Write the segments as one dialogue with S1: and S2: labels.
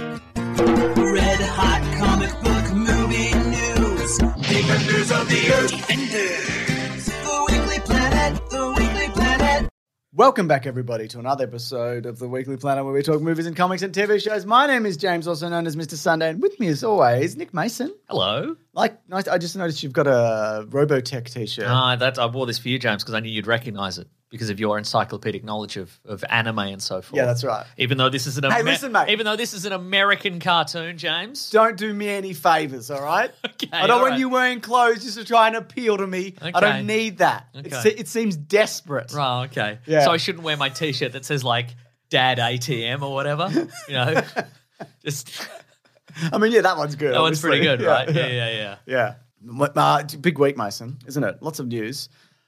S1: Red hot comic book movie news. Defenders of the Earth. Defenders. The Weekly Planet. The Weekly Planet.
S2: Welcome back, everybody, to another episode of the Weekly Planet where we talk movies and comics and TV shows. My name is James, also known as Mr. Sunday, and with me, as always, Nick Mason.
S3: Hello.
S2: Like, nice, I just noticed you've got a Robotech t shirt.
S3: Ah, that's I wore this for you, James, because I knew you'd recognize it because of your encyclopedic knowledge of, of anime and so forth.
S2: Yeah, that's right.
S3: Even though this is an
S2: Hey,
S3: Amer-
S2: listen, mate.
S3: Even though this is an American cartoon, James.
S2: don't do me any favors, all right?
S3: Okay,
S2: I don't
S3: all
S2: want
S3: right.
S2: you wearing clothes just to try and appeal to me. I
S3: Okay.
S2: don't need that. It,
S3: Okay.
S2: se- it seems desperate.
S3: Right. Oh, Okay.
S2: Yeah.
S3: So I shouldn't wear my T-shirt that says like "Dad ATM" or whatever. You know, just
S2: I mean, yeah, that one's good.
S3: that one's
S2: obviously.
S3: pretty good,
S2: Yeah,
S3: right?
S2: Yeah.
S3: Yeah, yeah, yeah.
S2: yeah. What- uh, it's a big week, Mason, isn't it? Lots of news.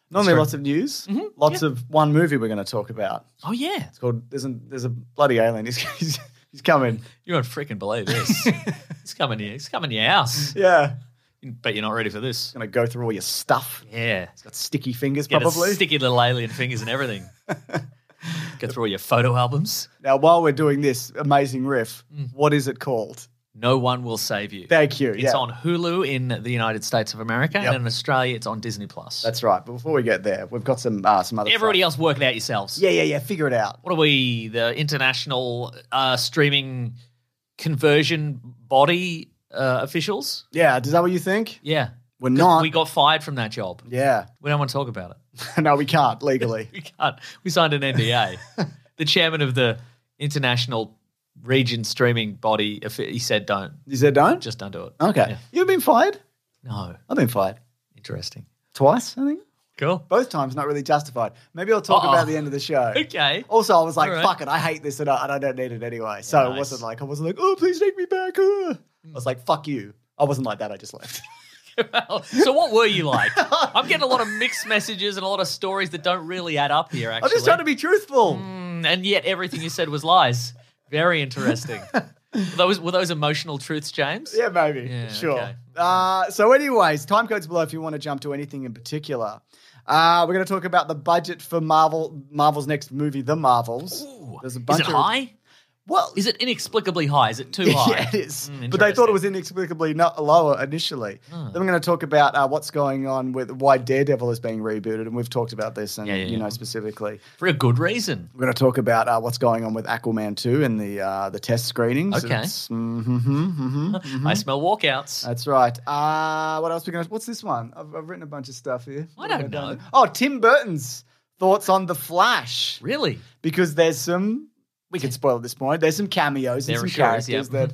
S2: Normally,
S3: true. Mm-hmm.
S2: lots of news. Lots of one movie we're going to talk about.
S3: Oh yeah.
S2: It's called. There's a, there's a bloody alien. He's, he's, he's coming.
S3: You won't freaking believe this. he's coming here. He's coming to your house.
S2: Yeah.
S3: Bet you're not ready for this.
S2: Going to go through all your stuff.
S3: Yeah.
S2: Got sticky fingers,
S3: Get
S2: probably.
S3: his sticky little alien fingers and everything. Go through all your photo albums.
S2: now, while we're doing this amazing riff, what is it called?
S3: No one will save you.
S2: Thank you.
S3: Mm. It's
S2: yeah.
S3: on Hulu in the United States of America,
S2: Yep.
S3: and in Australia, it's on Disney Plus.
S2: That's right. But before we get there, we've got some uh, some other.
S3: Everybody
S2: stuff.
S3: else, work it out yourselves.
S2: Yeah, yeah, yeah. Figure it out.
S3: What are we? The international uh, streaming conversion body uh, officials?
S2: Yeah. Is that what you think?
S3: Yeah,
S2: We're not.
S3: we got fired from that job.
S2: yeah.
S3: We don't want to talk about it.
S2: no, we can't legally.
S3: We can't. We signed an NDA. the chairman of the international region streaming body, he said, "Don't
S2: You said don't.
S3: just don't do it."
S2: okay.
S3: Yeah.
S2: You've been fired.
S3: No.
S2: I've been fired
S3: Interesting.
S2: twice. I think
S3: Cool.
S2: both times not really justified. Maybe I'll talk
S3: Uh-oh.
S2: about the end of the show.
S3: Okay.
S2: Also, I was like,
S3: All right.
S2: "Fuck it, I hate this, and I, and I don't need it anyway." So
S3: nice.
S2: it wasn't like I wasn't like, "Oh, please take me back." uh." I was like, "Fuck you." I wasn't like that. I just left.
S3: Well, so what were you like? I'm getting a lot of mixed messages and a lot of stories that don't really add up here. Actually,
S2: I'm just trying to be truthful.
S3: Mm, and yet everything you said was lies. Very interesting. were those were those emotional truths, James?
S2: Yeah, maybe.
S3: Yeah,
S2: sure.
S3: okay.
S2: Uh, so, anyways, time codes below if you want to jump to anything in particular. Uh, we're going to talk about the budget for Marvel, Marvel's next movie, The Marvels.
S3: Ooh.
S2: There's a
S3: Is
S2: bunch
S3: it
S2: of
S3: high?
S2: well,
S3: Is it inexplicably high? Is it too high?
S2: yeah, it is.
S3: Mm,
S2: but they thought it
S3: interesting. Hmm.
S2: was inexplicably not lower initially. Then we're going to talk about uh, what's going on with why Daredevil is being rebooted, and we've talked about this, and
S3: Yeah, yeah,
S2: you
S3: yeah.
S2: know specifically,
S3: for a good reason.
S2: we're going to talk about uh, what's going on with Aquaman two and the uh, the test screenings.
S3: Okay.
S2: hmm hmm
S3: I smell walkouts.
S2: That's right. Uh, what else we going to? What's this one? I've, I've written a bunch of stuff here.
S3: I don't know.
S2: Oh, Tim Burton's thoughts on The Flash.
S3: really?
S2: Because there's some, we can spoil at this point. There's some cameos and
S3: There
S2: some
S3: sure
S2: characters
S3: is, yeah.
S2: that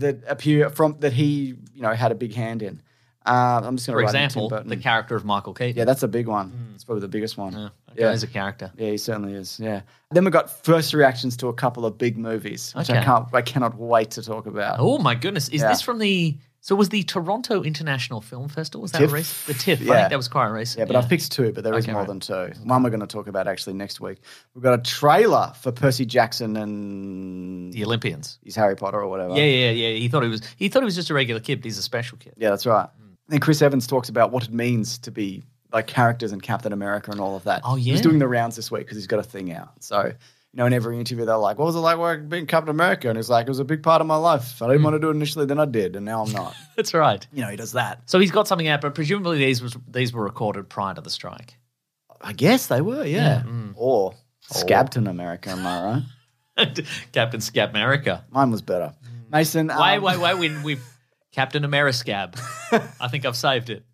S2: that appear from that he you know had a big hand in. Uh, I'm just going
S3: For
S2: to write in
S3: example,
S2: Tim Burton.
S3: the character of Michael Keaton.
S2: yeah, that's a big one. It's probably the biggest one.
S3: Yeah, okay,
S2: Yeah.
S3: as a character.
S2: Yeah, he certainly is. Yeah. Then we got first reactions to a couple of big movies, which I
S3: Okay.
S2: can't, I cannot wait to talk about.
S3: Oh my goodness! Is
S2: Yeah.
S3: this from the? So was the Toronto International Film Festival? Was that
S2: TIFF?
S3: recent? The TIFF. I
S2: Yeah.
S3: think that was quite recent.
S2: Yeah, but I've picked two, but there is
S3: Okay,
S2: more
S3: right.
S2: than two. One we're going to talk about actually next week. We've got a trailer for Percy Jackson and
S3: the Olympians.
S2: his Harry Potter or whatever.
S3: Yeah, yeah, yeah. He thought he was. He thought he was just a regular kid, but he's a special kid.
S2: Yeah, that's right.
S3: Hmm.
S2: And Chris Evans talks about what it means to be like characters in Captain America and all of that.
S3: Oh,
S2: He's
S3: yeah.
S2: doing the rounds this week because he's got a thing out. So, you know, in every interview, they're like, what was it like working- being Captain America? And he's like, it was a big part of my life.
S3: Hmm.
S2: I didn't want to do it initially, then I did, and now I'm not.
S3: That's right.
S2: you know, he does that.
S3: So he's got something out, but presumably these was these were recorded prior to the strike. Hmm.
S2: I guess they were, yeah. Or Scapton America, am I right?
S3: Captain Scab America.
S2: Mine was better.
S3: Hmm.
S2: Mason. Um,
S3: Why, why, why? When we Captain Ameriscab. I think I've saved it.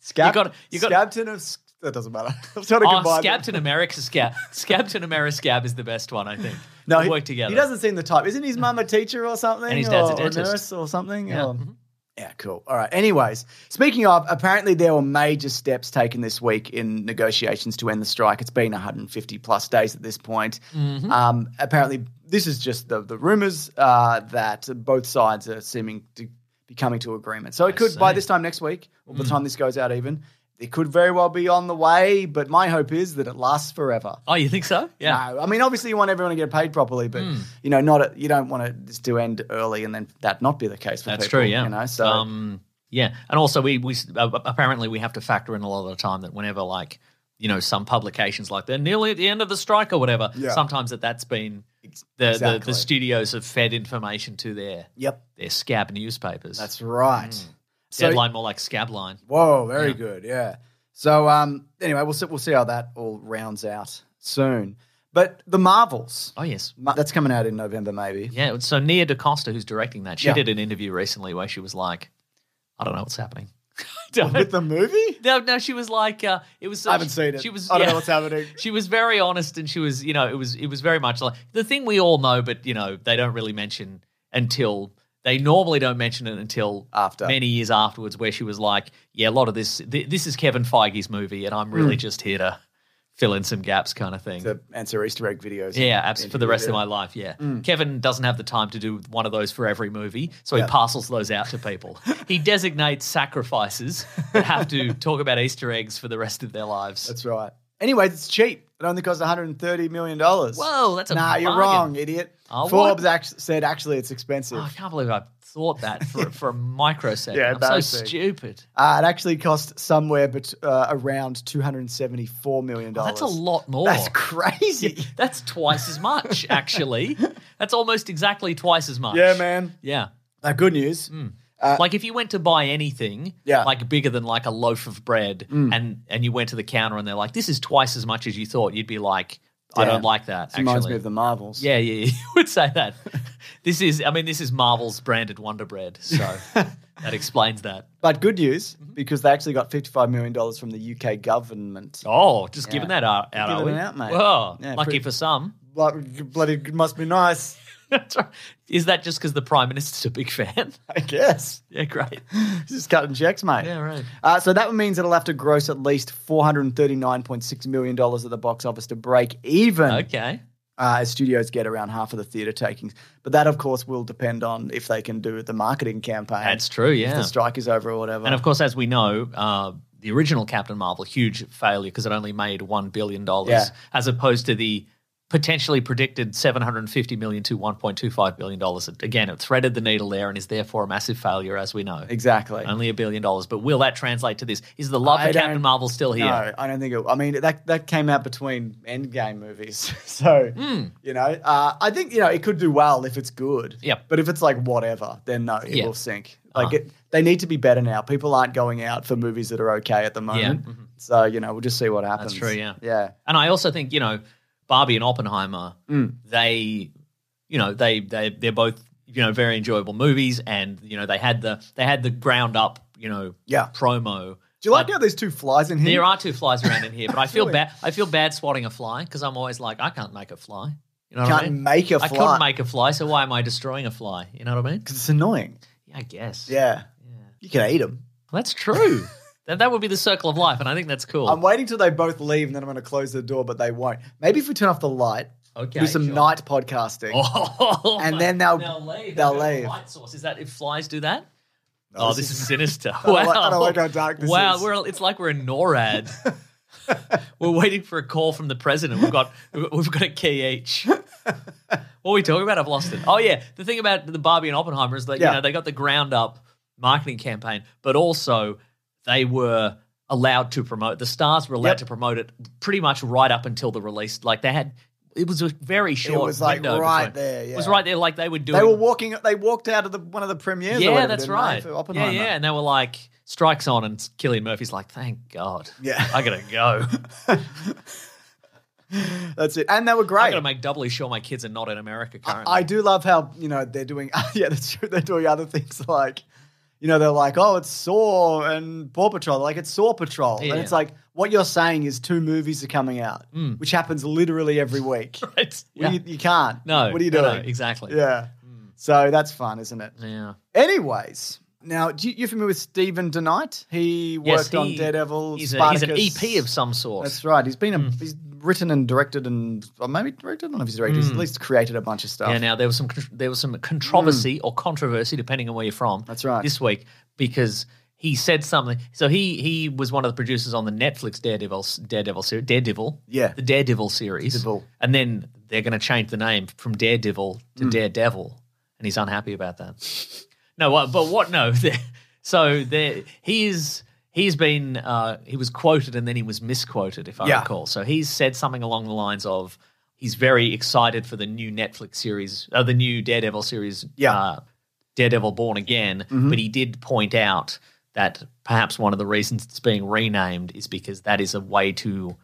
S2: Scap-
S3: You got- you got-
S2: Scapton of. That doesn't matter. I'm trying to
S3: Oh,
S2: combine. them.
S3: Scapton America Scab. Scapton Ameriscab is the best one, I think.
S2: No,
S3: we
S2: he,
S3: work together.
S2: He doesn't seem the type. Isn't his mum a teacher or something?
S3: And his dad's a
S2: or
S3: dentist.
S2: nurse or something.
S3: Yeah. Mm-hmm.
S2: Or- yeah, cool. All right. Anyways, speaking of, apparently there were major steps taken this week in negotiations to end the strike. It's been 150 plus days at this point.
S3: Mm-hmm.
S2: Um, apparently, this is just the, the rumors uh, that both sides are seeming to be coming to agreement. So it could, by
S3: see. Mm.
S2: this time next week, or by the time this goes out, even, it could very well be on the way. But my hope is that it lasts forever.
S3: Oh, you think so? Yeah. Mm.
S2: No, I mean obviously you want everyone to get paid properly, but you know, not you don't want it just to end early and then that not be the case for
S3: That's
S2: people.
S3: true. Yeah.
S2: you know, so
S3: um, yeah, and also we we s- uh, apparently we have to factor in a lot of the time that whenever like you know some publications like they're nearly at the end of the strike or whatever.
S2: Yeah.
S3: Sometimes that that's been the, the
S2: exactly.
S3: the studios have fed information to their
S2: yep,
S3: their scab newspapers.
S2: that's right. So-
S3: Deadline more like scab line.
S2: Whoa, very good. Yeah. So um, anyway, we'll see, we'll see how that all rounds out soon. But the Marvels,
S3: Oh yes.
S2: Ma- that's coming out in November, maybe.
S3: Yeah, so Nia DaCosta, who's directing that, she
S2: Yeah.
S3: did an interview recently where she was like, "I don't know what's happening." I don't-
S2: With the movie,
S3: no, no, she was like, uh, "It was."
S2: I haven't seen it.
S3: She was.
S2: I don't
S3: yeah.
S2: know what's happening.
S3: She was very honest, and she was, you know, it was, it was very much like the thing we all know, but you know, they don't really mention until they normally don't mention it until
S2: After.
S3: many years afterwards, where she was like, "Yeah, a lot of this, th- this is Kevin Feige's movie, and I'm really just here to fill in some gaps, kind of thing."
S2: Hmm. To answer Easter egg videos.
S3: Yeah, abs- for the rest of my life. Yeah,
S2: Mm.
S3: Kevin doesn't have the time to do one of those for every movie, so he parcels those out to people. he designates sacrifices that have to talk about Easter eggs for the rest of their lives. Oh,
S2: That's right. Anyway, it's cheap. It only costs 130 million dollars.
S3: Whoa, that's a
S2: nah. You're
S3: bargain.
S2: wrong, idiot.
S3: Oh,
S2: Forbes
S3: what?
S2: act- said actually it's expensive.
S3: Oh, I can't believe I thought that for, for a microsecond.
S2: Yeah,
S3: I'm so
S2: embarrassing.
S3: stupid.
S2: Uh, it actually cost somewhere but uh, around two hundred seventy-four million dollars.
S3: Oh, That's a lot more.
S2: That's crazy.
S3: That's twice as much, actually. That's almost exactly twice as much.
S2: man.
S3: Yeah.
S2: Uh, good news.
S3: Mm, like if you went to buy anything,
S2: Uh, Yeah. Mm.
S3: like bigger than like a loaf of bread, and and you went to the counter and they're like, "This is twice as much as you thought," you'd be like, "I
S2: Yeah.
S3: don't like that."
S2: This reminds
S3: actually,
S2: me of the Marvels.
S3: yeah, yeah, yeah, you would say that. this is, I mean, this is Marvel's branded Wonder Bread, so that explains that.
S2: But good news
S3: Mm-hmm.
S2: because they actually got fifty-five million dollars from the UK government.
S3: Oh, just
S2: Yeah.
S3: giving that out, out,
S2: Giving
S3: are we?
S2: it out, mate.
S3: Whoa,
S2: Yeah,
S3: lucky
S2: pretty-
S3: for some.
S2: Blo- Bloody must be nice.
S3: That's right. is that just because the prime minister's a big fan?
S2: I guess.
S3: yeah, great.
S2: Just cutting checks, mate.
S3: Yeah, right.
S2: Uh, so that means it'll have to gross at least four hundred thirty-nine point six million dollars at the box office to break even.
S3: Okay.
S2: uh, as studios get around half of the theatre takings. But that, of course, will depend on if they can do the marketing campaign.
S3: That's true,
S2: If
S3: yeah.
S2: the strike is over or whatever.
S3: And of course, as we know, uh, the original Captain Marvel, huge failure because it only made one billion dollars,
S2: Yeah.
S3: as opposed to the potentially predicted seven hundred and fifty million to one point two five billion dollars. Again, it threaded the needle there and is therefore a massive failure, as we know.
S2: exactly.
S3: Only a billion dollars, but will that translate to this? Is the love
S2: I
S3: for Captain
S2: don't-
S3: Marvel still here?
S2: No, I don't think it. I mean, that that came out between Endgame movies, so
S3: Hmm.
S2: you know, uh, I think you know it could do well if it's good.
S3: Yep.
S2: But if it's like whatever, then no, it
S3: Yeah. Uh-huh.
S2: will sink. Like it, they need to be better now. People aren't going out for movies that are okay at the moment. So you know, we'll just see what happens.
S3: Mm-hmm. true, yeah.
S2: Yeah.
S3: And I also think you know, Barbie and Oppenheimer,
S2: Mm.
S3: they, you know, they they they're both you know very enjoyable movies, and you know they had the they had the ground up you know
S2: Yeah.
S3: promo.
S2: Do you like how there's two flies in here?
S3: There are two flies around in here, but I feel bad. I feel bad swatting a fly because I'm always like, I can't make a fly. You know what I
S2: Can't
S3: mean?
S2: make a
S3: I
S2: fly.
S3: couldn't make a fly, so why am I destroying a fly? You know what I mean?
S2: It's annoying.
S3: Yeah, I guess.
S2: Yeah. You can eat them.
S3: that's true. that that would be the circle of life, and I think that's cool.
S2: I'm waiting till they both leave and then I'm going to close the door, but they won't. Maybe if we turn off the light,
S3: Okay,
S2: do some
S3: sure.
S2: night podcasting.
S3: Oh,
S2: And then they'll-
S3: leave.
S2: they'll
S3: go to
S2: leave.
S3: Light source. Is that if flies do that? oh, this is sinister.
S2: don't
S3: wow.
S2: like- I don't like how dark this
S3: wow,
S2: is.
S3: we're it's like we're in NORAD. we're waiting for a call from the president. We've got we've got a key each. What are we talking about? I've lost it. Oh yeah, the thing about the Barbie and Oppenheimer is that
S2: Yeah.
S3: you know they got the ground up marketing campaign, but also they were allowed to promote. The stars were allowed
S2: Yep.
S3: to promote it pretty much right up until the release. Like they had. It was a very short.
S2: was, like,
S3: window
S2: right
S3: between-
S2: there,
S3: It was
S2: yeah.
S3: right there. Like they were doing.
S2: They were walking, they walked out of the, one of the premieres. or
S3: Yeah,
S2: whatever,
S3: that's
S2: didn't they,
S3: right.
S2: For
S3: yeah,
S2: Oppenheimer.
S3: yeah, and they were like strikes on, and Killian Murphy's like, "Thank God,
S2: Yeah.
S3: I gotta go."
S2: That's it. And they were great.
S3: I got to make doubly sure my kids are not in America currently.
S2: I do love how you know they're doing. Yeah, that's true. They're doing other things like, you know, they're like, oh, it's Saw and Paw Patrol. Like it's Saw Patrol,
S3: Yeah. Hmm.
S2: and it's like what you're saying is two movies are coming out, which happens literally every week.
S3: Right?
S2: What do
S3: Yeah.
S2: You, you can't.
S3: No,
S2: What are you
S3: no,
S2: doing?
S3: no, exactly. Hmm.
S2: Yeah. So that's fun, isn't it?
S3: yeah.
S2: Anyways. Now, do you, you're familiar with Stephen DeKnight? He worked
S3: Yes,
S2: on
S3: he-
S2: Daredevil,
S3: He's, a, he's
S2: Spartacus.
S3: an EP of some sort.
S2: That's right. He's
S3: Hmm.
S2: been a, he's written and directed and or maybe directed. I don't know if he's directed. He's at least created a bunch of stuff.
S3: Hmm.
S2: Mm.
S3: Yeah, now there was some contr- there was some controversy or controversy depending on where you're from.
S2: That's right.
S3: This week because he said something. So he he was one of the producers on the Netflix Daredevil s- Daredevil series. Daredevil.
S2: Yeah.
S3: The Daredevil series.
S2: Daredevil.
S3: And then they're going to change the name from Daredevil
S2: Mm.
S3: to Daredevil, and he's unhappy about that. no, what, but what? No. they're- so there he is. He's been uh, he was quoted and then he was misquoted, if I
S2: Yeah.
S3: recall. So he's said something along the lines of he's very excited for the new Netflix series, uh, the new Daredevil series,
S2: Yeah. Mm-hmm.
S3: uh, Daredevil Born Again. But he did point out that perhaps one of the reasons it's being renamed is because that is a way to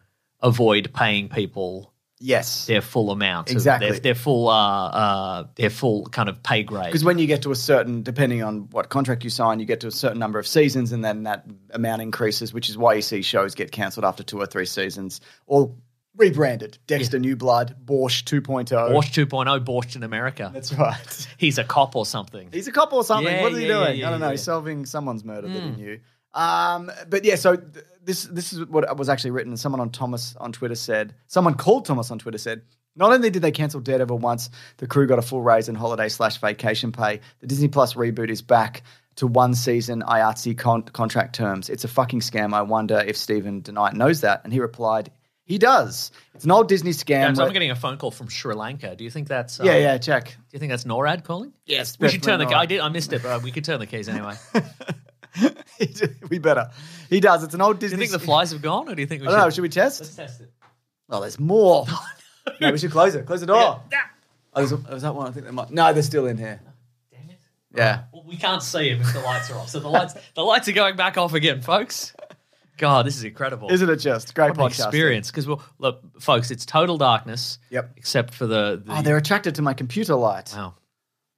S3: avoid paying people
S2: Yes.
S3: their full amount, of-
S2: Exactly.
S3: their, their full, uh, uh, their full kind of pay grade.
S2: Because when you get to a certain, depending on what contract you sign, you get to a certain number of seasons, and then that amount increases, which is why you see shows get cancelled after two or three seasons or rebranded. Dexter New Blood, Borscht 2.0.
S3: Borscht 2.0, Borscht oh, in America.
S2: That's right.
S3: He's a cop or something.
S2: He's a cop or something.
S3: Yeah,
S2: what is he
S3: yeah, yeah,
S2: doing?
S3: yeah,
S2: I don't know.
S3: yeah. Hmm.
S2: He's solving someone's murder that he knew. Um, but yeah, so th- this this is what was actually written. And someone on Thomas on Twitter said, someone called Thomas on Twitter said, not only did they cancel Daredevil once, the crew got a full raise and holiday slash vacation pay. The Disney Plus reboot is back to one season IATSE con- contract terms. It's a fucking scam. I wonder if Stephen DeKnight knows that. And he replied, he does. It's an old Disney scam.
S3: Guys, I'm
S2: where-
S3: getting a phone call from Sri Lanka. Do you think that's uh,
S2: yeah, yeah, check.
S3: Do you think that's NORAD calling?
S2: Yes,
S3: we should turn the.
S2: definitely
S3: key- I did. I missed it, but uh, we could turn the keys anyway. Do
S2: we better. He does. It's an old Disney
S3: you think the
S2: sc-
S3: flies have gone, or do you think we
S2: I
S3: should?
S2: don't know. Should we test?
S3: Let's test it.
S2: Oh, there's more. no, we should close it. Close the door.
S3: Yeah.
S2: Oh, there's, was that one? I think they might. No, they're still in here.
S3: Damn it.
S2: Yeah.
S3: Well, we can't see him if the lights are off. So the lights, the lights are going back off again, folks. God, this is incredible.
S2: Isn't it just great
S3: What an
S2: podcast?
S3: experience? Because well, look, folks, it's total darkness.
S2: Yep.
S3: Except for the. the
S2: Oh, they're attracted to my computer light.
S3: wow.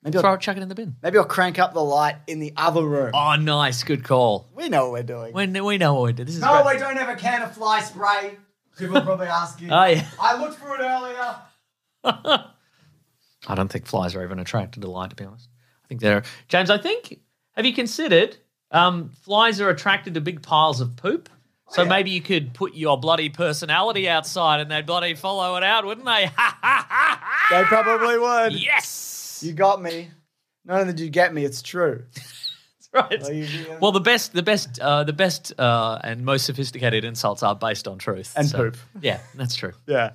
S2: Maybe
S3: Throw
S2: I'll,
S3: it, chuck it in the bin.
S2: maybe I'll crank up the light in the other room.
S3: Oh, nice, good call.
S2: We know what we're doing.
S3: We, we know what we did. This is
S2: no,
S3: great.
S2: we don't have a can of fly spray. People probably ask you.
S3: Oh, yeah.
S2: I looked for it earlier.
S3: I don't think flies are even attracted to light, to be honest. I think they're James. I think have you considered um, flies are attracted to big piles of poop?
S2: Oh,
S3: So maybe you could put your bloody personality outside, and they'd bloody follow it out, wouldn't they? Ha ha ha ha!
S2: They probably would.
S3: Yes,
S2: You got me. Not only did you get me, it's true.
S3: right.
S2: Well, you-
S3: Well, the best, the best, uh, the best, uh, and most sophisticated insults are based on truth
S2: And
S3: So,
S2: poop.
S3: Yeah, that's true.
S2: Yeah.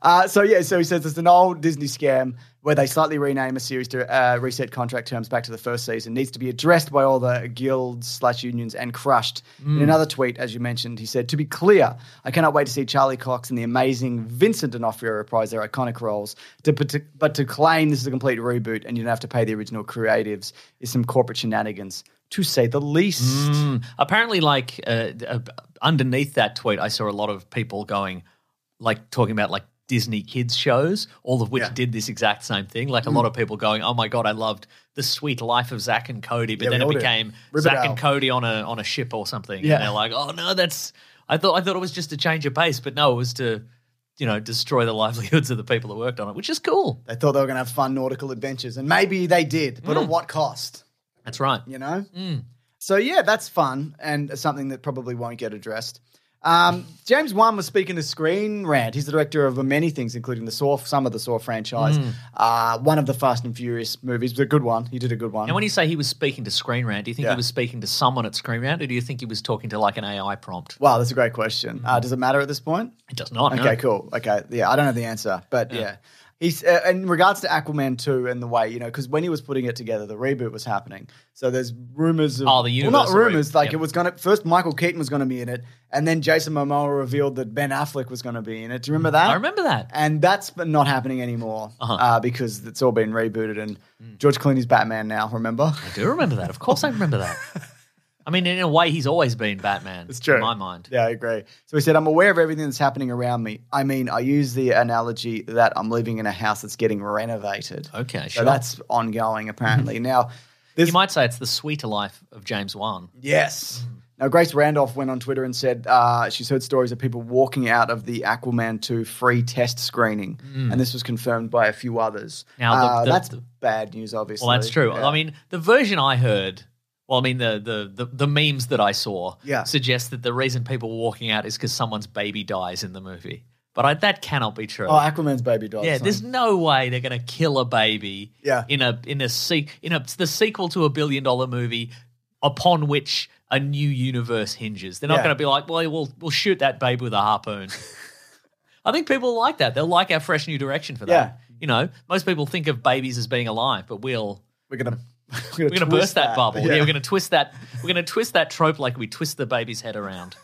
S2: Uh, so yeah, so he says it's an old Disney scam where they slightly rename a series to uh, reset contract terms back to the first season. Needs to be addressed by all the guilds slash unions and crushed. In another tweet, as you mentioned, he said, "To be clear, I cannot wait to see Charlie Cox and the amazing Vincent D'Onofrio reprise their iconic roles. To, but, to, but to claim this is a complete reboot and you don't have to pay the original creatives is some corporate shenanigans, to say the least."
S3: Mm. Apparently, like uh, uh, underneath that tweet, I saw a lot of people going, like talking about like Disney kids shows, all of which did this exact same thing.
S2: Mm.
S3: Like a lot of people going, "Oh my god, I loved the Sweet Life of Zack and Cody," but
S2: Yeah,
S3: then
S2: we
S3: it
S2: all did.
S3: became
S2: Rip it
S3: Zack
S2: out.
S3: and Cody on a on a ship or something.
S2: Yeah.
S3: And they're like, "Oh no, that's." I thought I thought it was just a change of pace, but no, it was to, you know, destroy the livelihoods of the people that worked on it, which is cool.
S2: They thought they were going to have fun nautical adventures, and maybe they did, but at what cost?
S3: That's right.
S2: you know? So, yeah, that's fun and something that probably won't get addressed. Um, James Wan was speaking to Screen Rant. He's the director of many things, including the Saw, some of the Saw franchise, uh, one of the Fast and Furious movies, but a good one. He did a good one.
S3: And when you say he was speaking to Screen Rant, do you think
S2: Yeah.
S3: he was speaking to someone at Screen Rant, or do you think he was talking to like an AI prompt?
S2: wow, that's a great question. Uh, does it matter at this point?
S3: It does not. no.
S2: Okay, cool. Okay, yeah, I don't know the answer, but yeah. He's, uh, in regards to Aquaman 2 and the way, you know, because when he was putting it together, the reboot was happening. So there's rumors of.
S3: Oh, the
S2: Well, not
S3: universal
S2: rumors.
S3: reboot,
S2: Like,
S3: yep.
S2: it was going to. First, Michael Keaton was going to be in it, and then Jason Momoa revealed that Ben Affleck was going to be in it. Do you remember that?
S3: I remember that. Uh-huh.
S2: And that's been not happening anymore uh because it's all
S3: Hmm.
S2: been rebooted, and George Clooney's Batman now, remember?
S3: I do remember that. Of course, I remember that. I mean, in a way, he's always been Batman.
S2: It's true.
S3: In my mind.
S2: Yeah, I agree. So he said, I'm aware of everything that's happening around me. I mean, I use the analogy that I'm living in a house that's getting renovated.
S3: Okay,
S2: So
S3: sure.
S2: that's ongoing, apparently. now,
S3: You might say it's the sweeter life of James Wan.
S2: Yes. Now, Grace Randolph went on Twitter and said uh, she's heard stories of people walking out of the Aquaman 2 free test screening. And this was confirmed by a few others.
S3: Hmm. Now, the-
S2: Uh,
S3: the-
S2: that's
S3: the-
S2: bad news, obviously.
S3: Well, that's true.
S2: Yeah.
S3: I mean, the version I heard, well, I mean, the the the, the memes that I saw
S2: Yeah.
S3: suggest that the reason people were walking out is because someone's baby dies in the movie. But I, that cannot be true.
S2: Oh, Aquaman's baby died.
S3: yeah,
S2: son.
S3: there's no way they're going to kill a baby.
S2: Yeah.
S3: in a in a se- in a the sequel to a billion dollar movie, upon which a new universe hinges. They're not
S2: Yeah.
S3: going to be like, well, we'll we'll shoot that baby with a harpoon. I think people like that. They'll like our fresh new direction for that. You know, most people think of babies as being alive, but we'll
S2: We're going to.
S3: we're going to burst that, bubble. Yeah. we're going to twist that. We're going to twist that trope like we twist the baby's head around.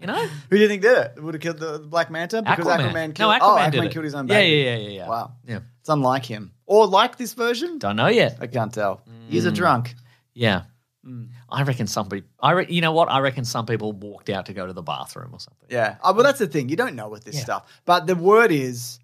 S3: You know,
S2: Who do you think did it? Would have killed the, the Black Manta? Because Aquaman, killed,
S3: no, Aquaman,
S2: oh, Aquaman
S3: did it.
S2: killed his own
S3: Yeah,
S2: baby.
S3: Yeah, yeah, yeah, yeah.
S2: Wow.
S3: Yeah.
S2: It's unlike him. Or like this version?
S3: Don't Mm. know yet.
S2: I can't tell. He's a drunk.
S3: Yeah.
S2: Mm.
S3: I reckon some people. I re- you know what? I reckon some people walked out to go to the bathroom or something.
S2: Yeah. Oh, well, that's the thing. You don't know with this
S3: Yeah.
S2: stuff. But the word is,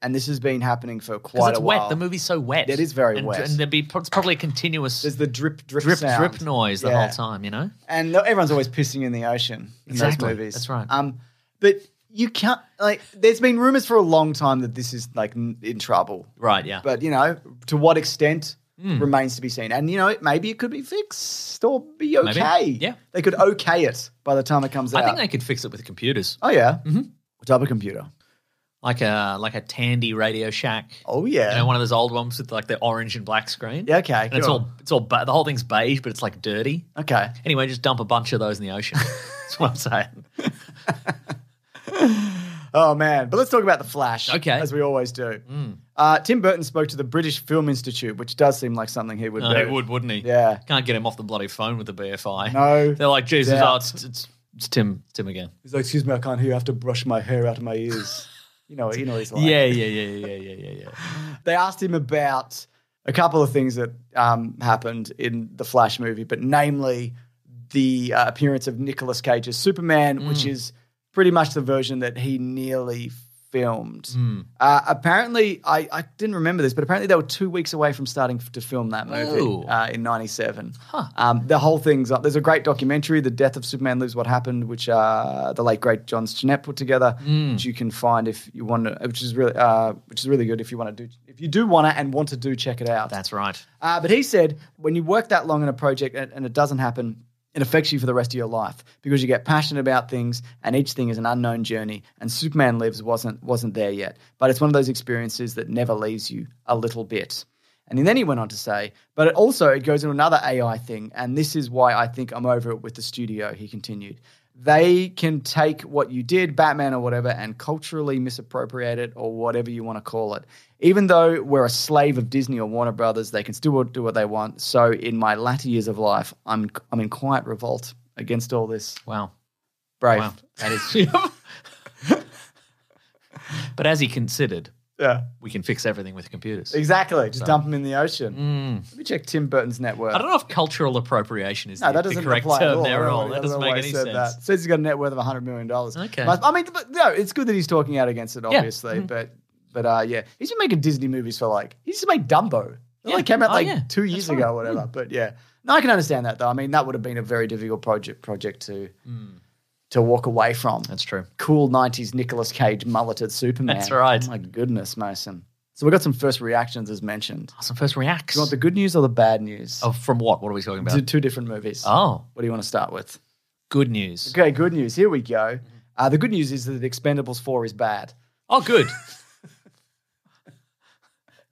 S2: and this has been happening for
S3: Because
S2: quite
S3: it's
S2: a while.
S3: wet. The movie's so wet.
S2: It is very
S3: and,
S2: wet.
S3: And there'd be pro- it's probably a continuous
S2: There's the drip, drip,
S3: drip
S2: sound.
S3: drip noise the
S2: Yeah.
S3: whole time. You know.
S2: And everyone's always pissing in the ocean in
S3: Exactly.
S2: those movies.
S3: That's right.
S2: Um, but you can't like. There's been rumors for a long time that this is like n- in trouble.
S3: Right. Yeah. Hmm.
S2: But you know, to what extent remains to be seen. And you know, maybe it could be fixed or be okay.
S3: Yeah.
S2: They could okay it by the time it comes out.
S3: I think they could fix it with computers,
S2: oh yeah. Mm-hmm. What type of computer?
S3: like a like a Tandy Radio Shack.
S2: Oh
S3: You
S2: yeah.
S3: know, one of those old ones with like the orange and black screen.
S2: yeah. Okay.
S3: And it's
S2: cool.
S3: all it's all ba- the whole thing's beige, but it's like dirty.
S2: okay.
S3: Anyway, just dump a bunch of those in the ocean. That's what I'm saying.
S2: Oh man, but let's talk about the Flash,
S3: Okay. Mm.
S2: as we always do. Uh, Tim Burton spoke to the British Film Institute, which does seem like something he would
S3: No,
S2: do.
S3: he would, wouldn't he?
S2: Yeah.
S3: Can't get him off the bloody phone with the BFI.
S2: No
S3: They're like, Jesus,
S2: doubt.
S3: oh, it's, it's it's Tim Tim again.
S2: He's like, "Excuse me, I can't hear. you. I have to brush my hair out of my ears." you know, you know, what he's like.
S3: Yeah, yeah, yeah, yeah, yeah, yeah, yeah.
S2: They asked him about a couple of things that um, happened in the Flash movie, but namely the uh, appearance of Nicolas Cage's Superman, which is pretty much the version that he nearly filmed. Uh, apparently, I, I didn't remember this, but apparently they were two weeks away from starting f- to film that
S3: Ooh.
S2: movie uh, in '97. Um, the whole thing's up. There's a great documentary, "The Death of Superman Lives: What Happened," which uh, the late great John Stinnett put together, which you can find if you want to, which is really, uh, which is really good if you want to do, if you do want to and want to do, check it out.
S3: That's right.
S2: Uh, but he said, when you work that long in a project and, and it doesn't happen, it affects you for the rest of your life because you get passionate about things, and each thing is an unknown journey. And Superman Lives wasn't wasn't there yet, but it's one of those experiences that never leaves you a little bit. And then he went on to say, but it also it goes into another AI thing, and this is why I think I'm over it with the studio. He continued, they can take what you did, Batman or whatever, and culturally misappropriate it or whatever you want to call it. Even though we're a slave of Disney or Warner Brothers, they can still do what they want. So in my latter years of life, I'm I'm in quiet revolt against all this.
S3: Wow.
S2: Brave.
S3: Wow. That is. but as he considered,
S2: Yeah.
S3: we can fix everything with computers. Hmm.
S2: Exactly. Just dump them in the ocean.
S3: Mm.
S2: Let me check Tim Burton's net worth.
S3: I don't know if cultural appropriation is
S2: No,
S3: the,
S2: that
S3: the
S2: doesn't
S3: correct
S2: apply at
S3: term
S2: all.
S3: there
S2: I
S3: at
S2: don't
S3: all.
S2: know- I
S3: That
S2: don't
S3: doesn't
S2: know
S3: make
S2: why he
S3: any
S2: said
S3: sense.
S2: That. Says he's got a net worth of hundred million dollars.
S3: Okay. Mm-hmm.
S2: But- I mean, but, no, it's good that he's talking out against it, obviously. But but uh, yeah, he's been making Disney movies for like he used to make Dumbo. It
S3: Yeah.
S2: only came out
S3: Oh,
S2: like
S3: yeah. Mm.
S2: two years ago, or whatever. But yeah, no, I can understand that though. I mean, that would have been a very difficult project project to to walk away from.
S3: Mm. That's true.
S2: cool '90s Nicolas Cage mulleted Superman.
S3: That's right.
S2: Oh, my goodness, Mason. So we got some first reactions as mentioned. Do
S3: Awesome. First reacts.
S2: you want the good news or the bad news?
S3: oh, from what? What are we talking about?
S2: Two- two different movies.
S3: oh,
S2: What do you want to start with?
S3: good news.
S2: Okay, good news. Here we go. Uh, the good news is that Expendables 4 is bad.
S3: Oh, good.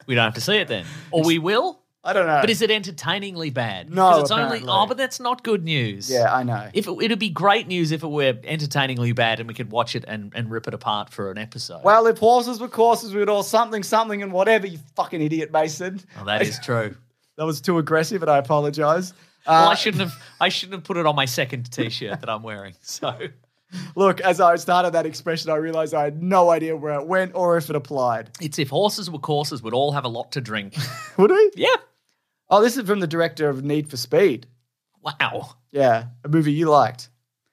S3: we don't have to see it then, or we will.
S2: I don't know.
S3: But is it entertainingly bad?
S2: No,
S3: 'Cause it's
S2: apparently.
S3: only. Oh, but that's not good news.
S2: Yeah, I know.
S3: If it, it'd be great news if it were entertainingly bad and we could watch it and, and rip it apart for an episode.
S2: well, if horses were courses, we'd all something, something, and whatever, you fucking idiot, Mason.
S3: Oh, that is true.
S2: That was too aggressive, and I apologize.
S3: well,
S2: Uh,
S3: I shouldn't have. I shouldn't have put it on my second T-shirt that I'm wearing. So
S2: Look, as I started that expression, I realized I had no idea where it went or if it applied.
S3: it's if horses were courses, we'd all have a lot to drink.
S2: Would we?
S3: yeah.
S2: Oh, this is from the director of Need for Speed.
S3: Wow.
S2: Yeah, a movie you liked.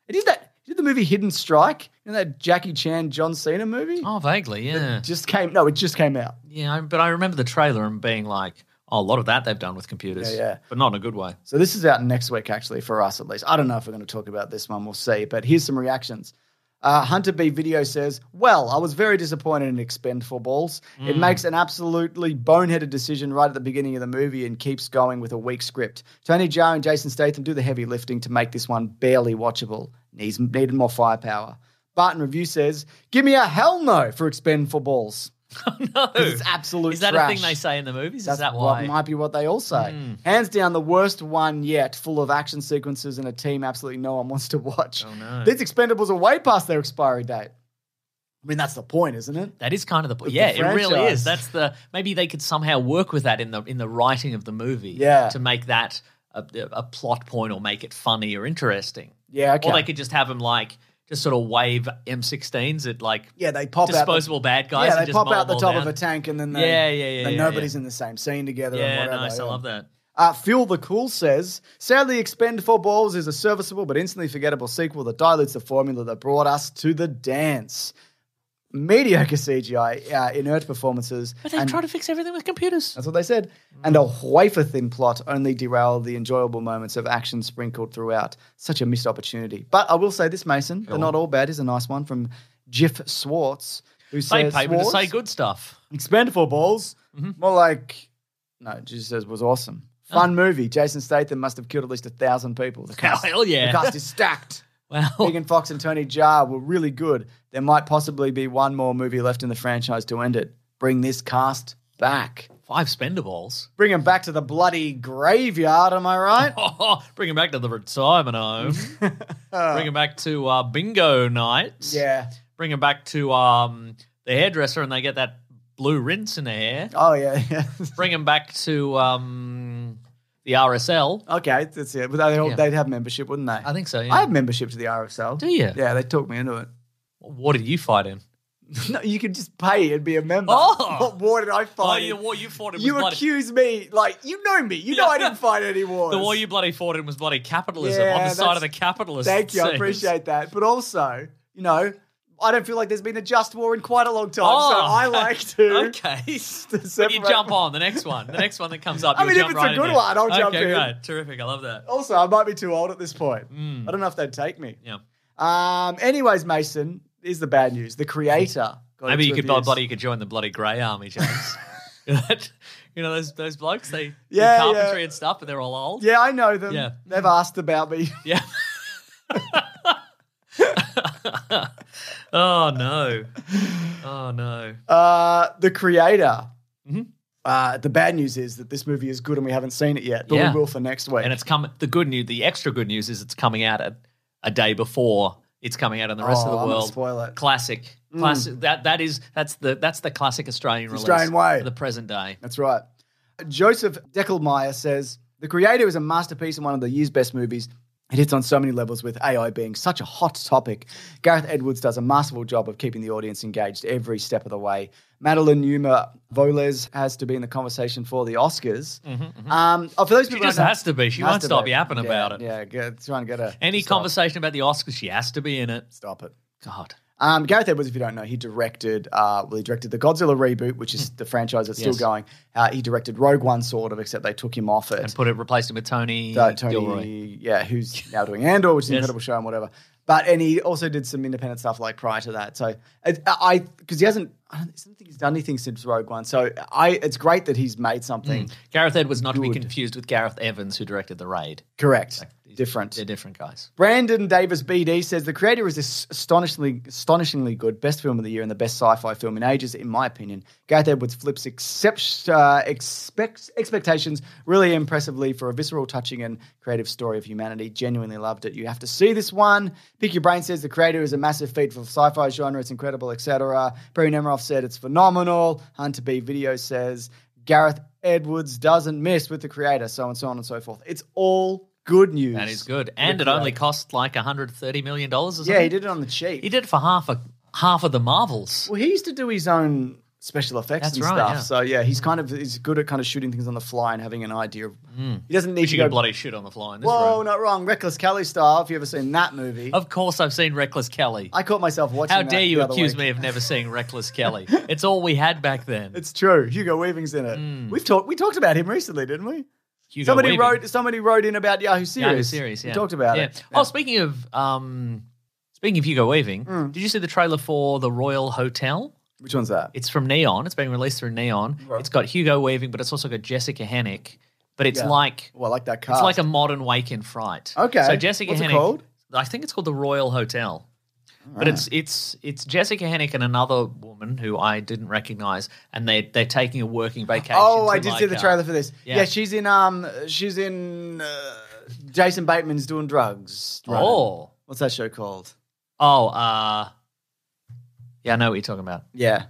S2: It is that. Did the movie Hidden Strike? You know that Jackie Chan John Cena movie?
S3: Oh, vaguely, yeah.
S2: Just came. No, it just came out.
S3: Yeah, I- but I remember the trailer and being like, oh, a lot of that they've done with computers.
S2: Yeah, yeah.
S3: But not in a good way.
S2: So this is out next week, actually, for us at least. I don't know if we're going to talk about this one. We'll see. But here's some reactions. Uh, Hunter B Video says, Well, I was very disappointed in Expend Four Balls. It makes an absolutely boneheaded decision right at the beginning of the movie and keeps going with a weak script. Tony Jaa and Jason Statham do the heavy lifting to make this one barely watchable. Needs needed more firepower. Barton Review says, Give me a hell no for Expend Four Balls.
S3: No.
S2: It's absolute
S3: Is that
S2: trash.
S3: a thing they say in the movies?
S2: That's
S3: Is that
S2: what
S3: why? Hmm.
S2: might be what they all say. Hands down, the worst one yet, full of action sequences and a team absolutely no one wants to watch. Oh no! These Expendables are way past their expiry date. I mean, that's the point, isn't it?
S3: That is kind of the
S2: With
S3: point.
S2: the
S3: Yeah, it really
S2: franchise.
S3: is. That's the maybe they could somehow work with that in the in the writing of the movie.
S2: Yeah.
S3: to make that a, a plot point or make it funny or interesting.
S2: Yeah, okay.
S3: Or they could just have them like just sort of wave M16s at like
S2: yeah, they pop
S3: disposable
S2: out the,
S3: bad guys.
S2: Yeah,
S3: and
S2: they
S3: just
S2: pop
S3: mow
S2: out the
S3: them all
S2: top
S3: down.
S2: of a tank, and then they,
S3: Yeah, yeah, yeah,
S2: then
S3: yeah,
S2: nobody's
S3: yeah.
S2: in the same scene together. and
S3: Yeah,
S2: whatever,
S3: nice. I
S2: yeah.
S3: love that.
S2: Uh, Phil the Cool says, sadly, Expend Four Balls is a serviceable but instantly forgettable sequel that dilutes the formula that brought us to the dance. Mediocre CGI, uh, inert performances.
S3: But they
S2: and-
S3: try to fix everything with computers.
S2: That's what they said. And a wafer thin plot only derailed the enjoyable moments of action sprinkled throughout. Such a missed opportunity. But I will say this, Mason, they're not all bad is a nice one from Jeff Swartz, who
S3: They
S2: says
S3: pay me to
S2: Swartz,
S3: say good Mm-hmm. stuff.
S2: Expend four balls. More like no, just says was awesome.
S3: Oh.
S2: Fun movie. Jason Statham must have killed at least a thousand people. The cast,
S3: hell yeah. Oh.
S2: The cast is stacked.
S3: Well,
S2: Megan Fox and Tony Jaa were really good. There might possibly be one more movie left in the franchise to end it. Bring this cast back.
S3: five spendables.
S2: Bring him back to the bloody graveyard, am I right?
S3: Oh, Bring him back to the retirement home. Bring him back to uh, bingo nights.
S2: yeah.
S3: bring them back to um, the hairdresser and they get that blue rinse in their hair.
S2: Oh, yeah. yeah.
S3: Bring them back to um, the RSL.
S2: okay, that's it. But they all,
S3: Yeah.
S2: They'd have membership, wouldn't they?
S3: I think so. Yeah.
S2: Oh. I have membership to the RSL.
S3: Do you?
S2: Yeah, they talked me into it.
S3: What did you fight in?
S2: No, you could just pay and be a member.
S3: Oh.
S2: What war did I fight?
S3: Oh,
S2: in?
S3: the war you fought in was
S2: you
S3: bloody.
S2: accuse me, like, you know me. You know
S3: Yeah.
S2: I didn't fight any wars.
S3: The war you bloody fought in was bloody capitalism
S2: Yeah,
S3: on the side
S2: that's-
S3: of the capitalists.
S2: Thank you, I appreciate that. But also, you know, I don't feel like there's been a just war in quite a long time, so I like to.
S3: Okay. when Oh, you
S2: separate-
S3: jump on the next one, the next one that comes up.
S2: I
S3: you'll
S2: mean, if
S3: jump
S2: it's a
S3: right in
S2: good
S3: there.
S2: one, I'll jump
S3: Okay,
S2: in. Oh.
S3: great. Terrific. I love that.
S2: Also, I might be too old at this point.
S3: Hmm.
S2: I don't know if they'd take me.
S3: Yeah.
S2: Um. Anyways, Mason is the bad news. The creator. Got
S3: Maybe
S2: its
S3: you could
S2: reviews.
S3: bloody you could join the bloody grey army, James. you know those those blokes they
S2: Yeah,
S3: do carpentry
S2: yeah.
S3: and stuff, but they're all old.
S2: Yeah, I know them.
S3: Yeah.
S2: They've asked about me.
S3: Yeah. oh no. Oh no.
S2: Uh, the creator.
S3: Mm-hmm.
S2: Uh, the bad news is that this movie is good and we haven't seen it yet, but
S3: Yeah.
S2: we will for next week.
S3: And it's coming. The good news, the extra good news, is it's coming out a, a day before it's coming out in the rest
S2: Oh,
S3: of the
S2: I'm gonna
S3: world.
S2: spoil it. Mm.
S3: Classic, classic. That that is that's the that's the classic Australian release.
S2: Australian way.
S3: for the present day.
S2: That's right. Joseph Deckelmeyer says The Creator is a masterpiece and one of the year's best movies. It hits on so many levels with AI being such a hot topic. Gareth Edwards does a masterful job of keeping the audience engaged every step of the way. Madeline Numa Voles has to be in the conversation for the Oscars. Um, oh, for those people who
S3: just
S2: don't know-
S3: has to be. Mm-hmm, She
S2: has
S3: won't
S2: to
S3: stop
S2: be.
S3: yapping
S2: Yeah,
S3: about it.
S2: Yeah, get, trying to get a
S3: Any
S2: stop-
S3: conversation about the Oscars, she has to be in it.
S2: Stop it.
S3: God.
S2: Um, Gareth Edwards, if you don't know, he directed. Uh, well, he directed the Godzilla reboot, which is the franchise that's
S3: Hmm. Yes.
S2: still going. Uh, he directed Rogue One, sort of, except they took him off it.
S3: and put it replaced him with Tony,
S2: Uh, Tony,
S3: Gilroy.
S2: yeah, who's now doing Andor, which is an
S3: Yes.
S2: incredible show and whatever. But and he also did some independent stuff like prior to that. So it, I because he hasn't, I don't think he's done anything since Rogue One. So I, it's great that he's made something
S3: Gareth Edwards, not to be
S2: Good.
S3: confused with Gareth Evans, who directed The Raid.
S2: correct, different.
S3: They're different guys.
S2: Brandon Davis BD says the creator is as- astonishingly astonishingly good, best film of the year and the best sci-fi film in ages, in my opinion. Gareth Edwards flips excep- uh, expect- expectations really impressively for a visceral, touching, and creative story of humanity. Genuinely loved it. You have to see this one. Pick your brain says the creator is a massive feat for the sci-fi genre. It's incredible, etc. Barry Nemiroff said it's phenomenal. Hunter B Video says Gareth Edwards doesn't miss with the creator, so and so on and so forth. It's all good news.
S3: That is good. And it only cost like $130 million or something.
S2: Yeah, he did it on the cheap.
S3: He did it for half a half of the Marvels.
S2: Well, he used to do his own special effects
S3: That's
S2: and
S3: right,
S2: stuff.
S3: yeah.
S2: So yeah, he's kind of he's good at kind of shooting things on the fly and having an idea of. He doesn't need
S3: We
S2: to
S3: should
S2: go
S3: get bloody shit on the fly in this
S2: Whoa,
S3: room.
S2: not wrong. Reckless Kelly style. If you ever seen that movie,
S3: Of course, I've seen Reckless Kelly.
S2: I caught myself watching.
S3: Oh. How
S2: that
S3: dare
S2: the
S3: you
S2: other
S3: accuse
S2: week.
S3: me of never seeing Reckless Kelly? It's all we had back then.
S2: It's true. Hugo Weaving's in it. We've talked. We talked about him recently, didn't we?
S3: Mm. Hugo
S2: somebody
S3: Weaving.
S2: wrote. Somebody wrote in about Yahoo series.
S3: Yahoo series. Yeah,
S2: We talked about
S3: yeah.
S2: it.
S3: Oh, speaking of um, speaking of Hugo Weaving,
S2: Hmm.
S3: did you see the trailer for the Royal Hotel?
S2: Which one's that?
S3: It's from Neon. It's being released through Neon. It's got Hugo Weaving, but it's also got Jessica Hennick. But it's
S2: Yeah.
S3: like
S2: Well, I like that cast.
S3: it's like a modern Wake and Fright.
S2: Okay.
S3: So Jessica
S2: What's it
S3: Hennick.
S2: called? Ah.
S3: I think it's called the Royal Hotel. But it's it's it's Jessica Hennick and another woman who I didn't recognize, and they they're taking a working vacation.
S2: Oh,
S3: to
S2: I did see the
S3: like, uh,
S2: trailer for this.
S3: yeah.
S2: Yeah, she's in. Um, she's in. Uh, Jason Bateman's doing drugs. Right?
S3: Oh,
S2: what's that show called?
S3: oh, uh, yeah, I know what you're talking about.
S2: Yeah,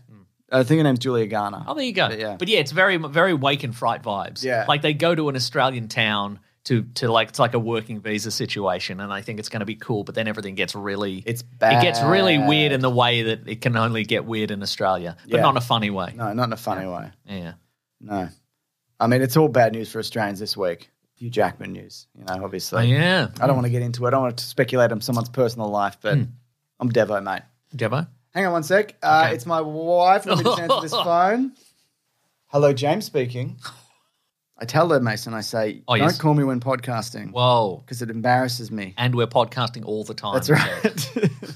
S3: Uh,
S2: I think her name's Julia Garner.
S3: Oh, there you go.
S2: But yeah.
S3: But yeah, it's very very wake and fright vibes.
S2: Yeah.
S3: like they go to an Australian town to to like it's like a working visa situation, and I think it's going to be cool. But then everything gets really
S2: It's
S3: It gets really
S2: bad.
S3: weird in the way that it can only get weird in Australia, but
S2: Yeah.
S3: not in a funny way.
S2: No, not in a funny way.
S3: Yeah.
S2: No, I mean it's all bad news for Australians this week. Hugh Jackman news, you know, obviously.
S3: Oh, yeah.
S2: I don't want to get into it. I don't want to speculate on someone's personal life,
S3: Hmm.
S2: but I'm Devo, mate.
S3: Devo?
S2: Hang on one sec. Uh, It's my wife. Let me just answer this phone. Hello, James speaking. I tell her, Mason, I say,
S3: Oh,
S2: don't
S3: yes.
S2: call me when podcasting
S3: Whoa.
S2: because it embarrasses me.
S3: And we're podcasting all the time.
S2: That's
S3: so-
S2: right.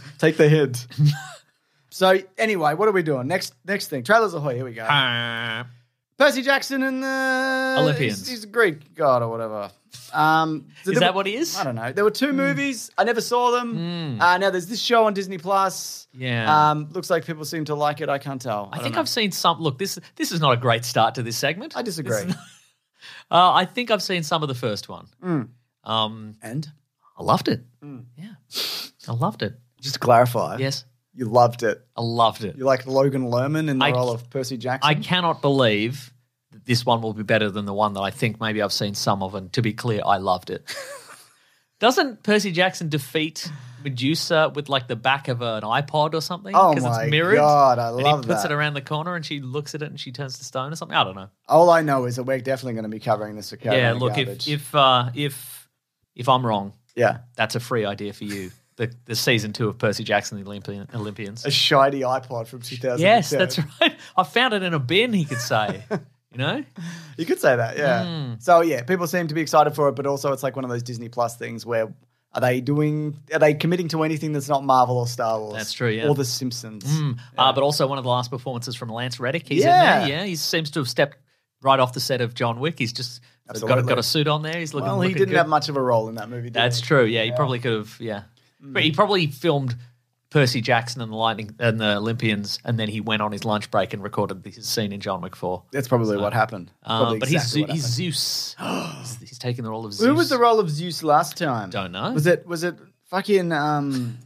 S2: Take the hint. so, anyway, what are we doing? Next next thing. Trailers ahoy. Here we go.
S3: Ah.
S2: Percy Jackson and the
S3: Olympians.
S2: He's, he's a Greek god or whatever. Um, so there
S3: Is that
S2: were-
S3: what he is? Hmm.
S2: I don't know. There were two movies. I never saw them. Uh, now there's this show on Disney Plus.
S3: Yeah.
S2: Um, looks like people seem to like it. I can't tell.
S3: I think I've seen some. Look, this this is not a great start to this segment.
S2: I disagree.
S3: Uh, I think I've seen some of the first one.
S2: Mm.
S3: Um,
S2: and
S3: I loved it.
S2: Mm.
S3: Yeah, I loved it.
S2: just to clarify,
S3: Yes,
S2: you loved it.
S3: I loved it.
S2: Uh, You like Logan Lerman in the
S3: I-
S2: role of Percy Jackson.
S3: I cannot believe that this one will be better than the one that I think maybe I've seen some of. And to be clear, I loved it. Doesn't Percy Jackson defeat Medusa with like the back of an iPod or something?
S2: Oh
S3: 'Cause
S2: my God, I
S3: and
S2: love
S3: he puts
S2: that.
S3: it around the corner, and she looks at it, and she turns to stone or something. I don't know.
S2: All I know is that we're definitely going to be covering this. Academy
S3: yeah, look,
S2: garbage.
S3: if if uh, if if I'm wrong,
S2: yeah,
S3: that's a free idea for you. The, the season two of Percy Jackson and the Olympian, Olympians.
S2: a shiny iPod from 2000.
S3: Yes, that's right. I found it in a bin. He could say, you know,
S2: You could say that, yeah.
S3: Hmm.
S2: So yeah, people seem to be excited for it, but also it's like one of those Disney Plus things where are they doing? Are they committing to anything that's not Marvel or Star Wars?
S3: That's true, yeah.
S2: Or The Simpsons.
S3: Uh, but also one of the last performances from Lance Reddick. He's
S2: Yeah.
S3: in there. Yeah, he seems to have stepped right off the set of John Wick. He's just got a,
S2: Absolutely.
S3: got a suit on there. He's looking.
S2: Well, he
S3: looking
S2: didn't
S3: good.
S2: have much of a role in that movie. Did
S3: That's
S2: he?
S3: true. Yeah, he probably could have. Yeah,
S2: Hmm.
S3: but he probably filmed Percy Jackson and the Lightning and the Olympians, and then he went on his lunch break and recorded his scene in John Wick Four.
S2: That's probably what happened.
S3: Um,
S2: Probably
S3: but
S2: exactly what
S3: he's,
S2: happened.
S3: Zeu- he's Zeus. he's, he's taking the role of Zeus.
S2: Who was the role of Zeus last time?
S3: Don't know.
S2: Was it was it fucking um?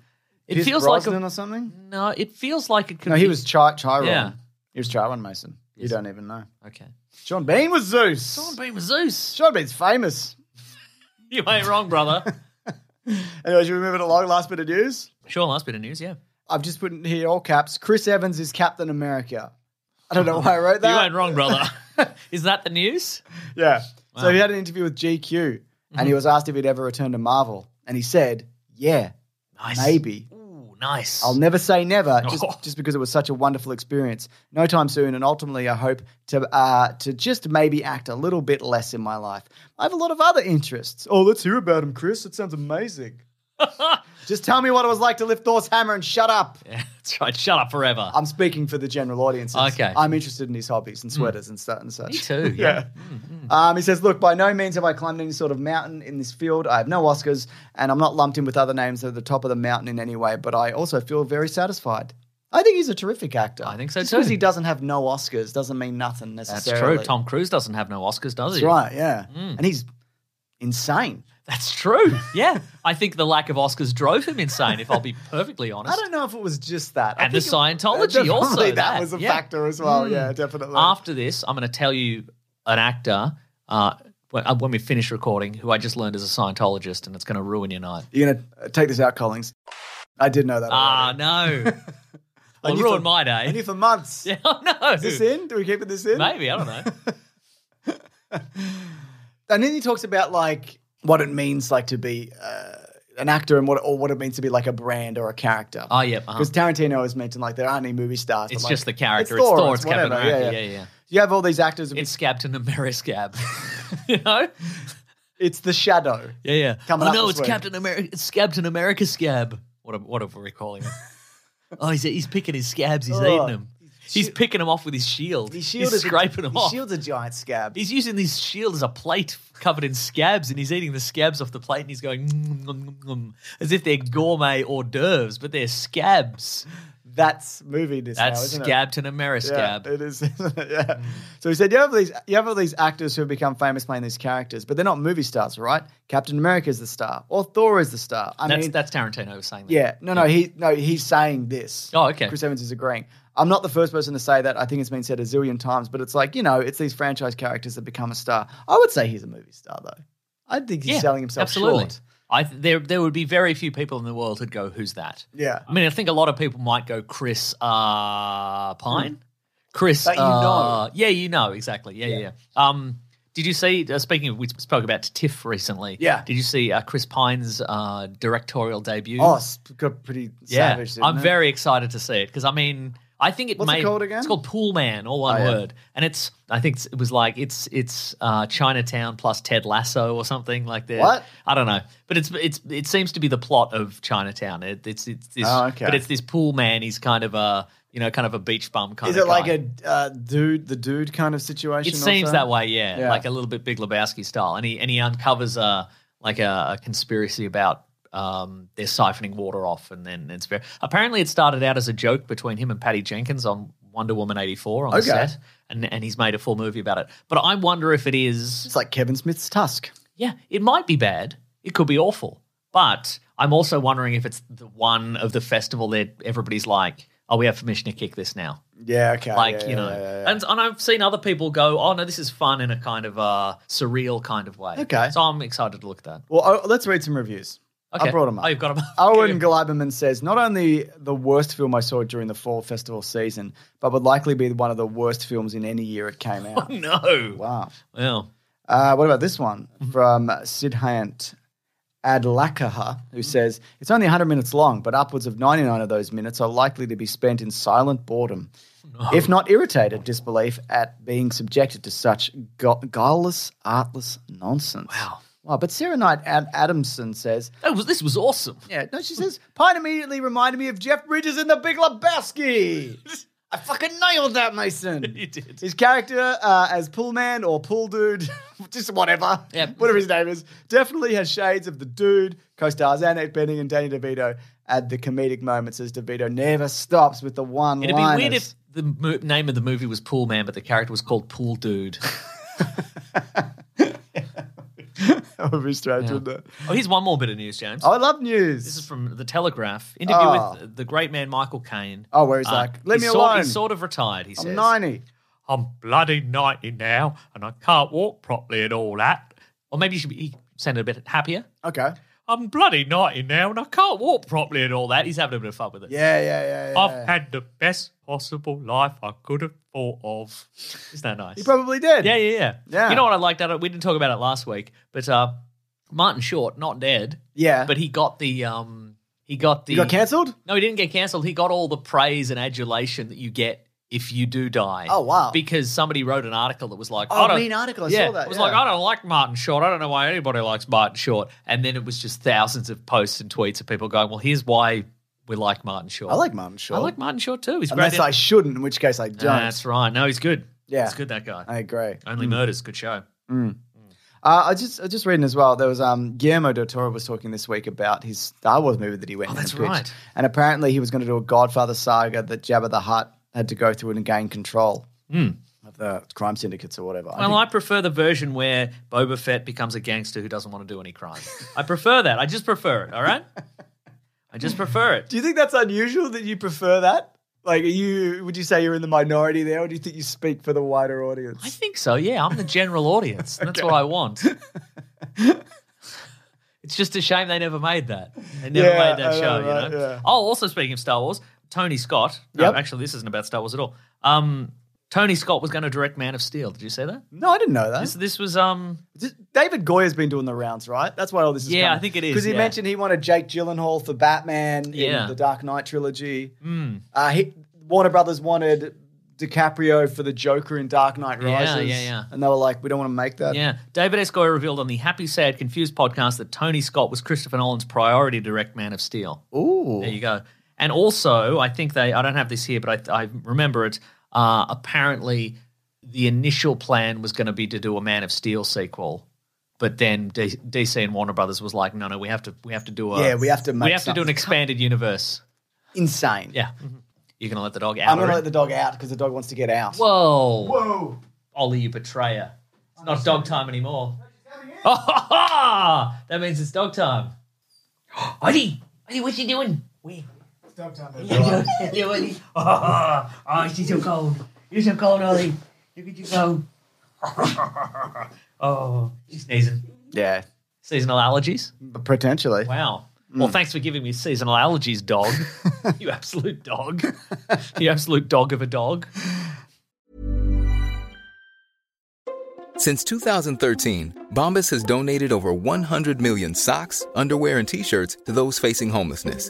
S3: It
S2: Pierce
S3: feels
S2: Brosnan
S3: like a,
S2: or something.
S3: no. It feels like it could.
S2: No, he
S3: be-
S2: was Chi- Chiron.
S3: Yeah.
S2: he was Chiron Mason. You don't even know.
S3: okay.
S2: Sean Bean was Zeus.
S3: Sean Bean was Zeus.
S2: Sean Bean's famous.
S3: You ain't wrong, brother.
S2: Anyways, you moving along. Last bit of news.
S3: sure, last bit of news. Yeah.
S2: I've just put in here all caps. Chris Evans is Captain America. I don't know why I wrote
S3: You
S2: that.
S3: ain't wrong, brother. Is that the news?
S2: Yeah. So he had an interview with GQ and he was asked if he'd ever return to Marvel. And he said, Yeah,
S3: Nice.
S2: maybe.
S3: Ooh, nice.
S2: I'll never say never, just,
S3: Oh.
S2: just because it was such a wonderful experience. No time soon, and ultimately, I hope to uh, to just maybe act a little bit less in my life. I have a lot of other interests. Oh, let's hear about him, Chris. It sounds amazing. just tell me what it was like to lift Thor's hammer and shut up.
S3: Yeah, that's right. Shut up forever.
S2: I'm speaking for the general audience.
S3: Okay. Hmm.
S2: I'm interested in his hobbies and sweaters and, stu- and such.
S3: Me too.
S2: Yeah.
S3: Yeah.
S2: Um, he says, Look, by no means have I climbed any sort of mountain in this field. I have no Oscars, and I'm not lumped in with other names at the top of the mountain in any way, but I also feel very satisfied. I think he's a terrific actor.
S3: I think so
S2: Just
S3: too.
S2: Because he doesn't have no Oscars doesn't mean nothing
S3: That's
S2: necessarily.
S3: true. Tom Hmm. Cruise doesn't have no Oscars, does
S2: That's
S3: he?
S2: right, yeah. And he's insane.
S3: That's true. Yeah. I think the lack of Oscars drove him insane, if I'll be perfectly honest.
S2: I don't know if it was just that. I
S3: And the
S2: think it-
S3: Scientology
S2: definitely
S3: also,
S2: That,
S3: that,
S2: was a
S3: yeah. Hmm.
S2: factor as well. Yeah, definitely.
S3: After this, I'm going to tell you an actor uh, when, uh, when we finish recording who I just learned is a Scientologist, and it's going to ruin your night.
S2: You're going to take this out, Collings. I did know that. already.
S3: Ah, no. Well,
S2: I
S3: it
S2: knew
S3: ruined
S2: for-
S3: my
S2: I knew
S3: day.
S2: for months.
S3: Yeah, I know.
S2: Is this in? Do we keep it this in?
S3: Maybe I don't know.
S2: And then he talks about like what it means like to be uh, an actor and what or what it means to be like a brand or a character.
S3: Oh, yeah, uh-huh.
S2: Because Tarantino has mentioned like there aren't any movie stars. but,
S3: It's
S2: like,
S3: just the character.
S2: Thor,
S3: It's Thor. It's, Captain
S2: whatever.
S3: America. Yeah, yeah.
S2: You have all these actors. It's,
S3: It's Scab to Ameriscab. you know?
S2: it's the shadow.
S3: Yeah, yeah.
S2: Coming
S3: oh
S2: up
S3: no,
S2: this
S3: it's
S2: week.
S3: Captain America. It's Captain America Scab. What a, what are we calling him? oh, he's he's picking his scabs. He's
S2: Oh,
S3: eating them. He's picking them off with his shield.
S2: His shield
S3: he's
S2: is
S3: scraping
S2: a,
S3: them
S2: his
S3: off.
S2: Shield's a giant scab.
S3: He's using his shield as a plate covered in scabs, and he's eating the scabs off the plate, and he's going "Mm, mm, mm, mm," as if they're gourmet hors d'oeuvres, but they're scabs.
S2: That's movie this now,
S3: That's
S2: isn't it?
S3: scab Mm. to an
S2: Yeah,
S3: Ameriscab.
S2: it is. yeah. So he said, you have these, you have all these actors who have become famous playing these characters, but they're not movie stars, right? Captain America is the star, or Thor is the star. I
S3: That's
S2: mean,
S3: that's Tarantino saying that.
S2: yeah, no, no, he, no, he's saying this.
S3: Oh, okay.
S2: Chris Evans is agreeing. I'm not the first person to say that. I think it's been said a zillion times, but it's like you know, it's these franchise characters that become a star. I would say he's a movie star, though. I think he's selling himself
S3: absolutely.
S2: short.
S3: I th- there there would be very few people in the world who'd go, "Who's that?"
S2: Yeah.
S3: I mean, I think a lot of people might go, "Chris uh, Pine." Chris,
S2: That Hmm. you
S3: uh,
S2: know.
S3: yeah, you know exactly. Yeah, yeah. yeah. Um, did you see? Uh, speaking of, we spoke about TIFF recently.
S2: Yeah.
S3: Did you see uh, Chris Pine's uh, directorial debut?
S2: Oh, it's got pretty
S3: yeah.
S2: savage. didn't
S3: I'm
S2: it?
S3: very excited to see it because I mean, I think it
S2: What's it
S3: may-
S2: called again?
S3: It's called Pool Man, all one
S2: Oh, yeah.
S3: word, and it's. I think it's, it was like it's it's uh, Chinatown plus Ted Lasso or something like that.
S2: What?
S3: I don't know, but it's it's it seems to be the plot of Chinatown. It, it's it's this,
S2: Oh, okay.
S3: but it's this pool man. He's kind of a you know kind of a beach bum kind
S2: Is
S3: of.
S2: it like
S3: guy.
S2: a uh, dude, the dude kind of situation?
S3: It seems
S2: also?
S3: that way, yeah.
S2: Yeah.
S3: Like a little bit Big Lebowski style, and he and he uncovers a like a, a conspiracy about um, they're siphoning water off, and then it's very apparently it started out as a joke between him and Patty Jenkins on Wonder Woman eighty four on the
S2: Okay.
S3: set, and and he's made a full movie about it. But I wonder if it is
S2: It's like Kevin Smith's tusk.
S3: yeah, it might be bad. It could be awful. But I'm also wondering if it's the one of the festival that everybody's like, oh, we have permission to kick this now
S2: Yeah, okay.
S3: like
S2: Oh, yeah,
S3: you know
S2: yeah, yeah, yeah.
S3: And, and i've seen other people go oh no this is fun in a kind of uh surreal kind of way
S2: Okay.
S3: so i'm excited to look at that
S2: Well, oh, let's read some reviews.
S3: okay
S2: I brought them up.
S3: oh you've got them
S2: Owen Gleiberman says, not only the worst film I saw during the fall festival season, but would likely be one of the worst films in any year it came out.
S3: no
S2: wow.
S3: well
S2: Uh, what about this one from Sidhant Adlakaha, who says, It's only 100 minutes long, but upwards of 99 of those minutes are likely to be spent in silent boredom, if not irritated disbelief at being subjected to such gu- guileless, artless nonsense. Wow. Wow, but Sarah Knight Ad- Adamson says,
S3: that was this was awesome
S2: yeah, no, she says, Pine immediately reminded me of Jeff Bridges in The Big Lebowski. I fucking nailed that, Mason.
S3: You did.
S2: His character uh, as Pool Man or Pool Dude, just whatever,
S3: Yep.
S2: whatever his name is, definitely has shades of The Dude, co-stars Annette Bening and Danny DeVito at the comedic moments as DeVito never stops with the one
S3: it'd be weird if the mo- name of the movie was pool man but the character was called pool dude
S2: that would be strange, wouldn't it? Oh,
S3: oh here's one more bit of news james
S2: I love news.
S3: This is from the Telegraph. Interview
S2: Oh.
S3: with the great man Michael Caine. Uh,
S2: Oh, where he's like, "Leave
S3: he's
S2: me
S3: sort-
S2: alone.
S3: He's sort of retired. He says,
S2: I'm 90.
S3: I'm bloody 90 now and I can't walk properly and all that. Or maybe you should be he sounded a bit happier.
S2: Okay.
S3: I'm bloody 90 now and I can't walk properly and all that. He's having a bit of fun with it.
S2: Yeah, yeah, yeah, yeah.
S3: I've had the best possible life I could have thought of. Isn't that nice?
S2: you probably did.
S3: yeah, yeah, yeah,
S2: Yeah.
S3: You know what I liked? That we didn't talk about it last week, but uh, Martin Short, not dead,
S2: Yeah.
S3: but he got the um, he got the
S2: you got cancelled?
S3: no, he didn't get cancelled. He got all the praise and adulation that you get if you do die.
S2: Oh, wow.
S3: Because somebody wrote an article that was like,
S2: Oh,
S3: I don't,
S2: mean article. I
S3: yeah,
S2: saw that.
S3: It was
S2: yeah.
S3: like, I don't like Martin Short. I don't know why anybody likes Martin Short. And then it was just thousands of posts and tweets of people going, well, here's why we like Martin Short.
S2: I like Martin Short.
S3: I like Martin Short too. He's
S2: Unless
S3: great.
S2: I shouldn't, in which case I
S3: Nah,
S2: don't.
S3: that's right. No, he's good.
S2: Yeah.
S3: He's good, that guy.
S2: I Hmm. agree.
S3: Only Murders. Good show.
S2: Uh, I just I just reading as well. There was um, Guillermo del Toro was talking this week about his Star Wars movie that he went.
S3: Oh,
S2: in
S3: that's
S2: and pitched.
S3: right.
S2: And apparently he was going to do a Godfather saga that Jabba the Hutt had to go through and gain control of the crime syndicates or whatever. I
S3: Hmm. Well, I prefer the version where Boba Fett becomes a gangster who doesn't want to do any crime. I prefer that. I just prefer it. All right. I just prefer it.
S2: do you think that's unusual that you prefer that? Like, are you would you say you're in the minority there, or do you think you speak for the wider audience?
S3: I think so. Yeah, I'm the general audience. and That's what I want. it's just a shame they never made that. They never
S2: Yeah,
S3: made
S2: I
S3: that
S2: know,
S3: show.
S2: right,
S3: you know.
S2: yeah.
S3: Oh, also speaking of Star Wars, Tony Scott. No,
S2: Yep.
S3: actually, this isn't about Star Wars at all. Um, Tony Scott was going to direct Man of Steel. Did you say that?
S2: No, I didn't know that.
S3: This, this was um,
S2: Just- David Goyer's been doing the rounds, right? That's why all this is.
S3: Yeah, I think it is,
S2: because he
S3: yeah.
S2: mentioned he wanted Jake Gyllenhaal for Batman
S3: Yeah. Hmm.
S2: in the Dark Knight trilogy. Uh, he, Warner Brothers wanted DiCaprio for the Joker in Dark Knight
S3: Yeah,
S2: Rises.
S3: yeah, yeah.
S2: And they were like, we don't want to make that.
S3: yeah. David S. Goyer revealed on the Happy, Sad, Confused podcast that Tony Scott was Christopher Nolan's priority to direct Man of Steel.
S2: Ooh.
S3: There you go. And also, I think they, I don't have this here, but I, I remember it. Uh, apparently, the initial plan was going to be to do a Man of Steel sequel. But then D- DC and Warner Brothers was like, no, no, we have to, we have to do a,
S2: Yeah, we have to
S3: we
S2: make
S3: have to do an
S2: something.
S3: expanded universe.
S2: Insane.
S3: Yeah, you're gonna let the dog out.
S2: I'm going
S3: or-
S2: to let the dog out because the dog wants to get out.
S3: Whoa,
S2: Whoa.
S3: Ollie, you betrayer! It's not dog time anymore. Oh, ha, ha. that means it's dog time. Ollie, Ollie, what's she doing? Where? Really? Oh, oh, she's so cold. You're so cold, Ollie. Look at you go. oh, she's sneezing.
S2: Yeah.
S3: Seasonal allergies?
S2: But potentially.
S3: Wow. Well, thanks for giving me seasonal allergies, dog. you absolute dog. you absolute dog of a dog.
S4: Since 2013, Bombas has donated over 100 million socks, underwear, and t shirts to those facing homelessness.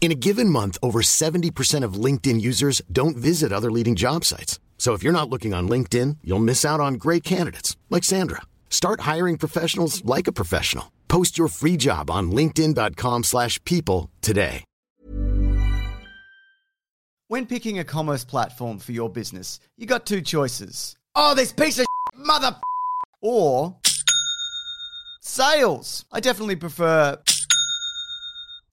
S5: In a given month, over 70% of LinkedIn users don't visit other leading job sites. So if you're not looking on LinkedIn, you'll miss out on great candidates like Sandra. Start hiring professionals like a professional. Post your free job on linkedin.com/people slash people today.
S2: When picking a commerce platform for your business, you got two choices. Oh, this piece of shit, mother f- or sales. I definitely prefer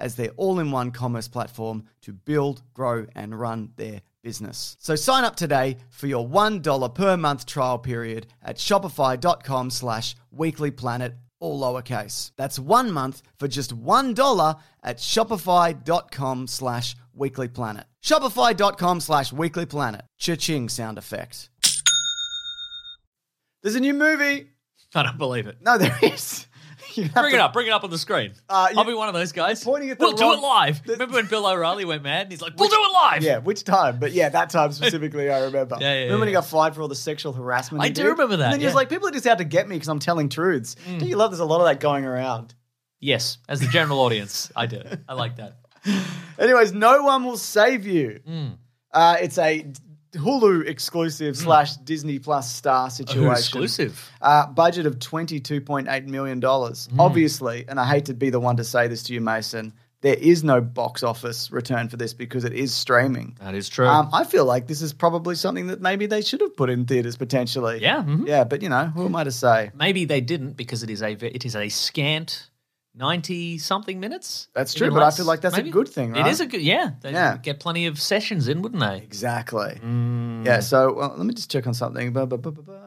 S2: as their all in one commerce platform to build, grow, and run their business. So sign up today for your $1 per month trial period at shopify.com slash weeklyplanet, all lowercase. That's one month for just $1 at shopify.com slash weeklyplanet. Shopify.com slash weeklyplanet. Cha-ching sound effect. There's a new movie.
S3: I don't believe it.
S2: No, Oh, there is. You have
S3: Bring
S2: to-
S3: it up. Bring it up on the screen.
S2: Uh, you-
S3: I'll be one of those guys.
S2: pointing at the
S3: we'll do
S2: wrong-
S3: it live.
S2: the-
S3: Remember when Bill O'Reilly went mad and he's like, "We'll do it live."
S2: Yeah, which time? But yeah, that time specifically, I remember.
S3: Yeah, yeah,
S2: remember when he
S3: yeah.
S2: got fired for all the sexual harassment?
S3: I
S2: he
S3: do
S2: did?
S3: remember that,
S2: And then he was
S3: yeah. Hmm.
S2: like, "People are just out to get me because I'm telling truths." do you love? There's a lot of that going around.
S3: Yes, as the general audience, I do. I like that.
S2: Anyways, no one will save you.
S3: Hmm.
S2: Uh, it's a Hulu exclusive slash Disney Plus star situation.
S3: Who Hmm. Oh, exclusive?
S2: Uh, budget of twenty two point eight million dollars.
S3: Hmm.
S2: Obviously, and I hate to be the one to say this to you, Mason. There is no box office return for this because it is streaming.
S3: That is true.
S2: Um, I feel like this is probably something that maybe they should have put in theaters potentially.
S3: yeah. mhm.
S2: Yeah, but you know, who am I to say?
S3: Maybe they didn't because it is a ve- it is a scant ninety something minutes.
S2: That's
S3: Even
S2: true, but I
S3: less,
S2: feel like that's a
S3: maybe?
S2: good thing, right?
S3: It is a good yeah. They
S2: Yeah.
S3: get plenty of sessions in, wouldn't they?
S2: Exactly.
S3: Mm.
S2: Yeah, so well, let me just check on something. Ba, ba, ba, ba, ba.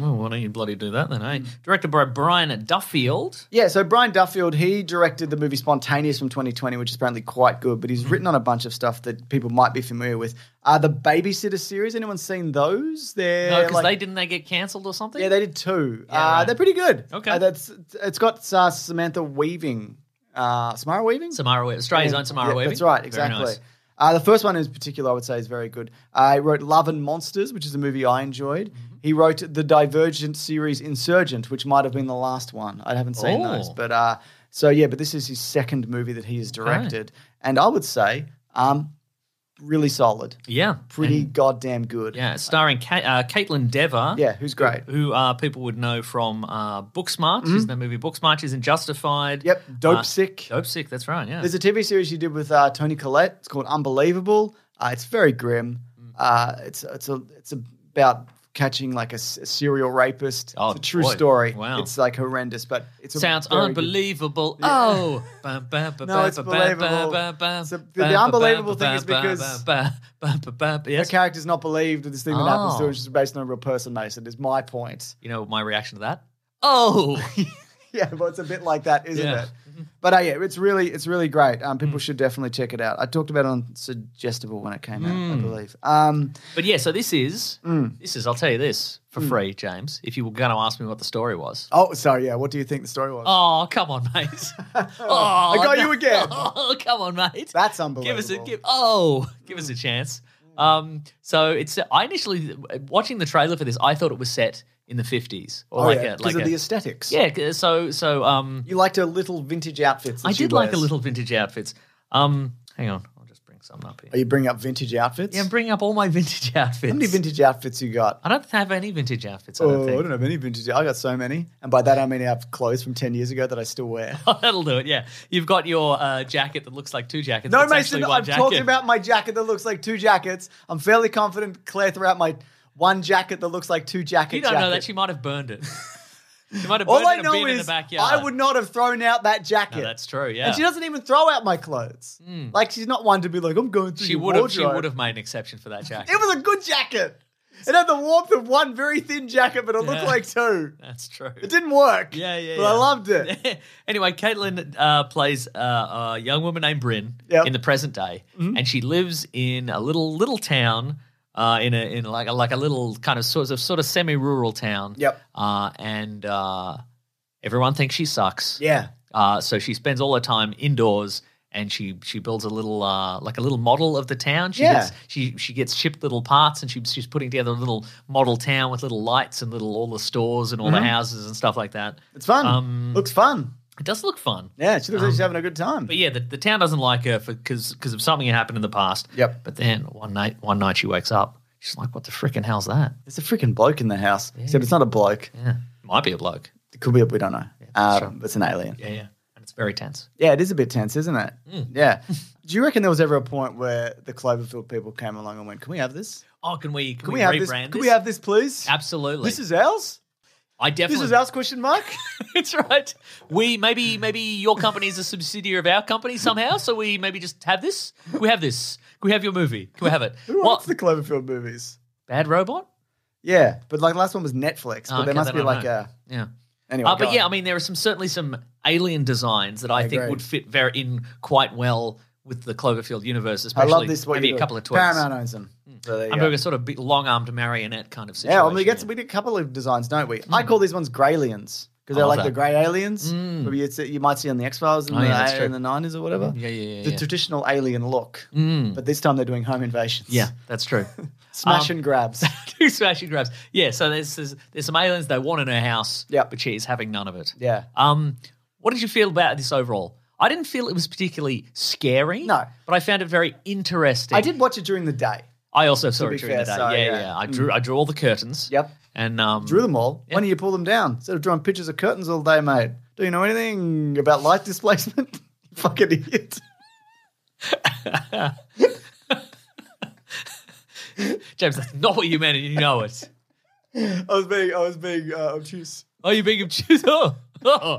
S3: Well, Oh, why don't you bloody do that then, eh?
S2: Hmm.
S3: Directed by Brian Duffield.
S2: Yeah, so Brian Duffield, he directed the movie Spontaneous from 2020, which is apparently quite good, but
S3: Mm-hmm.
S2: he's written on a bunch of stuff that people might be familiar with. Uh, the Babysitter series, anyone seen those? They're
S3: No, because
S2: like-
S3: they didn't they get cancelled or something?
S2: Yeah, they did two.
S3: Yeah,
S2: uh,
S3: right.
S2: They're pretty good.
S3: Okay.
S2: Uh, that's It's got uh, Samantha Weaving. Uh, Samara Weaving?
S3: Samara Weaving, Australia's
S2: Yeah,
S3: own Samara
S2: yeah,
S3: Weaving.
S2: That's right,
S3: Very
S2: exactly.
S3: nice.
S2: Uh, the first one in particular, I would say, is very good. I wrote Love and Monsters, which is a movie I enjoyed.
S3: Mm-hmm.
S2: He wrote the Divergent series Insurgent, which might have been the last one. I haven't seen those,
S3: Oh.
S2: but uh, so yeah. But this is his second movie that he has directed, and I would say, um, really solid,
S3: Yeah,
S2: pretty
S3: And-
S2: goddamn good.
S3: yeah, starring Ka- uh, Caitlin Dever.
S2: yeah, who's great.
S3: Who uh, people would know from uh, Booksmart. She's in that movie Booksmart. She's in Justified.
S2: Mm-hmm. Yep, Dope
S3: Uh,
S2: Sick.
S3: Dope Sick, that's right, yeah.
S2: There's a TV series she did with uh, Tony Collette. It's called Unbelievable. Uh, it's very grim.
S3: Mm.
S2: Uh, it's it's a, it's about catching like a, s- a serial rapist.
S3: Oh,
S2: it's a true
S3: boy.
S2: story.
S3: Wow.
S2: It's like horrendous, but it's a
S3: Sounds
S2: very
S3: unbelievable. Oh, Ba, ba, ba,
S2: No,
S3: ba,
S2: it's
S3: ba, ba,
S2: believable.
S3: ba, ba,
S2: So
S3: ba,
S2: the
S3: ba,
S2: unbelievable
S3: ba,
S2: thing is
S3: ba,
S2: because-
S3: ba, ba, ba, ba, ba,
S2: Good.
S3: yes.
S2: The character's not believed in this thing that happens to her.
S3: Oh.
S2: She's based on a real person, Mason. Is my point.
S3: You know my reaction to that? Oh,
S2: Yeah, but it's a bit like that, isn't
S3: Yeah. Mm.
S2: it? But uh, yeah, it's really it's really great. Um, people should definitely check it out. I talked about it on Suggestible when it came
S3: Mm.
S2: out, I believe. Um,
S3: but yeah. So this is
S2: Mm.
S3: this is. I'll tell you this for free, James. If you were going to ask me what the story was.
S2: oh, sorry, yeah. What do you think the story was?
S3: Oh, come on, mate. oh, I
S2: got you again.
S3: Oh, come on, mate.
S2: That's unbelievable.
S3: give us a give. Oh, give us a chance. Um, so it's. I initially watching the trailer for this. I thought it was set in the fifties or
S2: Oh,
S3: like
S2: yeah,
S3: a
S2: 'cause
S3: like
S2: of
S3: a,
S2: the aesthetics.
S3: yeah. c- So so um,
S2: You liked her little vintage outfits. That
S3: I
S2: she
S3: did like a
S2: wears.
S3: little vintage outfits. Um, hang on, I'll just bring some up here.
S2: Are Oh, you bringing up vintage outfits?
S3: yeah, I'm bringing up all my vintage outfits.
S2: How many vintage outfits you got?
S3: I don't have any vintage outfits. I don't
S2: Oh, I
S3: think.
S2: don't have any vintage. I got so many, and by that I mean I have clothes from ten years ago that I still wear.
S3: That'll do it. Yeah, you've got your uh, jacket that looks like two jackets.
S2: No,
S3: but it's
S2: Mason,
S3: actually one
S2: I've
S3: jacket.
S2: talked about my jacket that looks like two jackets. I'm fairly confident Claire threw out my one jacket that looks like two jackets.
S3: You don't know that she might have burned it. She might have burned
S2: All I
S3: it and
S2: know
S3: been in the
S2: is
S3: backyard.
S2: I would not have thrown out that jacket.
S3: No, that's true. Yeah, Hmm.
S2: And she doesn't even throw out my clothes. Like she's not one to be like, I'm going through
S3: She
S2: your
S3: would have. She
S2: wardrobe.
S3: would have made an exception for that jacket.
S2: It was a good jacket. It had the warmth of one very thin jacket, but it looked
S3: Yeah.
S2: like two.
S3: That's true.
S2: It didn't work.
S3: Yeah, yeah.
S2: But
S3: yeah.
S2: I loved it.
S3: anyway, Caitlin uh, plays uh, a young woman named Bryn
S2: Yep. Mm-hmm.
S3: in the present day, and she lives in a little little town. Uh, in a in like a, like a little kind of sort of sort of semi rural town.
S2: Yep.
S3: Uh, and uh, everyone thinks she sucks.
S2: Yeah.
S3: Uh, so she spends all her time indoors, and she she builds a little uh, like a little model of the town. She
S2: Yeah.
S3: gets, she she gets shipped little parts, and she, she's putting together a little model town with little lights and little all the stores and all the houses and stuff like that.
S2: Mm-hmm. It's fun.
S3: Um,
S2: Looks fun.
S3: It does look fun. Um,
S2: Yeah, she looks like she's having a good time.
S3: But yeah, the, the town doesn't like her because because of something that happened in the past.
S2: Yep.
S3: But then one night one night she wakes up. She's like, "What the frickin' hell's that?"
S2: There's a freaking bloke in the house. Except it's not a bloke.
S3: Yeah, might be a bloke.
S2: It could be a, we don't know.
S3: that's
S2: um, It's an alien.
S3: Yeah, Mm. yeah. And it's very tense.
S2: Yeah, it is a bit tense, isn't it? Yeah. Do you reckon there was ever a point where the Cloverfield people came along and went, "Can we have this?
S3: Oh, can we can,
S2: Can
S3: we,
S2: we, have this?
S3: rebrand this?
S2: Can we have this, please?
S3: Absolutely.
S2: This is ours.
S3: I definitely
S2: This is ours? Question mark.
S3: That's right. We maybe maybe your company is a subsidiary of our company somehow. So we maybe just have this. We have this. Can we have your movie? Can we have it?
S2: Who
S3: What
S2: wants the Cloverfield movies?
S3: bad robot?
S2: Yeah, but like last one was Netflix, but
S3: Oh,
S2: there
S3: okay,
S2: must
S3: then
S2: be
S3: I
S2: like
S3: don't
S2: a
S3: know. Yeah.
S2: Anyway,
S3: Uh,
S2: go
S3: but
S2: on.
S3: yeah, I mean, there are some certainly some alien designs that I, think
S2: agree.
S3: would fit very in quite well with the Cloverfield universe,
S2: I
S3: especially
S2: love this. What
S3: maybe
S2: you
S3: a
S2: do.
S3: couple of tweets.
S2: Paramount owns them. So there you
S3: I'm
S2: go.
S3: doing a sort of big, long-armed marionette kind of situation.
S2: Yeah, well, we get we did a couple of designs, don't we? I call these ones graylians because they're
S3: love
S2: like
S3: Oh, that. Hmm.
S2: the grey aliens. Maybe it's, you might see on the X Files in,
S3: Oh, yeah, that's
S2: the
S3: true.
S2: in the nineties or whatever.
S3: yeah, yeah, yeah,
S2: The
S3: yeah. Hmm.
S2: traditional alien look, but this time they're doing home invasions.
S3: yeah, that's true.
S2: smash
S3: Um,
S2: and grabs.
S3: Two smashing grabs. Yeah, so there's, there's there's some aliens they want in her house,
S2: Yep.
S3: but she's having none of it.
S2: yeah,
S3: Um, what did you feel about this overall? I didn't feel it was particularly scary.
S2: No.
S3: but I found it very interesting.
S2: I did watch it during the day.
S3: I also saw
S2: be
S3: it during
S2: fair,
S3: the day.
S2: so,
S3: yeah,
S2: yeah. Mm.
S3: yeah, I drew. I drew all the curtains.
S2: Yep,
S3: and um,
S2: drew them all. Why don't you pull them down instead of drawing pictures of curtains all day, mate? Do you know anything about light displacement? You Fucking idiot.
S3: James, that's not what you meant, and you know it.
S2: I was being I was being uh, obtuse.
S3: Oh, you're being obtuse. Oh, oh.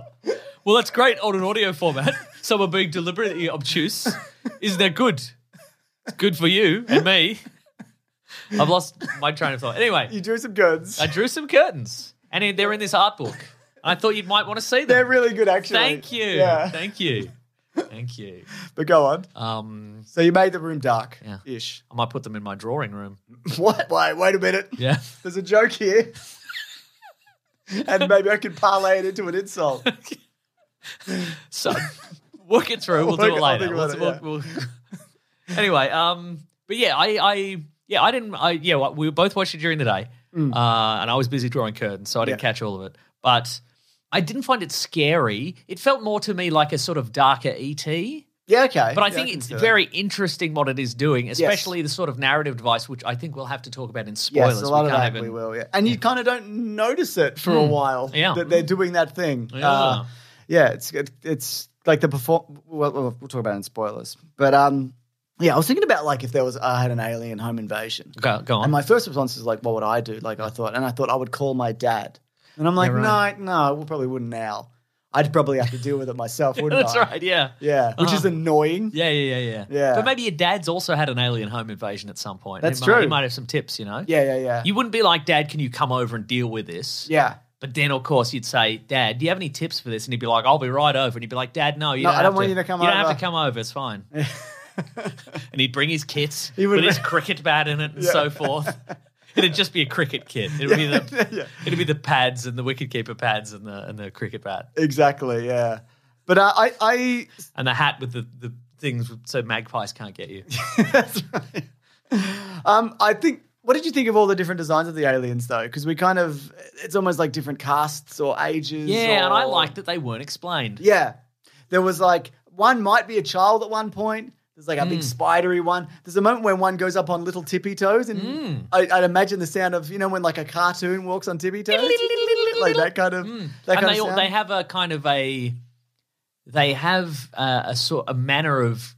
S3: Well, that's great on an audio format. Someone being deliberately obtuse. Isn't that good? It's good for you and me. I've lost my train of thought. Anyway,
S2: You drew some curtains.
S3: I drew some curtains, and they're in this art book. I thought you might want to see them.
S2: They're really good, actually.
S3: Thank you.
S2: Yeah,
S3: Thank you. Thank you.
S2: but go on.
S3: Um,
S2: So you made the room dark
S3: Yeah.
S2: ish.
S3: I might put them in my drawing room.
S2: What? Wait, wait a minute.
S3: Yeah.
S2: There's a joke here. and maybe I could parlay it into an insult.
S3: So work it through. We'll
S2: Work-
S3: do
S2: I'll
S3: it later.
S2: think about
S3: We'll-
S2: it,
S3: we'll- we'll- anyway, um, but yeah, I, I, yeah, I didn't. I, yeah, well, we both watched it during the day, uh, and I was busy drawing curtains, so I didn't
S2: Mm. Yeah.
S3: catch all of it. But I didn't find it scary. It felt more to me like a sort of darker ET.
S2: Yeah, okay.
S3: But I
S2: Yeah,
S3: think
S2: can
S3: it's
S2: see that.
S3: very interesting what it is doing, especially the sort of narrative device, which I think we'll have to talk about in spoilers.
S2: Yes, a lot
S3: we
S2: of
S3: can't
S2: that
S3: even- Hmm.
S2: we will, yeah. And you kind of don't notice it for a while
S3: Yeah.
S2: that they're doing that thing.
S3: Yeah.
S2: Uh, yeah, it's it, it's like the perform. Well, we'll we'll talk about it in spoilers, but um, yeah, I was thinking about like if there was I had an alien home invasion.
S3: Go, go on.
S2: And my first response is like, what would I do? Like I thought, and I thought I would call my dad. And I'm like,
S3: Yeah,
S2: no, no, we probably wouldn't now. I'd probably have to deal with it myself, wouldn't
S3: That's
S2: I?
S3: right. Yeah. Uh-huh.
S2: Yeah, which is annoying.
S3: Yeah, yeah, yeah, yeah.
S2: Yeah.
S3: But maybe your dad's also had an alien home invasion at some point.
S2: That's
S3: he might, He
S2: true.
S3: might have some tips, you know?
S2: Yeah, yeah, yeah.
S3: You wouldn't be like, Dad, can you come over and deal with this?
S2: yeah.
S3: But then, of course, you'd say, Dad, do you have any tips for this? And he'd be like, I'll be right over. And you'd be like, Dad, no, you
S2: No,
S3: don't
S2: I
S3: have
S2: don't want you to come
S3: You don't have
S2: over."
S3: to come over. It's fine. and he'd bring his kit
S2: He would-
S3: with his cricket bat in it and so forth. It'd just be a cricket kit. It'd be the it'd be the pads and the wicketkeeper pads and the and the cricket bat
S2: Exactly. Yeah. But uh, I, I,
S3: and the hat with the, the things so magpies can't get you.
S2: that's right. Um, I think. What did you think of all the different designs of the aliens, though? Because we kind of, it's almost like different casts or ages.
S3: Yeah, and I
S2: or-
S3: like that they weren't explained.
S2: Yeah. There was like one might be a child at one point. There's like a
S3: Hmm.
S2: big spidery one. There's a moment when one goes up on little tippy toes, and
S3: Hmm.
S2: I, I'd imagine the sound of you know when like a cartoon walks on tippy toes, like that kind of that
S3: Hmm. and
S2: kind
S3: they
S2: of
S3: all
S2: sound.
S3: they have a kind of a they have a, a sort a manner of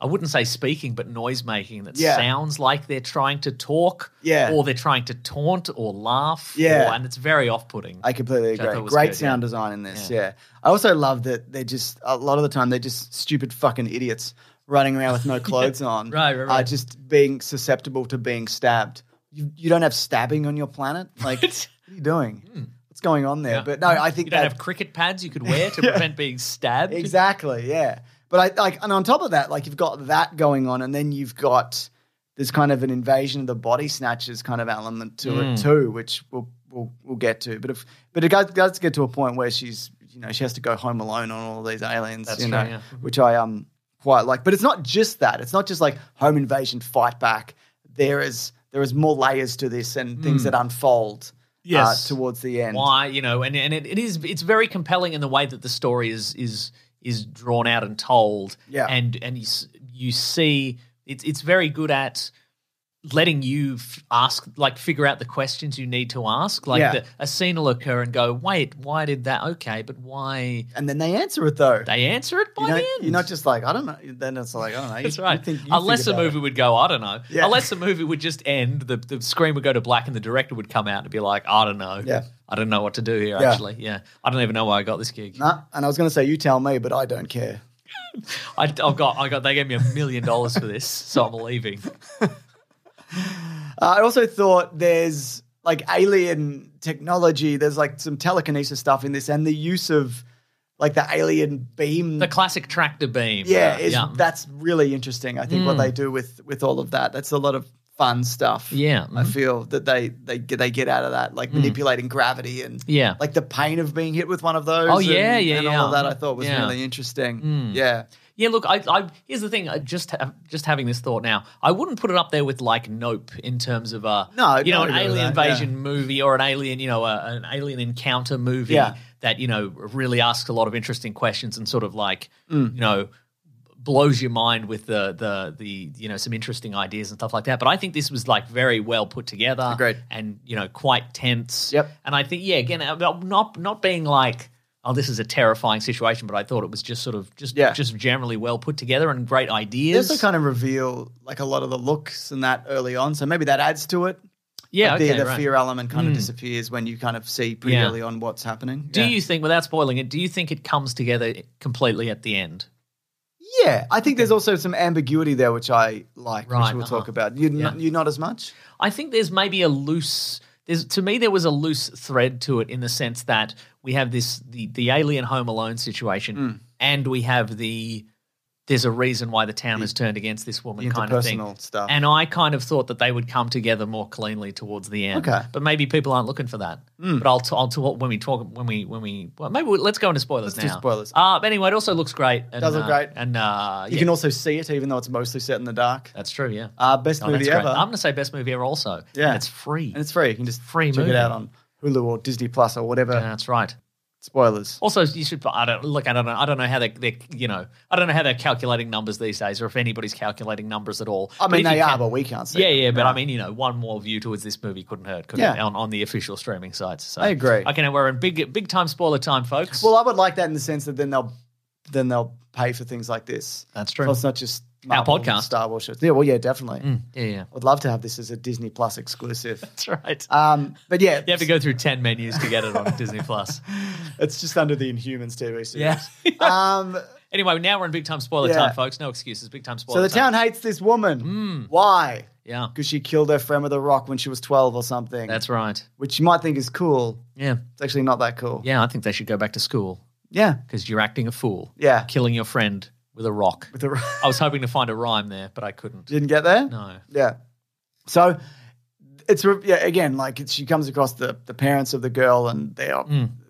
S3: I wouldn't say speaking, but noise making that
S2: Yeah.
S3: sounds like they're trying to talk,
S2: Yeah.
S3: or they're trying to taunt or laugh,
S2: Yeah.
S3: or- and it's very off putting.
S2: I completely
S3: Mm. Which I
S2: agree.
S3: thought was
S2: Great
S3: good,
S2: sound
S3: yeah.
S2: design in this. Yeah.
S3: Yeah.
S2: I also love that they're just a lot of the time they're just stupid fucking idiots running around with no clothes on.
S3: Right, right, right.
S2: Uh, just being susceptible to being stabbed. You, you don't have stabbing on your planet. Like, what are you doing? What's going on there?
S3: Hmm. Yeah.
S2: But no, I think
S3: You don't
S2: that,
S3: have cricket pads you could wear to prevent being stabbed.
S2: Exactly, yeah. But I like, and on top of that, like you've got that going on, and then you've got there's kind of an invasion of the body snatchers kind of element to
S3: Hmm.
S2: it too, which we'll we'll, we'll get to. But if but it does, does get to a point where she's you know she has to go home alone on all these aliens,
S3: That's
S2: you
S3: true,
S2: know,
S3: yeah. Mm-hmm.
S2: which I um quite like. But it's not just that. It's not just like home invasion, fight back. There is there is more layers to this and things that unfold.
S3: Hmm. Yes.
S2: uh, towards the end.
S3: why you know and and it, it is it's very compelling in the way that the story is is is drawn out and told
S2: Yeah.
S3: and and you, s- you see it's it's very good at letting you f- ask like figure out the questions you need to ask like
S2: Yeah.
S3: the, a scene will occur and go wait why did that okay but why
S2: And then they answer it though.
S3: they answer it by
S2: you know,
S3: the end
S2: You're not just like, I don't know. Then it's like, I don't know. You-
S3: that's
S2: you
S3: right.
S2: think- you
S3: Unless
S2: think
S3: a
S2: about
S3: movie would go, I don't know.
S2: Yeah.
S3: Unless a movie would just end, the, the screen would go to black and the director would come out and be like, I don't know.
S2: Yeah.
S3: I don't know what to do here,
S2: Yeah.
S3: actually. Yeah. I don't even know why I got this gig.
S2: it. Nah, Uh, and I was going to say, you tell me, but I don't care.
S3: I, I've got, I got, they gave me a million dollars for this, so I'm leaving.
S2: Uh, I also thought there's like alien technology. There's like some telekinesis stuff in this, and the use of like the alien beam,
S3: the classic tractor beam.
S2: Yeah, is, that's really interesting. I think
S3: Hmm.
S2: what they do with with all of that. That's a lot of fun stuff.
S3: Yeah. mm-hmm. Hmm.
S2: I feel that they they get they get out of that like manipulating gravity and
S3: Yeah.
S2: like the pain of being hit with one of those.
S3: Oh, yeah,
S2: and,
S3: yeah,
S2: and
S3: yeah.
S2: all of that I thought was
S3: Yeah. Hmm.
S2: really interesting. Yeah,
S3: Yeah, look, I, I here's the thing. I just ha- just having this thought now, I wouldn't put it up there with like Nope in terms of a
S2: No,
S3: you know,
S2: no,
S3: an
S2: I agree with
S3: alien
S2: that, yeah.
S3: invasion movie or an alien, you know, a, an alien encounter movie
S2: Yeah.
S3: that you know really asks a lot of interesting questions and sort of like
S2: Mm.
S3: you know blows your mind with the the the you know some interesting ideas and stuff like that. But I think this was like very well put together,
S2: Agreed.
S3: and you know quite tense.
S2: Yep.
S3: And I think yeah, again, uh, not not being like. Oh, this is a terrifying situation, but I thought it was just sort of just
S2: Yeah.
S3: just generally well put together and great ideas.
S2: they also kind of reveal like a lot of the looks and that early on, so maybe that adds to it.
S3: yeah,
S2: But the,
S3: okay,
S2: the
S3: right. Hmm.
S2: fear element kind of disappears when you kind of see pretty
S3: Yeah.
S2: early on what's happening.
S3: Do
S2: Yeah.
S3: you think, without spoiling it, do you think it comes together completely at the end?
S2: Yeah, I think there's also some ambiguity there, which I like, which
S3: Right,
S2: we'll
S3: uh-huh.
S2: talk about. You not, you not as much.
S3: I think there's maybe a loose there's to me there was a loose thread to it in the sense that we have this the the alien home alone situation
S2: Hmm.
S3: and we have the there's a reason why the town has turned against this woman
S2: the
S3: kind of thing.
S2: interpersonal stuff.
S3: And I kind of thought that they would come together more cleanly towards the end.
S2: Okay. Hmm.
S3: But maybe people aren't looking for that. But I'll, t- I'll t- when we talk when we when we well, maybe we, let's go into spoilers
S2: Let's do
S3: now.
S2: spoilers.
S3: Uh, but anyway, it also looks great. And,
S2: Does look
S3: uh,
S2: great.
S3: And uh,
S2: You
S3: yeah,
S2: can also see it, even though it's mostly set in the dark.
S3: that's true. Yeah.
S2: Uh, best
S3: Oh, that's
S2: movie
S3: great.
S2: ever.
S3: I'm going to say best movie ever. Also,
S2: Yeah.
S3: And it's free.
S2: and it's free. You can just
S3: Free
S2: check
S3: movie.
S2: it out on uh, Hulu or Disney Plus or whatever.
S3: Yeah, that's right.
S2: Spoilers.
S3: Also, you should. I don't look. I don't know. I don't know how they. They. You know. I don't know how they're calculating numbers these days, or if anybody's calculating numbers at all.
S2: I
S3: But
S2: mean,
S3: if you
S2: they are,
S3: can-
S2: but we can't see.
S3: yeah,
S2: it.
S3: yeah, but I mean, you know, one more view towards this movie couldn't hurt. Could
S2: Yeah.
S3: it, on, on the official streaming sites. So.
S2: I agree.
S3: Okay, now we're in big, big time spoiler time, folks.
S2: Well, I would like that in the sense that then they'll then they'll pay for things like this.
S3: That's true. Mm.
S2: So it's not just
S3: Our
S2: Marvel and
S3: podcast.
S2: Star Wars shows. Yeah, well, yeah, definitely.
S3: yeah, yeah,
S2: I'd love to have this as a Disney Plus exclusive.
S3: that's right.
S2: Um, but yeah,
S3: you have to go through ten menus to get it on Disney Plus.
S2: it's just under the Inhumans TV series.
S3: Yeah.
S2: Um,
S3: anyway, now we're in big time spoiler
S2: Yeah.
S3: time, folks. No excuses. Big time
S2: so
S3: spoiler.
S2: the
S3: time.
S2: town hates this woman. Why?
S3: Mm. Yeah,
S2: Because she killed her friend with a rock when she was 12 or something.
S3: that's right.
S2: Which you might think is cool.
S3: Yeah,
S2: It's actually not that cool.
S3: yeah. I think they should go back to school.
S2: Yeah.
S3: because you're acting a fool.
S2: Yeah.
S3: Killing your friend with a rock.
S2: With a rock.
S3: I was hoping to find a rhyme there, but I couldn't.
S2: Didn't get there?
S3: No.
S2: Yeah. So it's re- yeah again like it's, she comes across the the parents of the girl and they are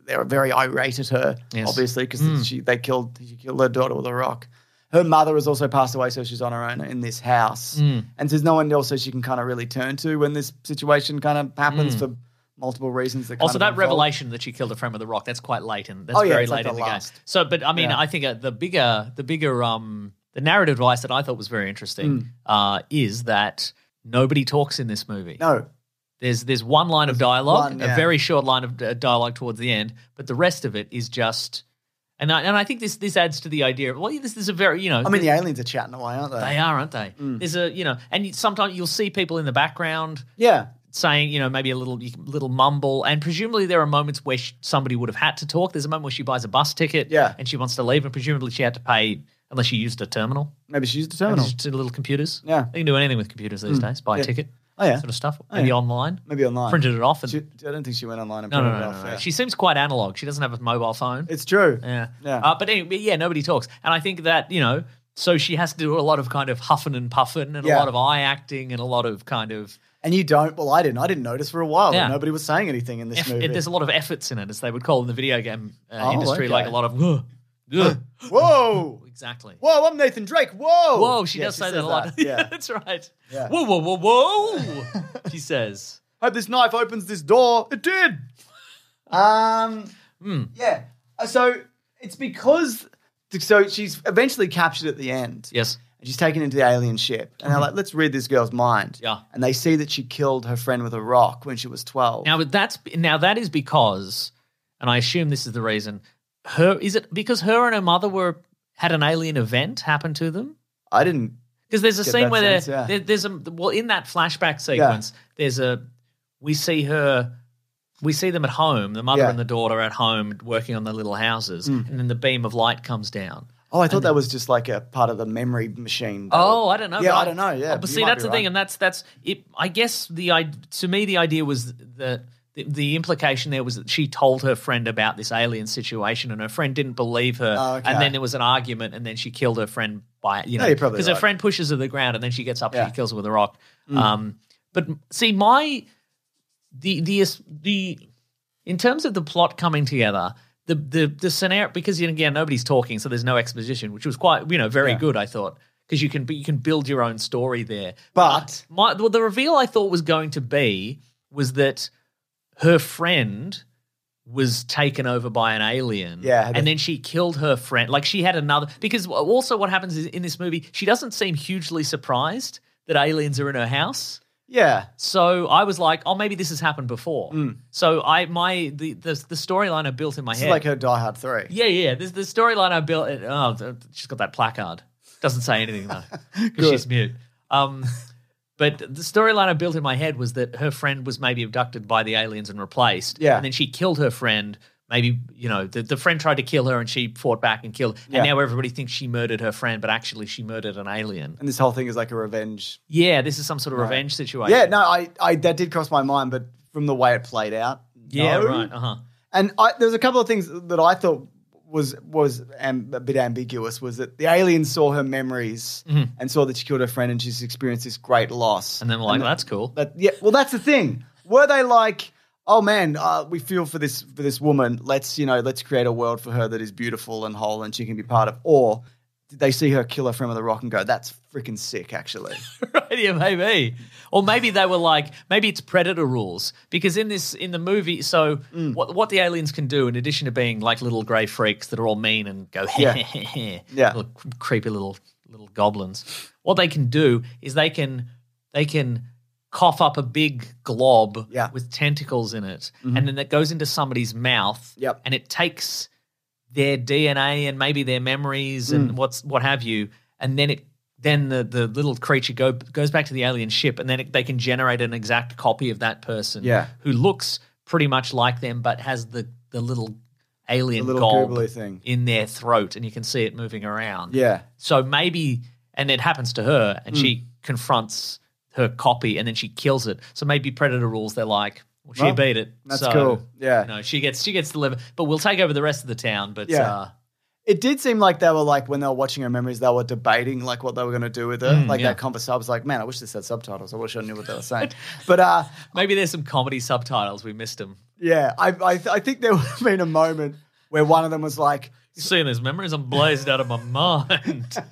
S2: they are very irate at her
S3: Mm. Yes. Mm.
S2: obviously because she they killed she killed her daughter with a rock. Her mother has also passed away, so she's on her own in this house,
S3: Mm.
S2: and there's no one else that she can kind of really turn to when this situation kind of happens for multiple reasons. That
S3: Mm. Also,
S2: kind of
S3: that
S2: unfold.
S3: revelation that she killed a friend with a rock, that's quite late and that's
S2: Oh, yeah,
S3: very
S2: it's like
S3: late
S2: the
S3: in the
S2: last.
S3: game. So, but I mean,
S2: Yeah.
S3: I think uh, the bigger, the bigger, um, the narrative device that I thought was very interesting uh, is that nobody talks in this movie.
S2: Hmm. No,
S3: There's there's one line of dialogue,
S2: one,
S3: a
S2: yeah.
S3: very short line of uh, dialogue towards the end, but the rest of it is just. And I, and I think this this adds to the idea of well, this is a very you know
S2: I mean the Mm. aliens are chatting away, aren't they?
S3: They are, aren't they? There's a you know, and you- sometimes you'll see people in the background
S2: Yeah,
S3: saying you know maybe a little you- little mumble, and presumably there are moments where sh somebody would have had to talk. There's a moment where she buys a bus ticket,
S2: Yeah.
S3: and she wants to leave, and presumably she had to pay unless she used a terminal,
S2: maybe she used a
S3: Maybe
S2: terminal.
S3: just to little computers.
S2: Yeah.
S3: they can do anything with computers these days. Buy a ticket,
S2: Oh, yeah.
S3: sort of stuff. Maybe online,
S2: Maybe online.
S3: printed it off, and
S2: She, I don't think she went online and
S3: no, no,
S2: printed
S3: no,
S2: it
S3: no,
S2: off.
S3: no,
S2: yeah.
S3: She seems quite analog. She doesn't have a mobile phone.
S2: it's true.
S3: Yeah.
S2: Yeah.
S3: Uh, but anyway, yeah, nobody talks. And I think that, you know, so she has to do a lot of kind of huffing and puffing and
S2: Yeah.
S3: a lot of eye acting and a lot of kind of.
S2: And you don't. Well, I didn't. I didn't notice for a while
S3: Yeah.
S2: that nobody was saying anything in this
S3: Eff-
S2: movie.
S3: there's a lot of efforts in it, as they would call in the video game uh,
S2: Oh,
S3: industry, like
S2: okay.
S3: a lot of. "Ugh, ugh."
S2: whoa,
S3: exactly.
S2: whoa! I'm Nathan Drake. Whoa,
S3: Whoa, she
S2: Yeah,
S3: does say
S2: says
S3: that a lot.
S2: Yeah.
S3: that's right.
S2: Yeah.
S3: Whoa, whoa, whoa, whoa. she says.
S2: Hope this knife opens this door. It did. Um.
S3: Hmm.
S2: Yeah. Uh, So it's because. So she's eventually captured at the end.
S3: Yes.
S2: And she's taken into the alien ship, and they're like, "Let's read this girl's mind."
S3: Mm-hmm. Yeah.
S2: And they see that she killed her friend with a rock when she was twelve.
S3: Now but that's now that is because, and I assume this is the reason. Her is it because her and her mother were had an alien event happen to them?
S2: I didn't.
S3: Because there's a
S2: Get
S3: scene
S2: that
S3: where they're-
S2: sense, yeah.
S3: there, there's a well in that flashback sequence, there's a we see her, we see them at home, the mother
S2: Yeah. Mm.
S3: and the daughter at home working on their little houses, and then the beam of light comes down.
S2: Oh, I thought that was just like a part of the memory machine.
S3: Oh, I don't know.
S2: Yeah,
S3: but
S2: I, don't know. Yeah,
S3: but
S2: you
S3: see,
S2: might
S3: that's
S2: be
S3: the thing,
S2: right.
S3: and that's that's it. I guess the i to me the idea was that the, the implication there was that she told her friend about this alien situation, and her friend didn't believe her,
S2: Oh, okay.
S3: and then there was an argument, and then she killed her friend by you
S2: No,
S3: know
S2: you're probably
S3: her
S2: right.
S3: friend pushes her to the ground, and then she gets up
S2: Yeah. Mm.
S3: and she kills her with a rock. Um, but see, my the the the in terms of the plot coming together, the the the scenario because you know, again nobody's talking, so there's no exposition, which was quite you know very good I thought because you can you can build your own story there.
S2: But-
S3: my well, the reveal I thought was going to be was that her friend was taken over by an alien.
S2: Yeah, the-
S3: And then she killed her friend. Like she had another because also what happens is in this movie, she doesn't seem hugely surprised that aliens are in her house.
S2: Yeah.
S3: So I was like, oh, maybe this has happened before. So I my the the, the storyline I built in my
S2: Mm. This
S3: head.
S2: is like her Die Hard 3.
S3: yeah, yeah. This the storyline I built. Oh, th- she's got that placard. Doesn't say anything though, because
S2: Good.
S3: she's mute. Um, but the storyline I built in my head was that her friend was maybe abducted by the aliens and replaced.
S2: Yeah.
S3: and then she killed her friend. Maybe you know the, the friend tried to kill her and she fought back and killed. And
S2: Yeah.
S3: now everybody thinks she murdered her friend, but actually she murdered an alien.
S2: And this whole thing is like a revenge.
S3: Yeah, this is some sort of revenge situation.
S2: Yeah, no, I, I that did cross my mind, but from the way it played out.
S3: yeah,
S2: no.
S3: right. Uh huh.
S2: And I, there was a couple of things that I thought was was am, a bit ambiguous was that the alien saw her memories and saw that she killed her friend and she's experienced this great loss.
S3: Mm-hmm. And then like, well, that's cool.
S2: That yeah, well, that's the thing. Were they like, oh man, uh, we feel for this for this woman. Let's you know, let's create a world for her that is beautiful and whole, and she can be part of. Or did they see her kill her friend with a rock and go, that's freaking sick, actually.
S3: right, yeah, maybe. Or maybe they were like, maybe it's predator rules because in this in the movie, so
S2: Mm.
S3: what what the aliens can do in addition to being like little grey freaks that are all mean and go
S2: Yeah. Yeah.
S3: little cr- creepy little little goblins. What they can do is they can they can cough up a big glob
S2: Yeah. Mm-hmm.
S3: with tentacles in it, and then that goes into somebody's mouth,
S2: Yep.
S3: and it takes their DNA and maybe their memories
S2: Mm.
S3: and what's what have you, and then it then the, the little creature go, goes back to the alien ship, and then it, they can generate an exact copy of that person,
S2: Yeah.
S3: who looks pretty much like them but has the the little alien
S2: The little
S3: gob
S2: googly thing.
S3: in their throat, and you can see it moving around.
S2: yeah.
S3: So maybe, and it happens to her, and
S2: Hmm.
S3: she confronts her copy, and then she kills it. So maybe Predator rules. They're like, well, she
S2: Well,
S3: beat it.
S2: that's
S3: so,
S2: cool. Yeah.
S3: you know, she gets she gets to live, but we'll take over the rest of the town. But
S2: Yeah.
S3: uh,
S2: It did seem like they were like when they were watching her memories, they were debating like what they were going to do with her. like
S3: yeah.
S2: that conversation, I was like, man, I wish this had subtitles. I wish I knew what they were saying. but uh,
S3: maybe there's some comedy subtitles we missed them.
S2: yeah, I I, th- I think there would have been a moment where one of them was like,
S3: Seeing those memories, I'm blazed out of my mind.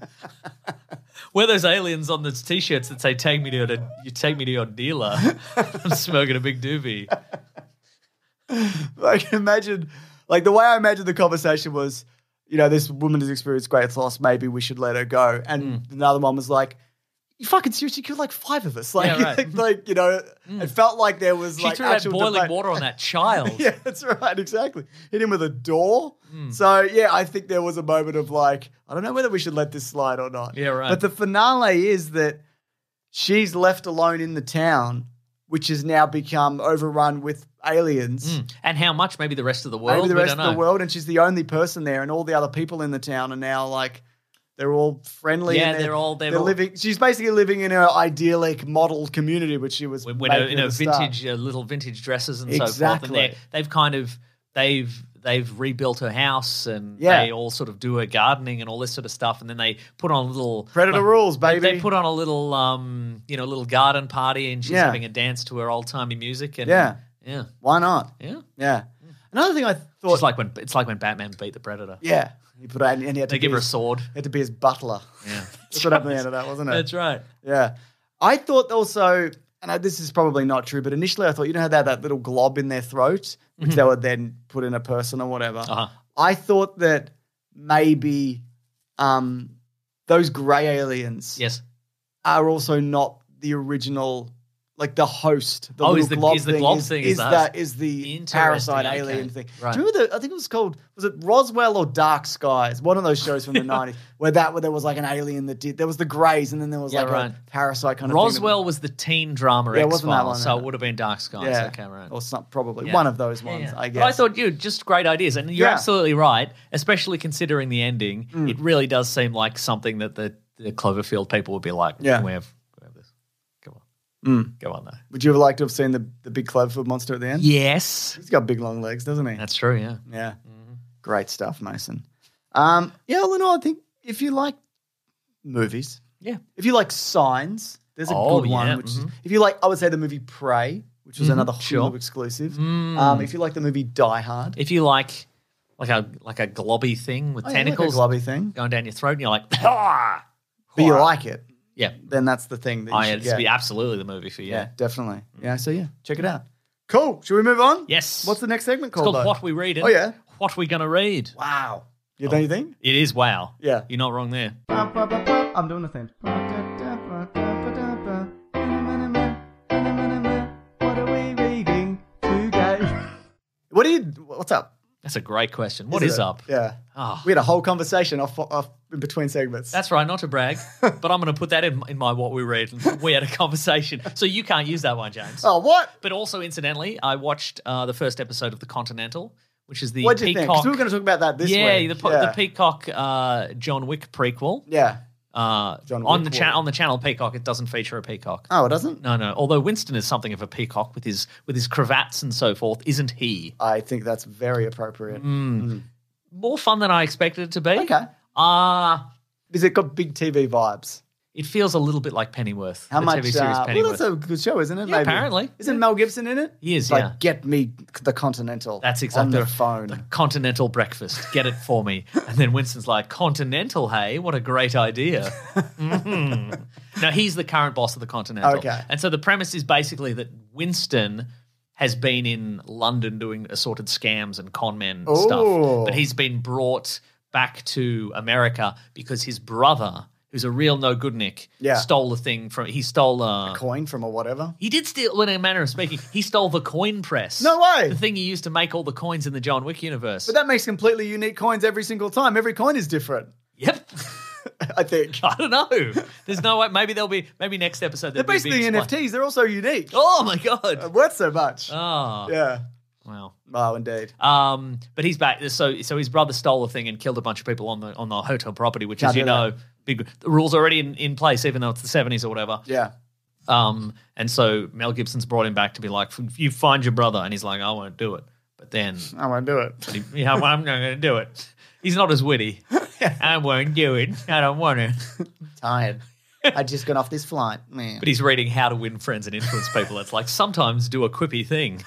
S3: Where those aliens on those t-shirts that say "Take me to your, you take me to your dealer," I'm smoking a big doobie.
S2: like imagine, like the way I imagined the conversation was, you know, this woman has experienced great loss. Maybe we should let her go. And
S3: Mm.
S2: another one was like. You fucking seriously killed like five of us, like,
S3: Yeah, right. Mm.
S2: like, like, you know. It felt like there was
S3: She
S2: like
S3: threw that
S2: actual
S3: boiling
S2: debate.
S3: water on that child.
S2: Yeah, that's right. Exactly. Hit him with a door.
S3: Mm.
S2: So yeah, I think there was a moment of like, I don't know whether we should let this slide or not.
S3: Yeah, right.
S2: But the finale is that she's left alone in the town, which has now become overrun with aliens.
S3: And how much? Maybe the rest of the world.
S2: Hmm. Maybe the
S3: We
S2: rest
S3: don't
S2: of the
S3: know.
S2: world, and she's the only person there, and all the other people in the town are now like, they're all friendly.
S3: Yeah,
S2: and
S3: they're all- they're
S2: they're,
S3: all-
S2: living. She's basically living in her idyllic model community, which she was
S3: When, when a,
S2: making
S3: in
S2: at
S3: a
S2: the start.
S3: vintage, uh, little vintage dresses and so forth. And
S2: Exactly.
S3: they- they've kind of they've they've rebuilt her house and
S2: Yeah.
S3: they all sort of do her gardening and all this sort of stuff. And then they put on a little
S2: Predator rules,
S3: they- They,
S2: baby.
S3: put on a little um you know little garden party and she's
S2: Yeah.
S3: having a dance to her old timey music. And
S2: Yeah.
S3: yeah,
S2: Why not?
S3: yeah.
S2: Yeah. Another thing I thought,
S3: It's Hmm. like when it's like when Batman beat the Predator.
S2: yeah, he put and, and he had
S3: They
S2: to
S3: give
S2: be
S3: her a
S2: his-
S3: sword.
S2: Had to be his butler.
S3: Yeah.
S2: That's what happened at the end of that, wasn't it?
S3: That's right.
S2: Yeah. I thought also, and I, this is probably not true, but initially I thought you know how they had that little glob in their throat, which they would then put in a person or whatever.
S3: Mm-hmm. Uh-huh.
S2: I thought that maybe um, those grey aliens
S3: Yes.
S2: are also not the original like the host. The
S3: Oh,
S2: little
S3: is the-
S2: glob
S3: is the
S2: thing
S3: glob
S2: is,
S3: thing is
S2: is
S3: the
S2: that
S3: host.
S2: is the
S3: Interesting,
S2: parasite
S3: okay.
S2: alien thing?
S3: Right.
S2: Do you remember? The, I think it was called was it Roswell or Dark Skies? One of those shows from the nineties where that where there was like an alien that did there was the Greys and then there was
S3: Yeah,
S2: like
S3: right.
S2: a parasite kind of
S3: Roswell was the teen drama
S2: Yeah, it
S3: X
S2: wasn't that
S3: file,
S2: one,
S3: so
S2: yeah.
S3: it would have been Dark
S2: thing
S3: Skies.
S2: that, yeah,
S3: Okay, right.
S2: or some, probably
S3: Yeah.
S2: one of those ones.
S3: Yeah.
S2: I guess.
S3: But I thought you just great ideas, and you're
S2: Yeah. Mm.
S3: absolutely right. Especially considering the ending, it really does seem like something that the, the Cloverfield people would be like,
S2: Yeah. Mm.
S3: "Can we have, can we have this? Come on, go on there."
S2: Would you have liked to have seen the the big Cloverfield monster at the end?
S3: Yes,
S2: He's got big long legs, doesn't he?
S3: that's true. Yeah,
S2: Yeah.
S3: Mm-hmm.
S2: Great stuff, Mason. Um, yeah, all in all, I think if you like movies,
S3: yeah.
S2: if you like signs, there's a
S3: Oh,
S2: good one.
S3: yeah,
S2: Which
S3: mhm.
S2: is, if you like, I would say the movie Prey, which was another Hulu
S3: sure. Mm.
S2: exclusive. Um, if you like the movie Die Hard,
S3: If you like, like a like a globby thing with
S2: oh, yeah, like a
S3: tentacles
S2: globby thing,
S3: going down your throat, and you're like, "Ah!"
S2: but you like it,
S3: yeah,
S2: then that's the thing that you
S3: I,
S2: should
S3: this
S2: get.
S3: would be absolutely the movie for you.
S2: yeah, definitely. Yeah, so yeah, check it out. Cool. Should we move on?
S3: Yes.
S2: What's the next segment
S3: It's
S2: called?
S3: called
S2: though?
S3: What We Oh. Read.
S2: Oh, yeah.
S3: What We Gonna Read.
S2: Wow. You don't you think?
S3: It is wow.
S2: Yeah.
S3: You're not wrong there.
S2: I'm doing the same. What are we reading today? What are you? What's up?
S3: That's a great question. What
S2: Isn't
S3: is
S2: it?
S3: up?
S2: Yeah,
S3: Ah.
S2: we had a whole conversation off, off in between segments.
S3: That's right, not to brag, but I'm going to put that in, in my what we read. and We had a conversation, so you can't use that one, James.
S2: oh, what?
S3: But also, incidentally, I watched uh, the first episode of The Continental, which is the
S2: What'd you think?
S3: Peacock.
S2: 'Cause we were going to talk about that this
S3: yeah,
S2: week.
S3: the po- the Peacock uh, John Wick prequel.
S2: Yeah.
S3: Uh,
S2: John
S3: on
S2: Wick
S3: the cha-
S2: War.
S3: on the channel Peacock, it doesn't feature a peacock.
S2: Oh, it doesn't.
S3: No, no. Although Winston is something of a peacock with his with his cravats and so forth, isn't he?
S2: I think that's very appropriate.
S3: Mm. More fun than I expected it to be.
S2: Okay.
S3: Uh
S2: Is it got big TV vibes?
S3: it feels a little bit like Pennyworth.
S2: How
S3: the
S2: much?
S3: TV series
S2: uh, well,
S3: Pennyworth?
S2: that's a good show, isn't it?
S3: Yeah, apparently.
S2: Isn't Mel Gibson in it?
S3: He is,
S2: It's Like,
S3: yeah.
S2: get me the Continental.
S3: That's exactly
S2: on the phone.
S3: The continental breakfast. Get it for me. and then Winston's like, Continental, hey, what a great idea. Mhm. Now he's the current boss of the Continental.
S2: Okay.
S3: And so the premise is basically that Winston has been in London doing assorted scams and con men
S2: Ooh.
S3: stuff. But he's been brought back to America because his brother, who's a real no good Nick,
S2: Yeah.
S3: stole a thing from he stole uh, a
S2: coin from or whatever.
S3: He did steal, well, in a manner of speaking, he stole the coin press.
S2: No way.
S3: The thing he used to make all the coins in the John Wick universe.
S2: But that makes completely unique coins every single time. Every coin is different.
S3: yep.
S2: I think
S3: I don't know. There's no way. Maybe there'll be. Maybe next episode.
S2: they're
S3: there'll be a
S2: basically
S3: big splat-
S2: NFTs. They're also unique.
S3: Oh my god.
S2: Worth so much.
S3: Oh
S2: Uh, yeah.
S3: wow.
S2: Wow, indeed.
S3: Um, but he's back. So so his brother stole the thing and killed a bunch of people on the on the hotel property, which,
S2: Can't
S3: as you
S2: do
S3: know,
S2: that.
S3: big the rules already in, in place, even though it's the 70s or whatever.
S2: Yeah.
S3: Um, and so Mel Gibson's brought him back to be like, "You find your brother," and he's like, "I won't do it." But then
S2: I won't do it.
S3: He- Yeah, well, I'm not going to do it. He's not as witty. I won't do it. I don't want to.
S2: Tired. I just got off this flight. Man.
S3: But he's reading How to Win Friends and Influence People. It's like sometimes do a quippy thing,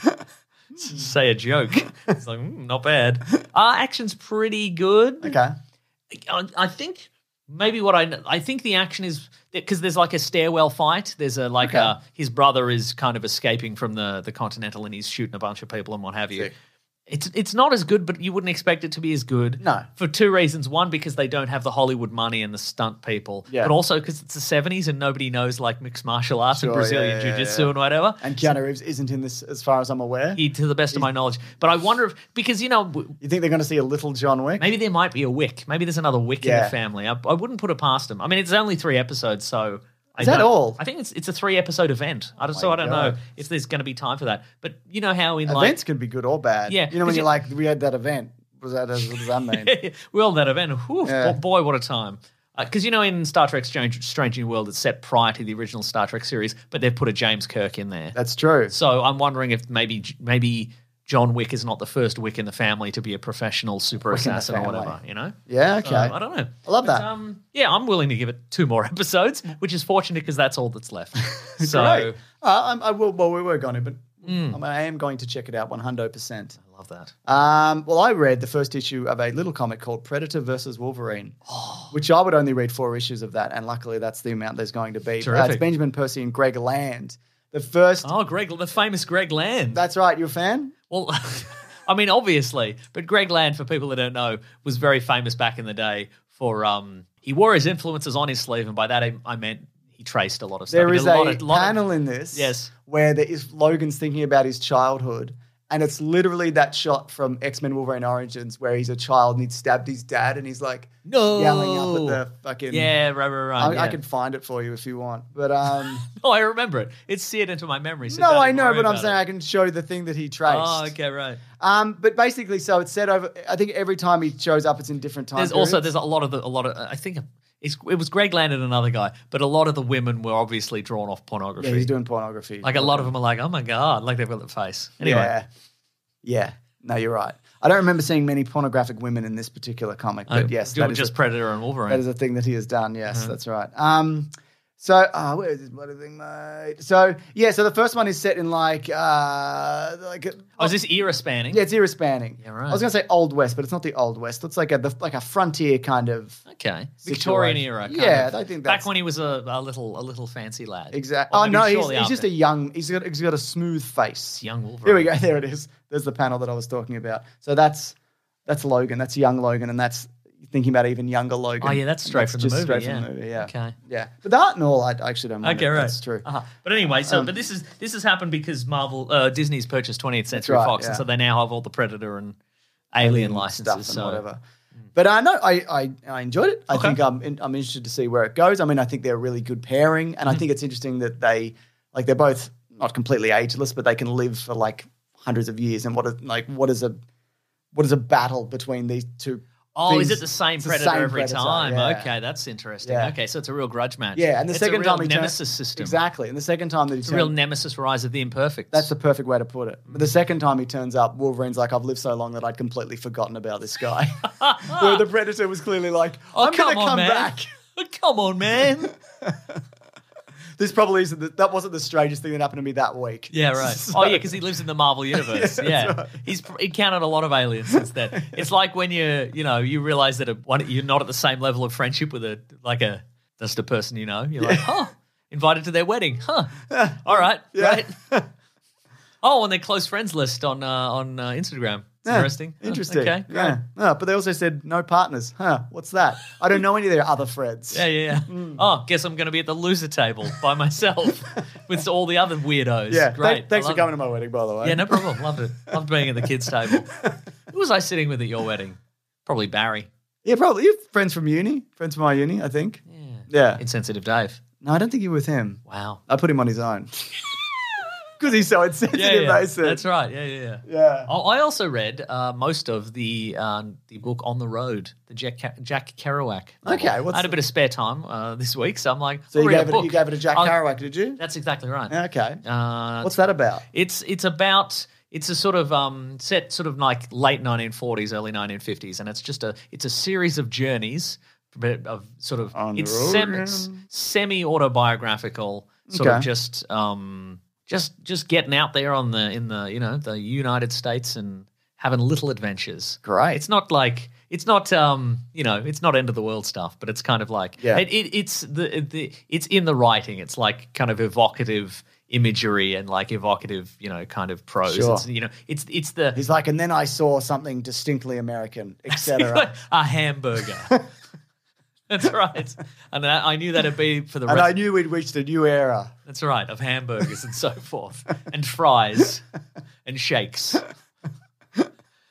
S3: say a joke. It's like mm, not bad. Our action's pretty good.
S2: Okay.
S3: I, I think maybe what I kn- I think the action is because there's like a stairwell fight. There's a like a his brother is kind of escaping from the the Continental and he's shooting a bunch of people and what have you. It's it's not as good, but you wouldn't expect it to be as good.
S2: No.
S3: for two reasons: one, because they don't have the Hollywood money and the stunt people,
S2: Yeah.
S3: but also because it's the '70s and nobody knows like mixed martial arts
S2: Sure,
S3: and Brazilian
S2: yeah, yeah,
S3: jiu-jitsu
S2: yeah.
S3: and whatever.
S2: And Keanu Reeves isn't in this, as far as I'm aware.
S3: He, to the best of my knowledge, but I wonder if because you know w-
S2: you think they're going to see a little John Wick?
S3: Maybe there might be a Wick. Maybe there's another Wick in
S2: Yeah.
S3: the family. I, I wouldn't put it past them. I mean, it's only three episodes, so I
S2: Is that
S3: don't-
S2: all?
S3: I think it's it's a three episode event. I don't, so I don't
S2: God.
S3: know if there's going to be time for that. But you know how in
S2: Events can be good or bad.
S3: Yeah,
S2: You know when
S3: 'cause
S2: you're
S3: you-
S2: like, we had that event. Was that, what does that mean?
S3: like well that event, whew,
S2: Yeah.
S3: boy, what a time. Because you know in Star Trek Strange, Strange New World, it's set prior to the original Star Trek series, but they've put a James Kirk in there.
S2: That's true.
S3: So I'm wondering if maybe maybe John Wick is not the first Wick in the family to be a professional super
S2: Wick in the
S3: assassin or
S2: family.
S3: whatever. You know?
S2: Yeah, okay.
S3: So, I don't know.
S2: I love
S3: But,
S2: that.
S3: Um, yeah, I'm willing to give it two more episodes, which is fortunate because that's all that's left. so
S2: Great. Uh, I'm, I will. Well, we were going to, but
S3: Hmm.
S2: I'm- I am going to check it out 100%.
S3: I love that.
S2: Um, well, I read the first issue of a little comic called Predator versus Wolverine, which I would only read four issues of that, and luckily that's the amount there's going to be. Uh, it's
S3: Terrific.
S2: Benjamin Percy and Greg Land. The first.
S3: Oh, Greg, the famous Greg Land.
S2: That's right. You're a fan.
S3: well, I mean, obviously, but Greg Land, for people that don't know, was very famous back in the day for um, he wore his influences on his sleeve, and by that I, I meant. he he traced a lot of stuff.
S2: There
S3: He
S2: is
S3: did
S2: a,
S3: lot of- lot of-
S2: panel in this
S3: Yes.
S2: where there is Logan's thinking about his childhood. And it's literally that shot from X Men Wolverine Origins where he's a child and he'd stabbed his dad and he's like
S3: No.
S2: yelling up at the fucking.
S3: Yeah, right, right, right.
S2: I,
S3: yeah.
S2: I can find it for you if you want. But um,
S3: Oh, I remember it. It's seared into my memory. So
S2: no,
S3: don't
S2: I know,
S3: worry
S2: but I'm
S3: about
S2: saying
S3: it.
S2: I can show you the thing that he traced.
S3: Oh, okay, right.
S2: Um, but basically, so it's set over. I think every time he shows up, it's in different time.
S3: There's also
S2: periods.
S3: there's a lot of the, a lot of I think it's, it was Greg Land and another guy, but a lot of the women were obviously drawn off pornography.
S2: yeah, he's doing pornography.
S3: like a lot of them are like, oh my god, like they've got the face. Anyway,
S2: Yeah. Yeah. No, you're right. I don't remember seeing many pornographic women in this particular comic,
S3: I-
S2: but yes,
S3: it
S2: that
S3: was
S2: is,
S3: uh, just
S2: a,
S3: Uh-huh. Predator and Wolverine.
S2: that is a thing that he has done. Yes, that's right. Um, so, uh, where is this bloody thing, mate? So, yeah, so the first one is set in like, uh, like,
S3: oh, is this era spanning?
S2: yeah, it's era spanning.
S3: Yeah, right.
S2: I was going to say Old West, but it's not the Old West. It's like a, the, like a frontier kind of.
S3: Okay, Victorian era. Kind
S2: Yeah,
S3: of.
S2: I think
S3: back
S2: that's-
S3: when he was a, a little a little fancy lad.
S2: Exactly.
S3: Or
S2: Oh
S3: maybe
S2: no, he's,
S3: shortly
S2: he's just
S3: after.
S2: a young. He's got he's got a smooth face.
S3: young Wolverine.
S2: Here we go. There it is. There's the panel that I was talking about. So that's that's Logan. That's young Logan, and that's thinking about even younger Logan.
S3: Oh yeah, that's straight
S2: It's
S3: from
S2: just
S3: the movie.
S2: Straight
S3: yeah.
S2: from the movie. Yeah.
S3: Okay.
S2: Yeah. But that and all, I actually don't. Mind
S3: Okay,
S2: it.
S3: right.
S2: That's true. Um,
S3: Uh-huh. But anyway, so but this is this has happened because Marvel, uh, Disney's purchased 20th Century
S2: right,
S3: Fox, and
S2: yeah.
S3: so they now have all the Predator and Alien, licenses.
S2: Stuff and
S3: so Mm.
S2: whatever. But I know I, I, I enjoyed it. I
S3: Okay.
S2: think I'm in, I'm interested to see where it goes. I mean, I think they're a really good pairing, and I
S3: Mm.
S2: think it's interesting that they like they're both not completely ageless, but they can live for like hundreds of years. And what is like what is a what is a battle between these two?
S3: Oh, is
S2: things?
S3: it the same
S2: It's
S3: predator every
S2: Predator,
S3: time?
S2: yeah.
S3: Okay, that's interesting.
S2: Yeah.
S3: Okay, so it's a real grudge match.
S2: Yeah, and the
S3: It's
S2: second
S3: a real
S2: time he turn-
S3: nemesis system.
S2: exactly, and the second time that he
S3: It's a real
S2: turn-
S3: nemesis rise of the imperfects.
S2: That's the perfect way to put it. But the
S3: Mm.
S2: second time he turns up, Wolverine's like, "I've lived so long that I'd completely forgotten about this guy." Where the Predator was clearly like,
S3: oh,
S2: "I'm
S3: come
S2: going to
S3: on,
S2: come
S3: man.
S2: back."
S3: come on, man.
S2: This probably isn't. The, that wasn't the strangest thing that happened to me that week.
S3: Yeah, right. oh, yeah, because he lives in the Marvel universe. yeah, he's pr- encountered a lot of aliens since then. It's like when you, you know, you realize that a, one, you're not at the same level of friendship with a like a just a person you know. You're like, huh, invited to their wedding, huh? All right,
S2: Yeah.
S3: right. oh, on their close friends list on uh, on uh, Instagram. It's
S2: Yeah,
S3: interesting. Huh,
S2: Interesting.
S3: Okay, great.
S2: Yeah. Oh, but they also said no partners. Huh? What's that? I don't know any of their other Freds.
S3: Yeah, yeah, yeah.
S2: Mm.
S3: Oh, guess I'm going to be at the loser table by myself with all the other weirdos.
S2: Yeah.
S3: great.
S2: Th- thanks for
S3: I love
S2: coming to
S3: it.
S2: my wedding, by the way.
S3: Yeah, no problem. Loved it. Loved being at the kids' table. Who was I sitting with at your wedding? Probably Barry.
S2: Yeah, probably. You're friends from uni. Friends from my uni, I think. Yeah.
S3: Insensitive Dave.
S2: No, I don't think you were with him.
S3: Wow.
S2: I put him on his own. Because he's so insensitive,
S3: Yeah, yeah.
S2: they said.
S3: That's right. Yeah, yeah, yeah.
S2: Yeah.
S3: Oh, I also read uh, most of the um, the book On the Road, the Jack, Ca- Jack Kerouac. novel.
S2: Okay, what's
S3: I had a
S2: the-
S3: bit of spare time uh, this week, so I'm like,
S2: So
S3: I'll
S2: you
S3: read
S2: gave,
S3: a
S2: it,
S3: book.
S2: you gave it to Jack
S3: I'll-
S2: Kerouac, did you?
S3: That's exactly right.
S2: Okay.
S3: Uh,
S2: What's that about?
S3: It's it's about it's a sort of um, set sort of like late 1940s, early 1950s, and it's just a it's a series of journeys but of sort of
S2: On the
S3: it's
S2: road
S3: semi,
S2: again.
S3: semi autobiographical, sort
S2: Okay.
S3: of just um, just just getting out there on the in the you know the United States and having little adventures.
S2: Great.
S3: It's not like it's not um you know it's not end of the world stuff, but it's kind of like
S2: Yeah.
S3: it, it, it's the, the it's in the writing. It's like kind of evocative imagery and like evocative you know kind of prose.
S2: Sure.
S3: It's, you know it's it's the
S2: He's like, and then I saw something distinctly American, etc.
S3: a hamburger. That's right, and I, I knew that'd be for the
S2: and I
S3: rest.
S2: knew we'd reached a new era.
S3: That's right, of hamburgers and so forth, and fries, and shakes.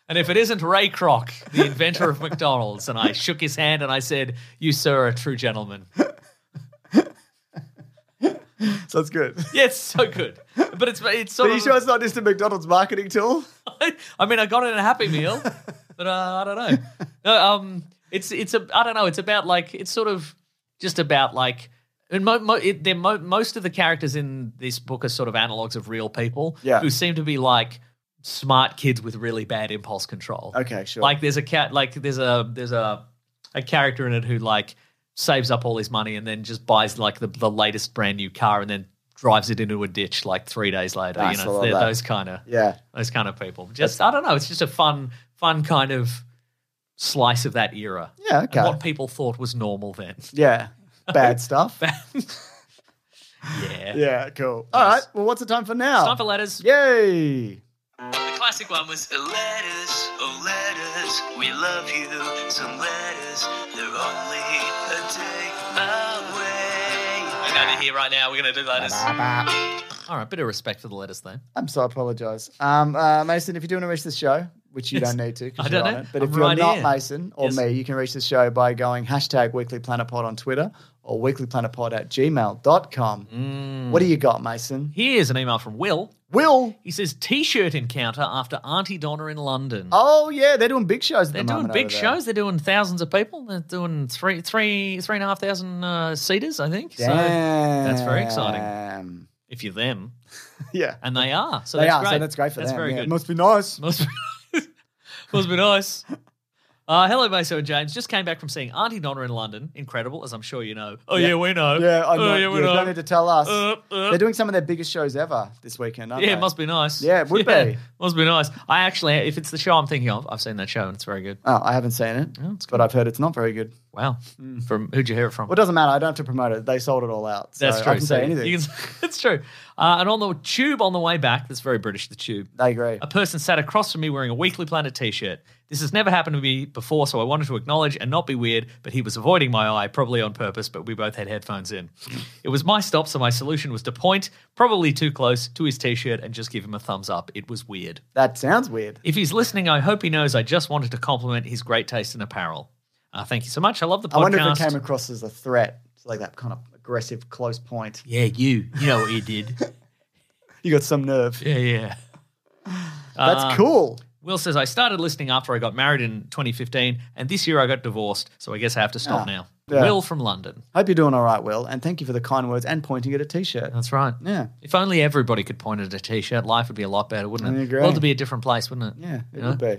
S3: And if it isn't Ray Kroc, the inventor of McDonald's, and I shook his hand and I said, "You sir are a true gentleman."
S2: So it's good.
S3: Yeah, it's so good, but it's it's sort
S2: Are you
S3: of.
S2: sure it's not just a McDonald's marketing tool?
S3: I mean, I got it in a Happy Meal, but uh, I don't know. No, um, it's it's a I don't know. It's about like it's sort of just about like. And mo- mo- it, they're mo- most of the characters in this book are sort of analogs of real people
S2: Yeah.
S3: who seem to be like smart kids with really bad impulse control.
S2: Okay, sure.
S3: Like there's a cat, like there's a there's a a character in it who like saves up all his money and then just buys like the, the latest brand new car and then drives it into a ditch like three days later.
S2: Nice,
S3: you
S2: I
S3: know,
S2: love
S3: They're
S2: that.
S3: those kind of
S2: Yeah.
S3: those kind of people. Just I don't know. It's just a fun, fun kind of slice of that era.
S2: Yeah,
S3: And
S2: okay.
S3: what people thought was normal then.
S2: Yeah. Bad stuff.
S3: yeah.
S2: Yeah, cool. All right. Well, what's the time for now?
S3: It's time for letters.
S2: Yay!
S1: The classic one was
S3: uh,
S1: letters, oh letters, we love you. Some letters, they're only a day away. I
S3: We're going to here right now. We're going to do letters. All right, bit of respect for the letters, though.
S2: I'm so I apologize. Um, uh, Mason, if you do want to reach the show, which you
S3: Yes.
S2: don't need to, 'cause
S3: I
S2: you're
S3: don't
S2: on
S3: know.
S2: it, but
S3: I'm
S2: if you're
S3: right
S2: not
S3: here.
S2: Mason or
S3: Yes.
S2: me, you can reach the show by going hashtag Weekly Planet Pod on Twitter or weeklyplanetpod at gmail.com.
S3: Mm.
S2: What do you got, Mason?
S3: Here's an email from Will.
S2: Will.
S3: He says T-shirt encounter after Auntie Donna in London.
S2: Oh, yeah, they're doing big shows at
S3: They're
S2: the
S3: doing
S2: moment
S3: big
S2: over there.
S3: shows. They're doing thousands of people. They're doing three, three, three and a half thousand uh, seaters, I think. So that's very exciting.
S2: Damn.
S3: If you're them,
S2: Yeah.
S3: and they are, so
S2: they
S3: that's
S2: are,
S3: great.
S2: so that's great for
S3: That's
S2: them.
S3: very
S2: yeah.
S3: good.
S2: Must be nice.
S3: Must be, must be nice. Uh, hello, Meso and James. Just came back from seeing Auntie Donna in London. Incredible, as I'm sure you know. Oh yeah, we know.
S2: Yeah, I know.
S3: Oh,
S2: yeah,
S3: yeah, we know.
S2: don't need to tell us.
S3: Uh, uh.
S2: They're doing some of their biggest shows ever this weekend, aren't
S3: yeah,
S2: they?
S3: it must be nice.
S2: Yeah, it would
S3: Yeah,
S2: be.
S3: Must be nice. I actually, if it's the show I'm thinking of, I've seen that show and it's very good.
S2: Oh, I haven't seen it,
S3: Oh, it's
S2: but I've heard it's not very good.
S3: Wow.
S2: Hmm.
S3: From who'd you hear it from?
S2: Well, it doesn't matter. I don't have to promote it. They sold it all out. So
S3: That's true.
S2: I can
S3: So
S2: say anything.
S3: you can say- it's true. Uh, and on the tube on the way back, that's very British, the tube.
S2: They agree.
S3: A person sat across from me wearing a Weekly Planet t shirt. This has never happened to me before, so I wanted to acknowledge and not be weird, but he was avoiding my eye, probably on purpose, but we both had headphones in. it was my stop, so my solution was to point, probably too close, to his t shirt and just give him a thumbs up. It was weird.
S2: That sounds weird.
S3: If he's listening, I hope he knows I just wanted to compliment his great taste in apparel. Uh, thank you so much. I love the podcast.
S2: I wonder if it came across as a threat. It's like that kind of aggressive close point.
S3: yeah, you. You know what you did.
S2: You got some nerve.
S3: yeah, yeah.
S2: That's
S3: Ah.
S2: cool.
S3: Will says, I started listening after I got married in 2015, and this year I got divorced, so I guess I have to stop now.
S2: Ah. yeah.
S3: Will from London.
S2: Hope you're doing all right, Will, and thank you for the kind words and pointing at a t-shirt.
S3: That's right.
S2: Yeah.
S3: If only everybody could point at a t shirt, life would be a lot better, wouldn't
S2: I
S3: it?
S2: agree.
S3: Well, to be a different place, wouldn't it?
S2: Yeah, it
S3: Yeah.
S2: would be.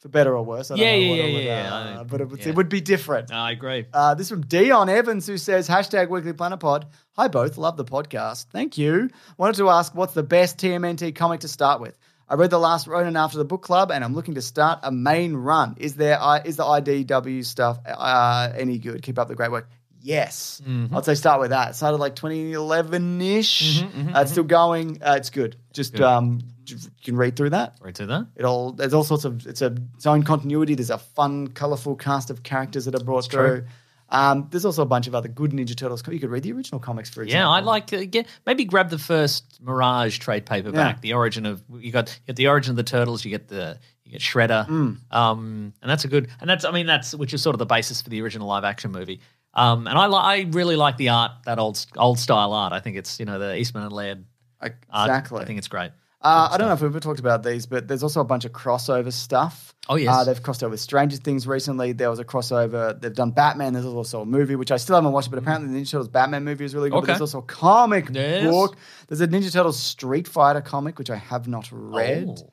S2: For better or worse. I don't
S3: Yeah,
S2: know
S3: yeah,
S2: what
S3: yeah,
S2: it would,
S3: yeah,
S2: uh,
S3: yeah.
S2: But it would,
S3: Yeah.
S2: it would be different.
S3: No, I agree.
S2: Uh, this from Dion Evans, who says, hashtag Weekly Planet Pod. Hi, both. Love the podcast. Thank you. Wanted to ask, what's the best TMNT comic to start with? I read The Last Ronin after the book club, and I'm looking to start a main run. Is there I is the IDW stuff uh, any good? Keep up the great work. Yes. I'd say start with that. It started like 2011 ish. uh, it's still going. Uh, it's good. Just um, you can read through that.
S3: Right to that.
S2: It all there's all sorts of it's a its own continuity. There's a fun, colorful cast of characters that are brought through. Um, there's also a bunch of other good Ninja Turtles. You could read the original comics, for example.
S3: Yeah, I'd like to get maybe grab the first Mirage trade paperback.
S2: Yeah.
S3: The origin of you got you get the origin of the turtles. You get the you get Shredder,
S2: Hmm.
S3: um, and that's a good and that's I mean that's which is sort of the basis for the original live action movie. Um, and I li- I really like the art that old old style art. I think it's you know the Eastman and Laird
S2: I-
S3: art.
S2: exactly.
S3: uh, I think it's great.
S2: Uh, I don't know if we've ever talked about these, but there's also a bunch of crossover stuff.
S3: Oh, yes.
S2: Uh, they've crossed over with Stranger Things recently. There was a crossover. They've done Batman. There's also a movie, which I still haven't watched, but apparently the Ninja Turtles Batman movie is really good. But
S3: Mm. Okay.
S2: there's also a comic
S3: Yes.
S2: book. There's a Ninja Turtles Street Fighter comic, which I have not read.
S3: Oh.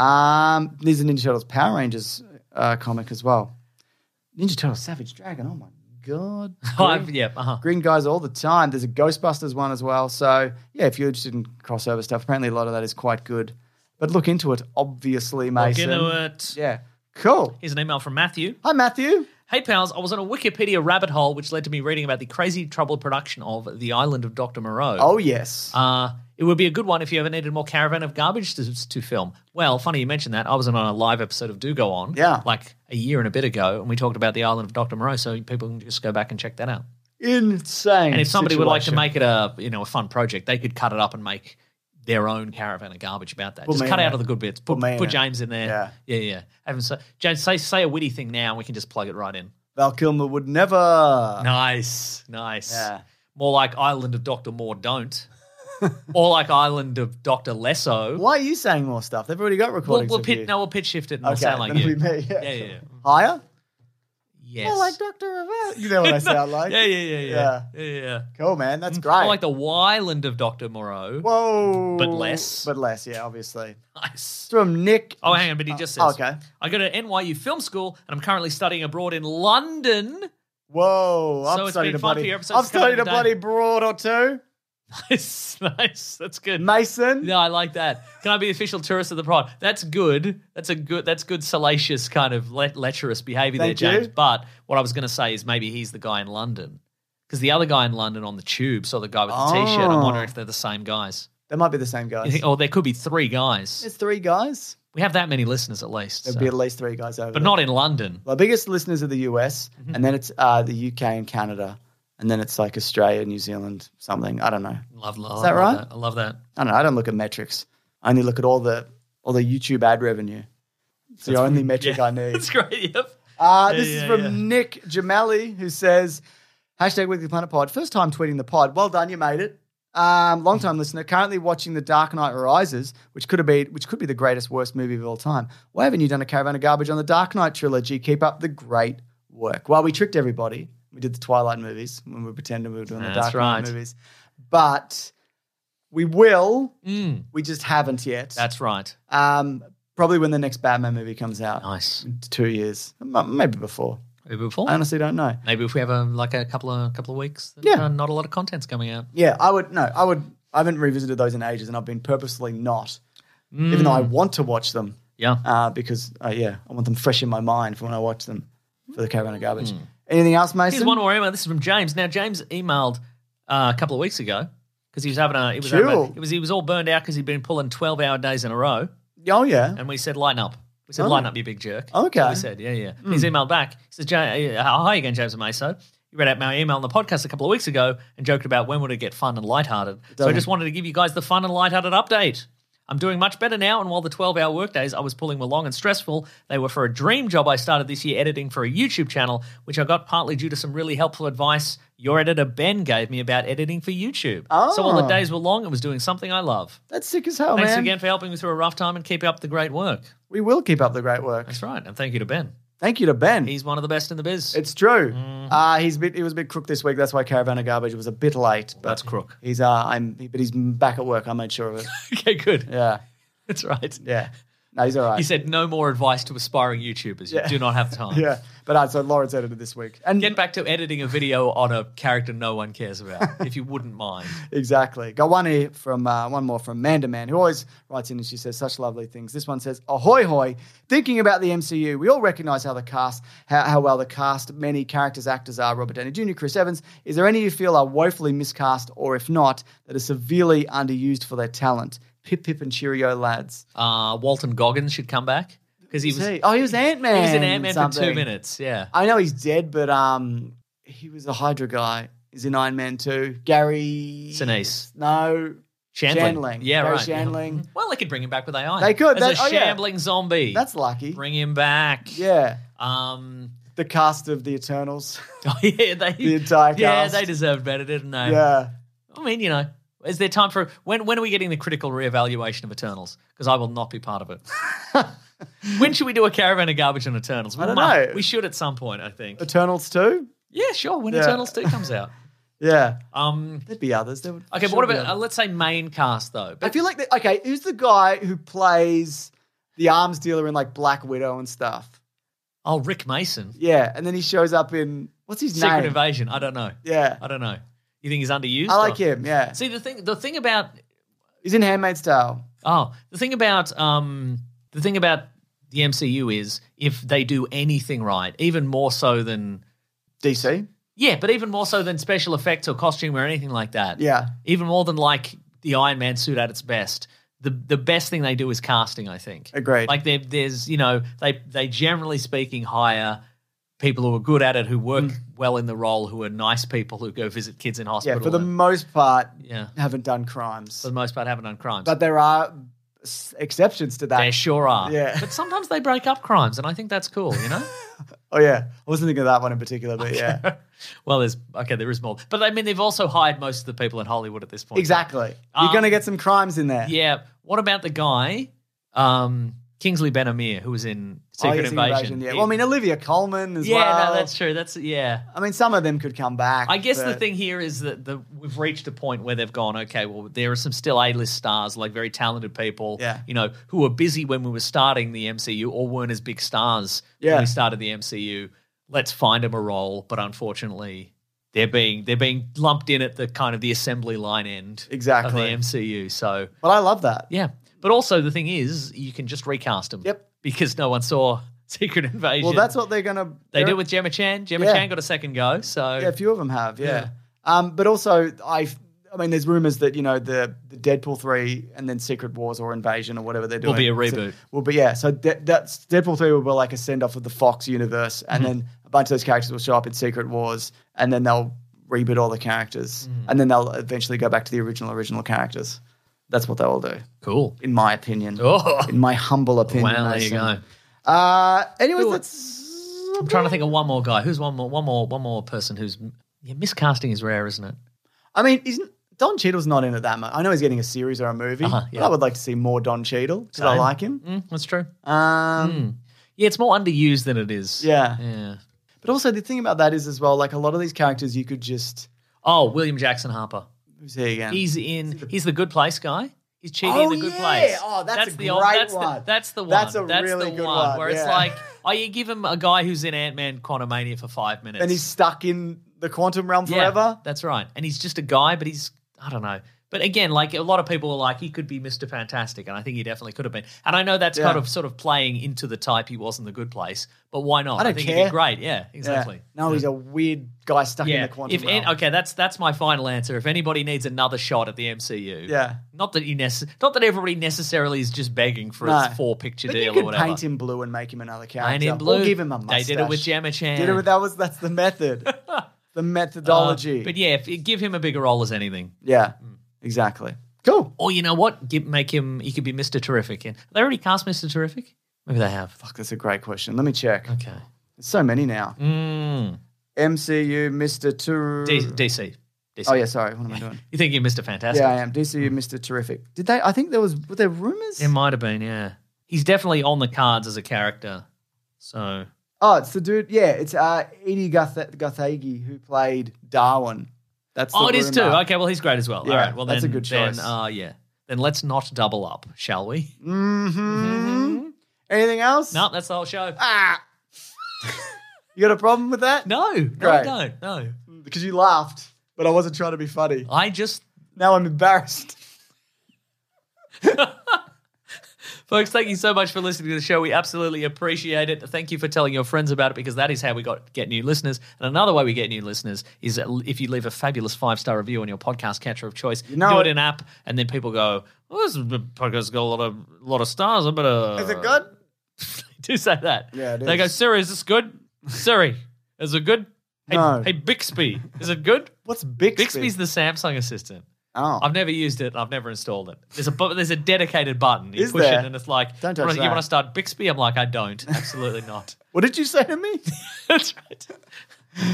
S2: Um, there's a Ninja Turtles Power Rangers uh, comic as well. Ninja Turtles Savage Dragon. Oh my god!
S3: I've-
S2: Green,
S3: yeah, uh-huh.
S2: green guys all the time. There's a Ghostbusters one as well. So yeah, if you're interested in crossover stuff, apparently a lot of that is quite good. But look into it, obviously,
S3: Look
S2: Mason.
S3: into it.
S2: Yeah, cool.
S3: Here's an email from Matthew.
S2: Hi, Matthew.
S3: Hey pals, I was on a Wikipedia rabbit hole, which led to me reading about the crazy troubled production of The Island of Doctor Moreau.
S2: Oh yes.
S3: Uh, it would be a good one if you ever needed more Caravan of Garbage to, to film. Well, funny you mentioned that. I was on a live episode of Do Go On,
S2: Yeah.
S3: like a year and a bit ago, and we talked about the island of Doctor Moreau. So people can just go back and check that out.
S2: Insane.
S3: And if somebody would like to
S2: situation.
S3: make it a you know a fun project, they could cut it up and make their own Caravan of Garbage about that.
S2: Put
S3: just
S2: me
S3: cut
S2: in
S3: out
S2: it.
S3: of the good bits. Put,
S2: Put me in
S3: put,
S2: it.
S3: James in there.
S2: Yeah.
S3: yeah, yeah. Have him say, James, say say a witty thing now, and we can just plug it right in.
S2: Val Kilmer would never.
S3: Nice, nice.
S2: Uh, Yeah.
S3: More like Island of Doctor More don't. or like Island of Doctor Lesso.
S2: Why are you saying more stuff? They've already got
S3: We'll,
S2: recordings.
S3: we'll
S2: of
S3: pitch,
S2: you.
S3: no, we'll pitch shift it and
S2: okay,
S3: we'll sound like
S2: that'll
S3: you.
S2: be me. Yeah,
S3: Yeah, yeah, yeah.
S2: Higher.
S3: Yes.
S2: I like Doctor Rivera. You know what I sound like?
S3: yeah, yeah, yeah, yeah, yeah, yeah. yeah.
S2: Cool, man. That's great.
S3: I like the Wyland of Doctor Moreau.
S2: Whoa.
S3: But less.
S2: But less, yeah, obviously. It's
S3: Nice.
S2: from Nick.
S3: Oh, hang on, but he just says,
S2: Oh, okay.
S3: I go to NYU Film School and I'm currently studying abroad in London.
S2: Whoa.
S3: So
S2: I've
S3: it's
S2: studied
S3: been
S2: a
S3: fun for
S2: bloody,
S3: your
S2: I've
S3: episodes to come
S2: studied a
S3: out
S2: bloody
S3: today.
S2: broad or two.
S3: nice, nice. That's good.
S2: Mason.
S3: No, I like that. Can I be the official tourist of the prod? That's good. That's a good. That's good. Salacious kind of le- lecherous behaviour there,
S2: Thank you.
S3: James. But what I was going to say is maybe he's the guy in London because the other guy in London on the tube saw the guy with the t-shirt. I'm wondering if they're the same guys.
S2: They might be the same guys.
S3: You think, oh, there could be three guys.
S2: There's three guys.
S3: We have that many listeners at least,
S2: There'd
S3: so-
S2: be at least three guys over
S3: but Mm-hmm.
S2: there.
S3: not in London.
S2: The biggest listeners are the US, and then it's uh, the UK and Canada. and then it's like Australia, New Zealand, something. I don't know.
S3: Love, love
S2: Is that
S3: love
S2: right?
S3: I love that.
S2: I don't know. I don't look at metrics. I only look at all the all the YouTube ad revenue. It's the only metric I need.
S3: That's great. Yep.
S2: Uh,
S3: Yeah,
S2: this is
S3: yeah,
S2: from
S3: yeah.
S2: Nick Jamali, who says, hashtag Weekly Planet Pod. First time tweeting the pod. Well done, you made it. Um, long time listener, currently watching The Dark Knight Rises, which could have been, which could be the greatest worst movie of all time. Why haven't you done a caravan of garbage on the Dark Knight trilogy? Keep up the great work. Well, we tricked everybody. We did the Twilight movies when we were pretending we were doing the
S3: That's
S2: Dark Knight
S3: right.
S2: movies, but we will.
S3: Mm,
S2: We just haven't yet.
S3: that's right.
S2: um, probably when the next Batman movie comes out.
S3: Nice.
S2: Two years, M- maybe before.
S3: Maybe before.
S2: I honestly don't know.
S3: Maybe if we have a, like a couple of couple of weeks, that,
S2: Yeah.
S3: uh, not a lot of content's coming out.
S2: Yeah, I would. No, I would. I haven't revisited those in ages, and I've been purposely not, even though I
S3: Mm.
S2: want to watch them
S3: Yeah.
S2: uh, because uh, yeah, I want them fresh in my mind for when I watch them for the caravan of garbage. Anything else, Mason?
S3: Mm. Here's one more email. This is from James. Now James emailed uh, a couple of weeks ago because he was having a. It was, having a-
S2: Cool.
S3: it was he was all burned out because he'd been pulling twelve hour days in a row,
S2: Oh yeah.
S3: and we said lighten up. We said
S2: Oh.
S3: lighten up, you big jerk.
S2: Okay. Hmm.
S3: We said yeah, yeah. He's emailed back. He says, "Ja- uh, "Hi again, James and Meso. You read out my email on the podcast a couple of weeks ago and joked about when would it get fun and lighthearted. So I
S2: doesn't.
S3: just wanted to give you guys the fun and lighthearted update." I'm doing much better now, and while the 12 hour workdays I was pulling were long and stressful, they were for a dream job I started this year editing for a YouTube channel, which I got partly due to some really helpful advice your editor Ben gave me about editing for YouTube. So while the
S2: Oh.
S3: days were long, it was doing something I love.
S2: That's sick as hell,
S3: Thanks
S2: man.
S3: again for helping me through a rough time and keep up the great work.
S2: We will keep up the great work.
S3: That's right. And thank you to Ben.
S2: Thank you to Ben.
S3: He's Mm. one of the best in the biz.
S2: it's true. Uh, he's bit, he was a bit crook this week. That's why Caravan of Garbage was a bit late. But
S3: That's crook.
S2: He's uh, I'm, but he's back at work. I made sure of it.
S3: okay, good.
S2: Yeah,
S3: That's right.
S2: yeah. No, he's all right.
S3: He said no more advice to aspiring YouTubers. You do not have time.
S2: yeah, but uh, so Lawrence edited this week, and
S3: Get back to editing a video on a character no one cares about, if you wouldn't mind.
S2: Exactly. Got one here from uh, one more from Manda Man, who always writes in and she says such lovely things. This one says, "Ahoy, hoy! Thinking about the MCU, we all recognise how the cast, how, how well the cast, many characters, actors are. Robert Downey Jr., Chris Evans. Is there any you feel are woefully miscast, or if not, that are severely underused for their talent? Pip, pip, and cheerio, lads.
S3: Uh, Walton Goggins should come back because he was
S2: See-
S3: he
S2: oh, he was Ant Man.
S3: was in Ant Man for two minutes. Yeah,
S2: I know he's dead, but um, he was a Hydra guy. He's in Iron Man 2. Gary
S3: Sinise.
S2: No.
S3: Shandling.
S2: Shandling.
S3: Yeah,
S2: Barry
S3: right. yeah.
S2: Shandling.
S3: Well, they could bring him back with AI.
S2: They could.
S3: As
S2: That-
S3: a
S2: oh, yeah.
S3: shambling zombie.
S2: That's lucky.
S3: bring him back.
S2: Yeah.
S3: Um.
S2: The cast of the Eternals.
S3: Oh, yeah. They.
S2: The entire
S3: Yeah,
S2: cast.
S3: they deserved better, didn't they?
S2: yeah.
S3: I mean, you know, is there time for when? When are we getting the critical reevaluation of Eternals? Because I will not be part of it. when should we do a caravan of garbage on Eternals? We
S2: I don't
S3: must-
S2: know.
S3: We should at some point, I think.
S2: Eternals too?
S3: yeah, sure. When
S2: Yeah.
S3: Eternals two comes out.
S2: Yeah.
S3: Um.
S2: There'd be others. There would
S3: Okay, but
S2: sure
S3: what
S2: be
S3: about uh,
S2: others.
S3: let's say main cast though?
S2: I feel like the, okay, who's the guy who plays the arms dealer in like Black Widow and stuff?
S3: oh, Rick Mason,
S2: Yeah. And then he shows up in what's his
S3: Secret
S2: name?
S3: Invasion. I don't know.
S2: yeah.
S3: I don't know. You think he's underused?
S2: I like
S3: or-
S2: him, yeah.
S3: See the thing. The thing about
S2: He's in Handmaid's Tale.
S3: oh, the thing about um, the thing about the MCU is if they do anything right, even more so than
S2: DC.
S3: yeah, but even more so than special effects or costume or anything like that.
S2: Yeah.
S3: Even more than like the Iron Man suit at its best. The the best thing they do is casting, I think.
S2: Agreed.
S3: Like there there's, you know, they they generally speaking hire people who are good at it, who work well in the role, who are nice people who go visit kids in
S2: Mm. yeah,
S3: hospital.
S2: for the
S3: and-
S2: most part,
S3: yeah.
S2: haven't done crimes.
S3: For the most part haven't done crimes.
S2: But there are s- exceptions to that.
S3: there sure are.
S2: Yeah.
S3: But sometimes they break up crimes and I think that's cool, you know?
S2: oh yeah, I wasn't thinking of that one in particular, but yeah,
S3: well there's okay, there is more. But I mean they've also hired most of the people in Hollywood at this point.
S2: exactly.
S3: Um,
S2: You're gonna get some crimes in there.
S3: Yeah. What about the guy, um, Kingsley Benamir, who was in Secret
S2: yes,
S3: Invasion?
S2: Yeah.
S3: He-
S2: Well, I mean Olivia Coleman as
S3: yeah,
S2: well.
S3: no, that's true. That's yeah.
S2: I mean, some of them could come back.
S3: I guess the
S2: but-
S3: thing here is that the we've reached a point where they've gone, okay, well, there are some still A-list stars, like very talented people,
S2: Yeah.
S3: you know, who were busy when we were starting the MCU or weren't as big stars when
S2: Yeah.
S3: we started the MCU. Let's find them a role, but unfortunately, they're being they're being lumped in at the kind of the assembly line end of the
S2: Exactly.
S3: MCU. So
S2: But I love that.
S3: Yeah. But also the thing is, you can just recast them.
S2: Yep.
S3: Because no one saw Secret Invasion.
S2: Well, that's what they're gonna.
S3: they
S2: they're-
S3: did with Gemma Chan. Gemma
S2: Yeah.
S3: Chan got a second go. So
S2: Yeah, a few of them have. Yeah.
S3: Yeah.
S2: Um, but also I. I mean, there's rumors that you know the, the Deadpool three and then Secret Wars or Invasion or whatever they're doing
S3: Will be a
S2: So-
S3: reboot.
S2: Well, but yeah, so that, that's Deadpool three will be like a
S3: Mm-hmm.
S2: send off of the Fox universe, and then a bunch of those characters will show up in Secret Wars, and then they'll reboot all the characters,
S3: Mm.
S2: and then they'll eventually go back to the original original characters. That's what they will do.
S3: Cool.
S2: in my opinion. um,
S3: Oh.
S2: In my humble opinion.
S3: Wow, there you
S2: Mason.
S3: go.
S2: Uh, anyways, that's
S3: I'm trying to think of one more guy. Who's one more? One more? One more person who's yeah, miscasting is rare, isn't it?
S2: I mean, isn't Don Cheadle's not in it that much? I know he's getting a series or a movie.
S3: Uh-huh,
S2: but
S3: yeah.
S2: I would like to see more Don Cheadle because I
S3: Same. Hmm.
S2: like him.
S3: Mm, that's true.
S2: Um,
S3: Yeah, it's more underused than it is.
S2: Yeah.
S3: Yeah.
S2: But also the thing about that is as well, like a lot of these characters, you could just
S3: Oh, William Jackson Harper.
S2: who's he again?
S3: He's in. he's the Good Place guy. He's cheating
S2: Oh,
S3: in the Good
S2: yeah.
S3: Place.
S2: Oh, that's a
S3: the old-
S2: great
S3: that's
S2: one.
S3: The, that's the one.
S2: That's a
S3: that's
S2: really
S3: the
S2: good
S3: one,
S2: one,
S3: Where it's
S2: yeah.
S3: like, oh, you give him a guy who's in Ant Man Quantumania for five minutes,
S2: and he's stuck in the quantum realm
S3: Yeah,
S2: forever.
S3: that's right. And he's just a guy, but he's I don't know. But again, like a lot of people are like, he could be Mister Fantastic, and I think he definitely could have been. And I know that's
S2: Yeah.
S3: kind of sort of playing into the type he was in the Good Place, but why not?
S2: I don't
S3: think
S2: care.
S3: he'd be great. Yeah,
S2: Yeah.
S3: exactly.
S2: No, he's a weird guy stuck in the quantum
S3: if
S2: realm.
S3: an- okay, that's that's my final answer. If anybody needs another shot at the MCU,
S2: Yeah.
S3: not that you necess- not that everybody necessarily is just begging for
S2: No.
S3: a four picture
S2: But
S3: deal
S2: you could
S3: or whatever.
S2: paint him blue and make him another character.
S3: Paint him
S2: Or
S3: blue.
S2: give him a
S3: They
S2: mustache.
S3: did it with Gemma Chan.
S2: Did it with- that was that's the method. the
S3: Uh,
S2: methodology.
S3: but Hmm. yeah, if you give him a bigger role as anything,
S2: Yeah, exactly. Cool.
S3: or you know what, give, make him he could be Mister Terrific. And they already cast Mister Terrific. Maybe they have.
S2: Fuck, that's a great question. Let me check.
S3: Okay.
S2: There's so many now.
S3: Mm.
S2: MCU, Mr. Ter-
S3: D- DC. DC.
S2: oh, yeah, sorry. What am I doing?
S3: You think you're Mister Fantastic?
S2: yeah, I am. DCU, Mr. Terrific. Did they? I think there was, were there rumors?
S3: It might have been. Yeah, he's definitely on the cards as a character. So
S2: oh, it's the dude. Yeah, it's uh, Edie Guth- Guthage who played Darwin. That's the
S3: oh, it is too.
S2: rumor.
S3: Okay, well, he's great as well.
S2: Yeah,
S3: All right, well,
S2: that's a
S3: then,
S2: good choice. Mm.
S3: Then, uh, yeah, then let's not double up, shall we?
S2: Mhm. Anything else?
S3: No, that's the whole show.
S2: Ah. you got a problem with that?
S3: No, no,
S2: Great.
S3: I don't. No,
S2: Because you laughed, but I wasn't trying to be funny.
S3: I just,
S2: Now I'm embarrassed.
S3: folks, thank you so much for listening to the show. We absolutely appreciate it. Thank you for telling your friends about it because that is how we got get new listeners. And another way we get new listeners is that l- if you leave a fabulous five star review on your podcast catcher of choice. You
S2: know
S3: do
S2: it-
S3: it in app, and then people go, "Oh, this podcast's got a lot of lot of stars. I better."
S2: Is it good?
S3: do say that.
S2: Yeah, it
S3: they go,
S2: is.
S3: Siri, is this good? Siri, is it good? Hey,
S2: No.
S3: hey, Bixby, is it good?
S2: What's Bixby?
S3: Bixby's the Samsung assistant.
S2: oh.
S3: I've never used it. and I've never installed it. There's a bu- there's a dedicated button. You
S2: Is
S3: push
S2: there?
S3: it, and it's like,
S2: Don't touch
S3: you wanna-
S2: that.
S3: you want to start Bixby? I'm like, I don't. Absolutely not.
S2: What did you say to me?
S3: That's right.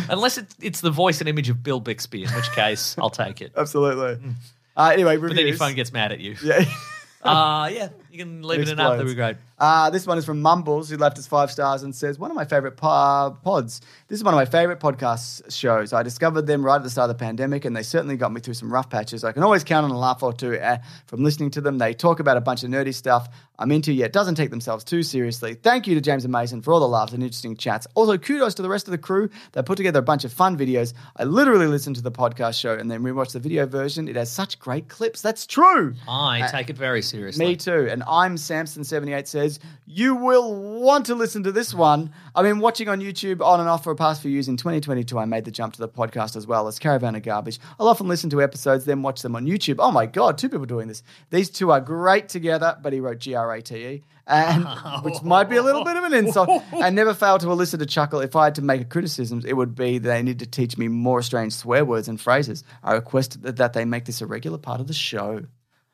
S3: Unless it's, it's the voice and image of Bill Bixby, in which case I'll take it.
S2: Absolutely. Uh, anyway,
S3: But then your
S2: reviews.
S3: phone gets mad at you.
S2: yeah.
S3: Uh, yeah, you can leave it, in app. That'd be great.
S2: Uh, this one is from Mumbles, who left us five stars and says, One of my favorite po- uh, pods. This is one of my favorite podcast shows. I discovered them right at the start of the pandemic, and they certainly got me through some rough patches. I can always count on a laugh or two uh, from listening to them. They talk about a bunch of nerdy stuff I'm into, yet doesn't take themselves too seriously. Thank you to James and Mason for all the laughs and interesting chats. Also, kudos to the rest of the crew. They put together a bunch of fun videos. I literally listened to the podcast show and then rewatched the video version. It has such great clips. That's true.
S3: I take it very seriously.
S2: Me too. And I'm Samson78 says, You will want to listen to this one. I've been watching on YouTube on and off for the past few years. In 2022, I made the jump to the podcast as well as Caravan of Garbage. I'll often listen to episodes, then watch them on YouTube. Oh my God, two people doing this. These two are great together, but he wrote G R A T E. And which might be a little bit of an insult. I never fail to elicit a chuckle. If I had to make a criticism, it would be that they need to teach me more strange swear words and phrases. I request that, that they make this a regular part of the show.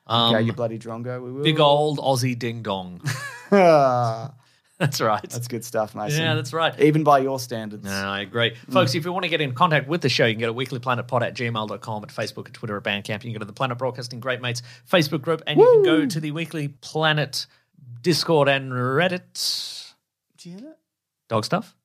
S3: Um,
S2: Okay, you bloody drongo. We will.
S3: Big old Aussie ding dong.
S2: Ah,
S3: That's right.
S2: that's good stuff, Mason.
S3: Yeah, that's right.
S2: Even by your standards.
S3: No, I agree. Folks, if you want to get in contact with the show, you can go to weeklyplanetpod at gmail.com, at Facebook and Twitter at Bandcamp. You can go to the Planet Broadcasting Great Mates Facebook group, and you can go to the Weekly Planet Discord and Reddit.
S2: Do you hear that?
S3: Dog stuff?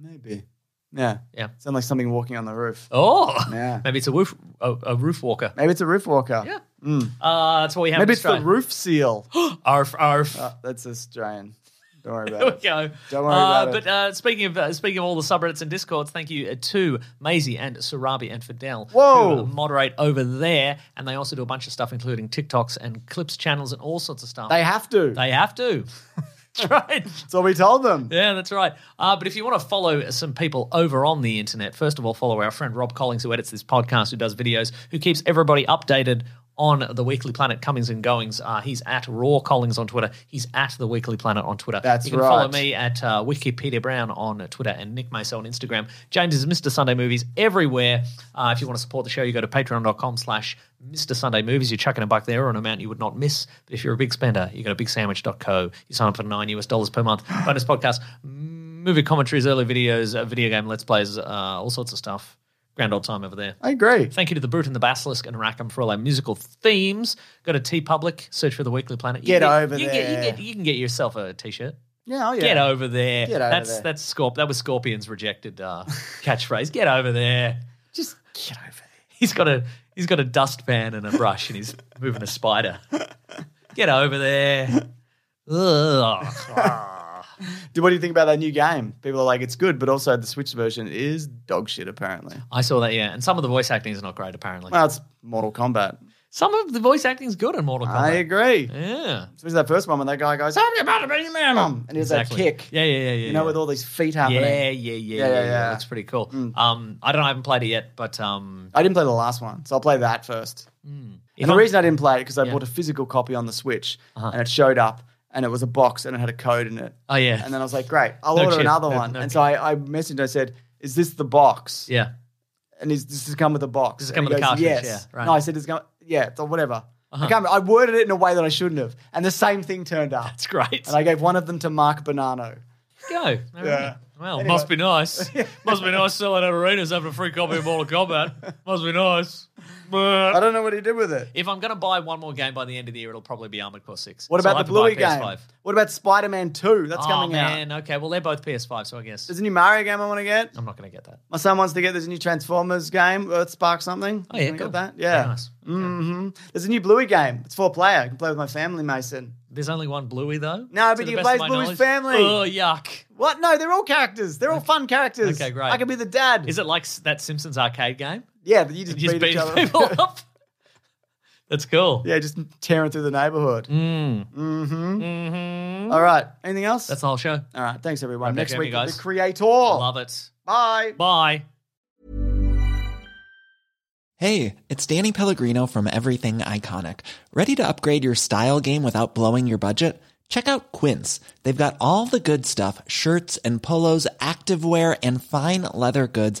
S2: Maybe. Yeah.
S3: Yeah.
S2: Sound like something walking on the roof.
S3: Oh,
S2: Yeah.
S3: maybe it's a roof, a, a roof walker.
S2: Maybe it's a roof walker.
S3: Yeah.
S2: Mm.
S3: Uh, that's what we have.
S2: Maybe
S3: in
S2: it's the
S3: Australia.
S2: roof seal.
S3: Arf, arf.
S2: Oh, that's Australian. Don't worry
S3: There we
S2: about it.
S3: go.
S2: Don't worry
S3: uh,
S2: about it.
S3: But uh, speaking of uh, speaking of all the subreddits and discords, thank you uh, to Maisie and Sarabi and Fidel
S2: Whoa.
S3: who uh, moderate over there, and they also do a bunch of stuff, including TikToks and clips channels and all sorts of stuff.
S2: They have to.
S3: They have to. that's right.
S2: so we told them.
S3: Yeah, that's right. Uh, but if you want to follow some people over on the internet, first of all, follow our friend Rob Collings, who edits this podcast, who does videos, who keeps everybody updated on the Weekly Planet comings and goings. Uh, he's at Raw Collings on Twitter. He's at the Weekly Planet on Twitter.
S2: That's
S3: You can follow
S2: right.
S3: me at uh, Wikipedia Brown on Twitter and Nick Mason on Instagram. James is Mr. Sunday Movies everywhere. Uh, if you want to support the show, you go to patreon.com slash Mr. Sunday Movies. You're chucking a buck there or an amount you would not miss. But if you're a big spender, you go to bigsandwich.co. You sign up for nine US dollars per month. Bonus podcast, movie commentaries, early videos, uh, video game let's plays, uh, all sorts of stuff. Grand old time over there.
S2: I agree.
S3: Thank you to the Brute and the Basilisk and Rackham for all our musical themes. Go to T Public, search for the Weekly Planet. You
S2: Get
S3: can
S2: over
S3: you Can get, you,
S2: there.
S3: get, you can get yourself a T-shirt.
S2: Yeah, oh, yeah.
S3: Get over there.
S2: Get over
S3: that's
S2: there.
S3: that's Scorp- That was Scorpion's rejected uh, catchphrase. Get over there.
S2: Just get over there.
S3: He's got a he's got a dustpan and a brush, and he's moving a spider. Get over there. Ugh.
S2: Dude, what do you think about that new game? People are like, it's good, but also the Switch version is dog shit, apparently.
S3: I saw that. Yeah, and some of the voice acting is not great. Apparently,
S2: Well, it's Mortal Kombat.
S3: some of the voice acting is good in Mortal
S2: I
S3: Kombat.
S2: agree.
S3: yeah,
S2: Especially that first one when that guy goes, I'm about to be man him. And he has
S3: exactly.
S2: that kick,
S3: Yeah, yeah, yeah, yeah.
S2: you know,
S3: yeah.
S2: with all these feet
S3: yeah,
S2: happening.
S3: yeah, yeah, yeah,
S2: Yeah,
S3: yeah,
S2: yeah, yeah. Mm.
S3: That's pretty cool. Um, I don't know. I haven't played it yet, but um,
S2: I didn't play the last one, so I'll play that first.
S3: if
S2: and Uh, the
S3: I'm-
S2: reason I didn't play it because I
S3: Yeah. Uh-huh.
S2: bought a physical copy on the Switch, and it showed up, and it was a box, and it had a code in it.
S3: oh yeah,
S2: And then I was like, great, I'll
S3: No
S2: order
S3: kid.
S2: another
S3: No-
S2: one.
S3: no
S2: and so I, I messaged, I said, is this the box?
S3: yeah,
S2: And is does this come with a box?
S3: Does it
S2: And
S3: come
S2: he
S3: with a
S2: goes,
S3: cartridge?
S2: Yes.
S3: Yeah, right. Uh-huh.
S2: No, I said, it's come, yeah, it's or whatever. I, can't, I worded it in a way that I shouldn't have, and the same thing turned up.
S3: it's great.
S2: And I gave one of them to Mark Bonanno.
S3: Go. All right. Well, must be nice. must be nice selling out arenas having a free copy of Mortal Kombat. Must be nice.
S2: I
S3: But
S2: don't know what he did with it.
S3: if I'm going to buy one more game by the end of the year, it'll probably be Armored Core Six.
S2: What
S3: So
S2: about
S3: I'll
S2: the
S3: have
S2: Bluey
S3: to buy a
S2: game? What about Spider Man 2? That's
S3: oh
S2: coming out.
S3: man. Okay. Well, they're both PS5, so I guess
S2: There's a new Mario game I want to get.
S3: I'm not going to get that.
S2: My son Oh, wants to get there's a new Transformers game, Earth Spark something.
S3: Oh yeah,
S2: Something
S3: cool.
S2: like that.
S3: Very
S2: Yeah.
S3: nice. Okay.
S2: hmm There's a new Bluey game. It's four player. I can play with my family, Mason.
S3: There's only one Bluey though.
S2: No,
S3: to
S2: but
S3: the
S2: you
S3: best of
S2: plays
S3: my
S2: Bluey's
S3: knowledge.
S2: family.
S3: Oh yuck.
S2: What? No, they're all characters. They're all fun characters.
S3: Okay, great.
S2: I can be the dad.
S3: Is it like s- that Simpsons arcade game?
S2: Yeah, but you
S3: You
S2: just,
S3: just
S2: beat,
S3: beat
S2: each other.
S3: people up. That's cool.
S2: yeah, just tearing through the neighborhood.
S3: Mm.
S2: Mm-hmm.
S3: Mm-hmm.
S2: All right. Anything else?
S3: That's the whole show.
S2: all right. Thanks everyone.
S3: Right back
S2: Next
S3: at
S2: week,
S3: you guys.
S2: the creator.
S3: Love it.
S2: Bye.
S3: Bye.
S6: Hey, it's Danny Pellegrino from Everything Iconic. Ready to upgrade your style game without blowing your budget? Check out Quince. They've got all the good stuff shirts and polos, activewear, and fine leather goods,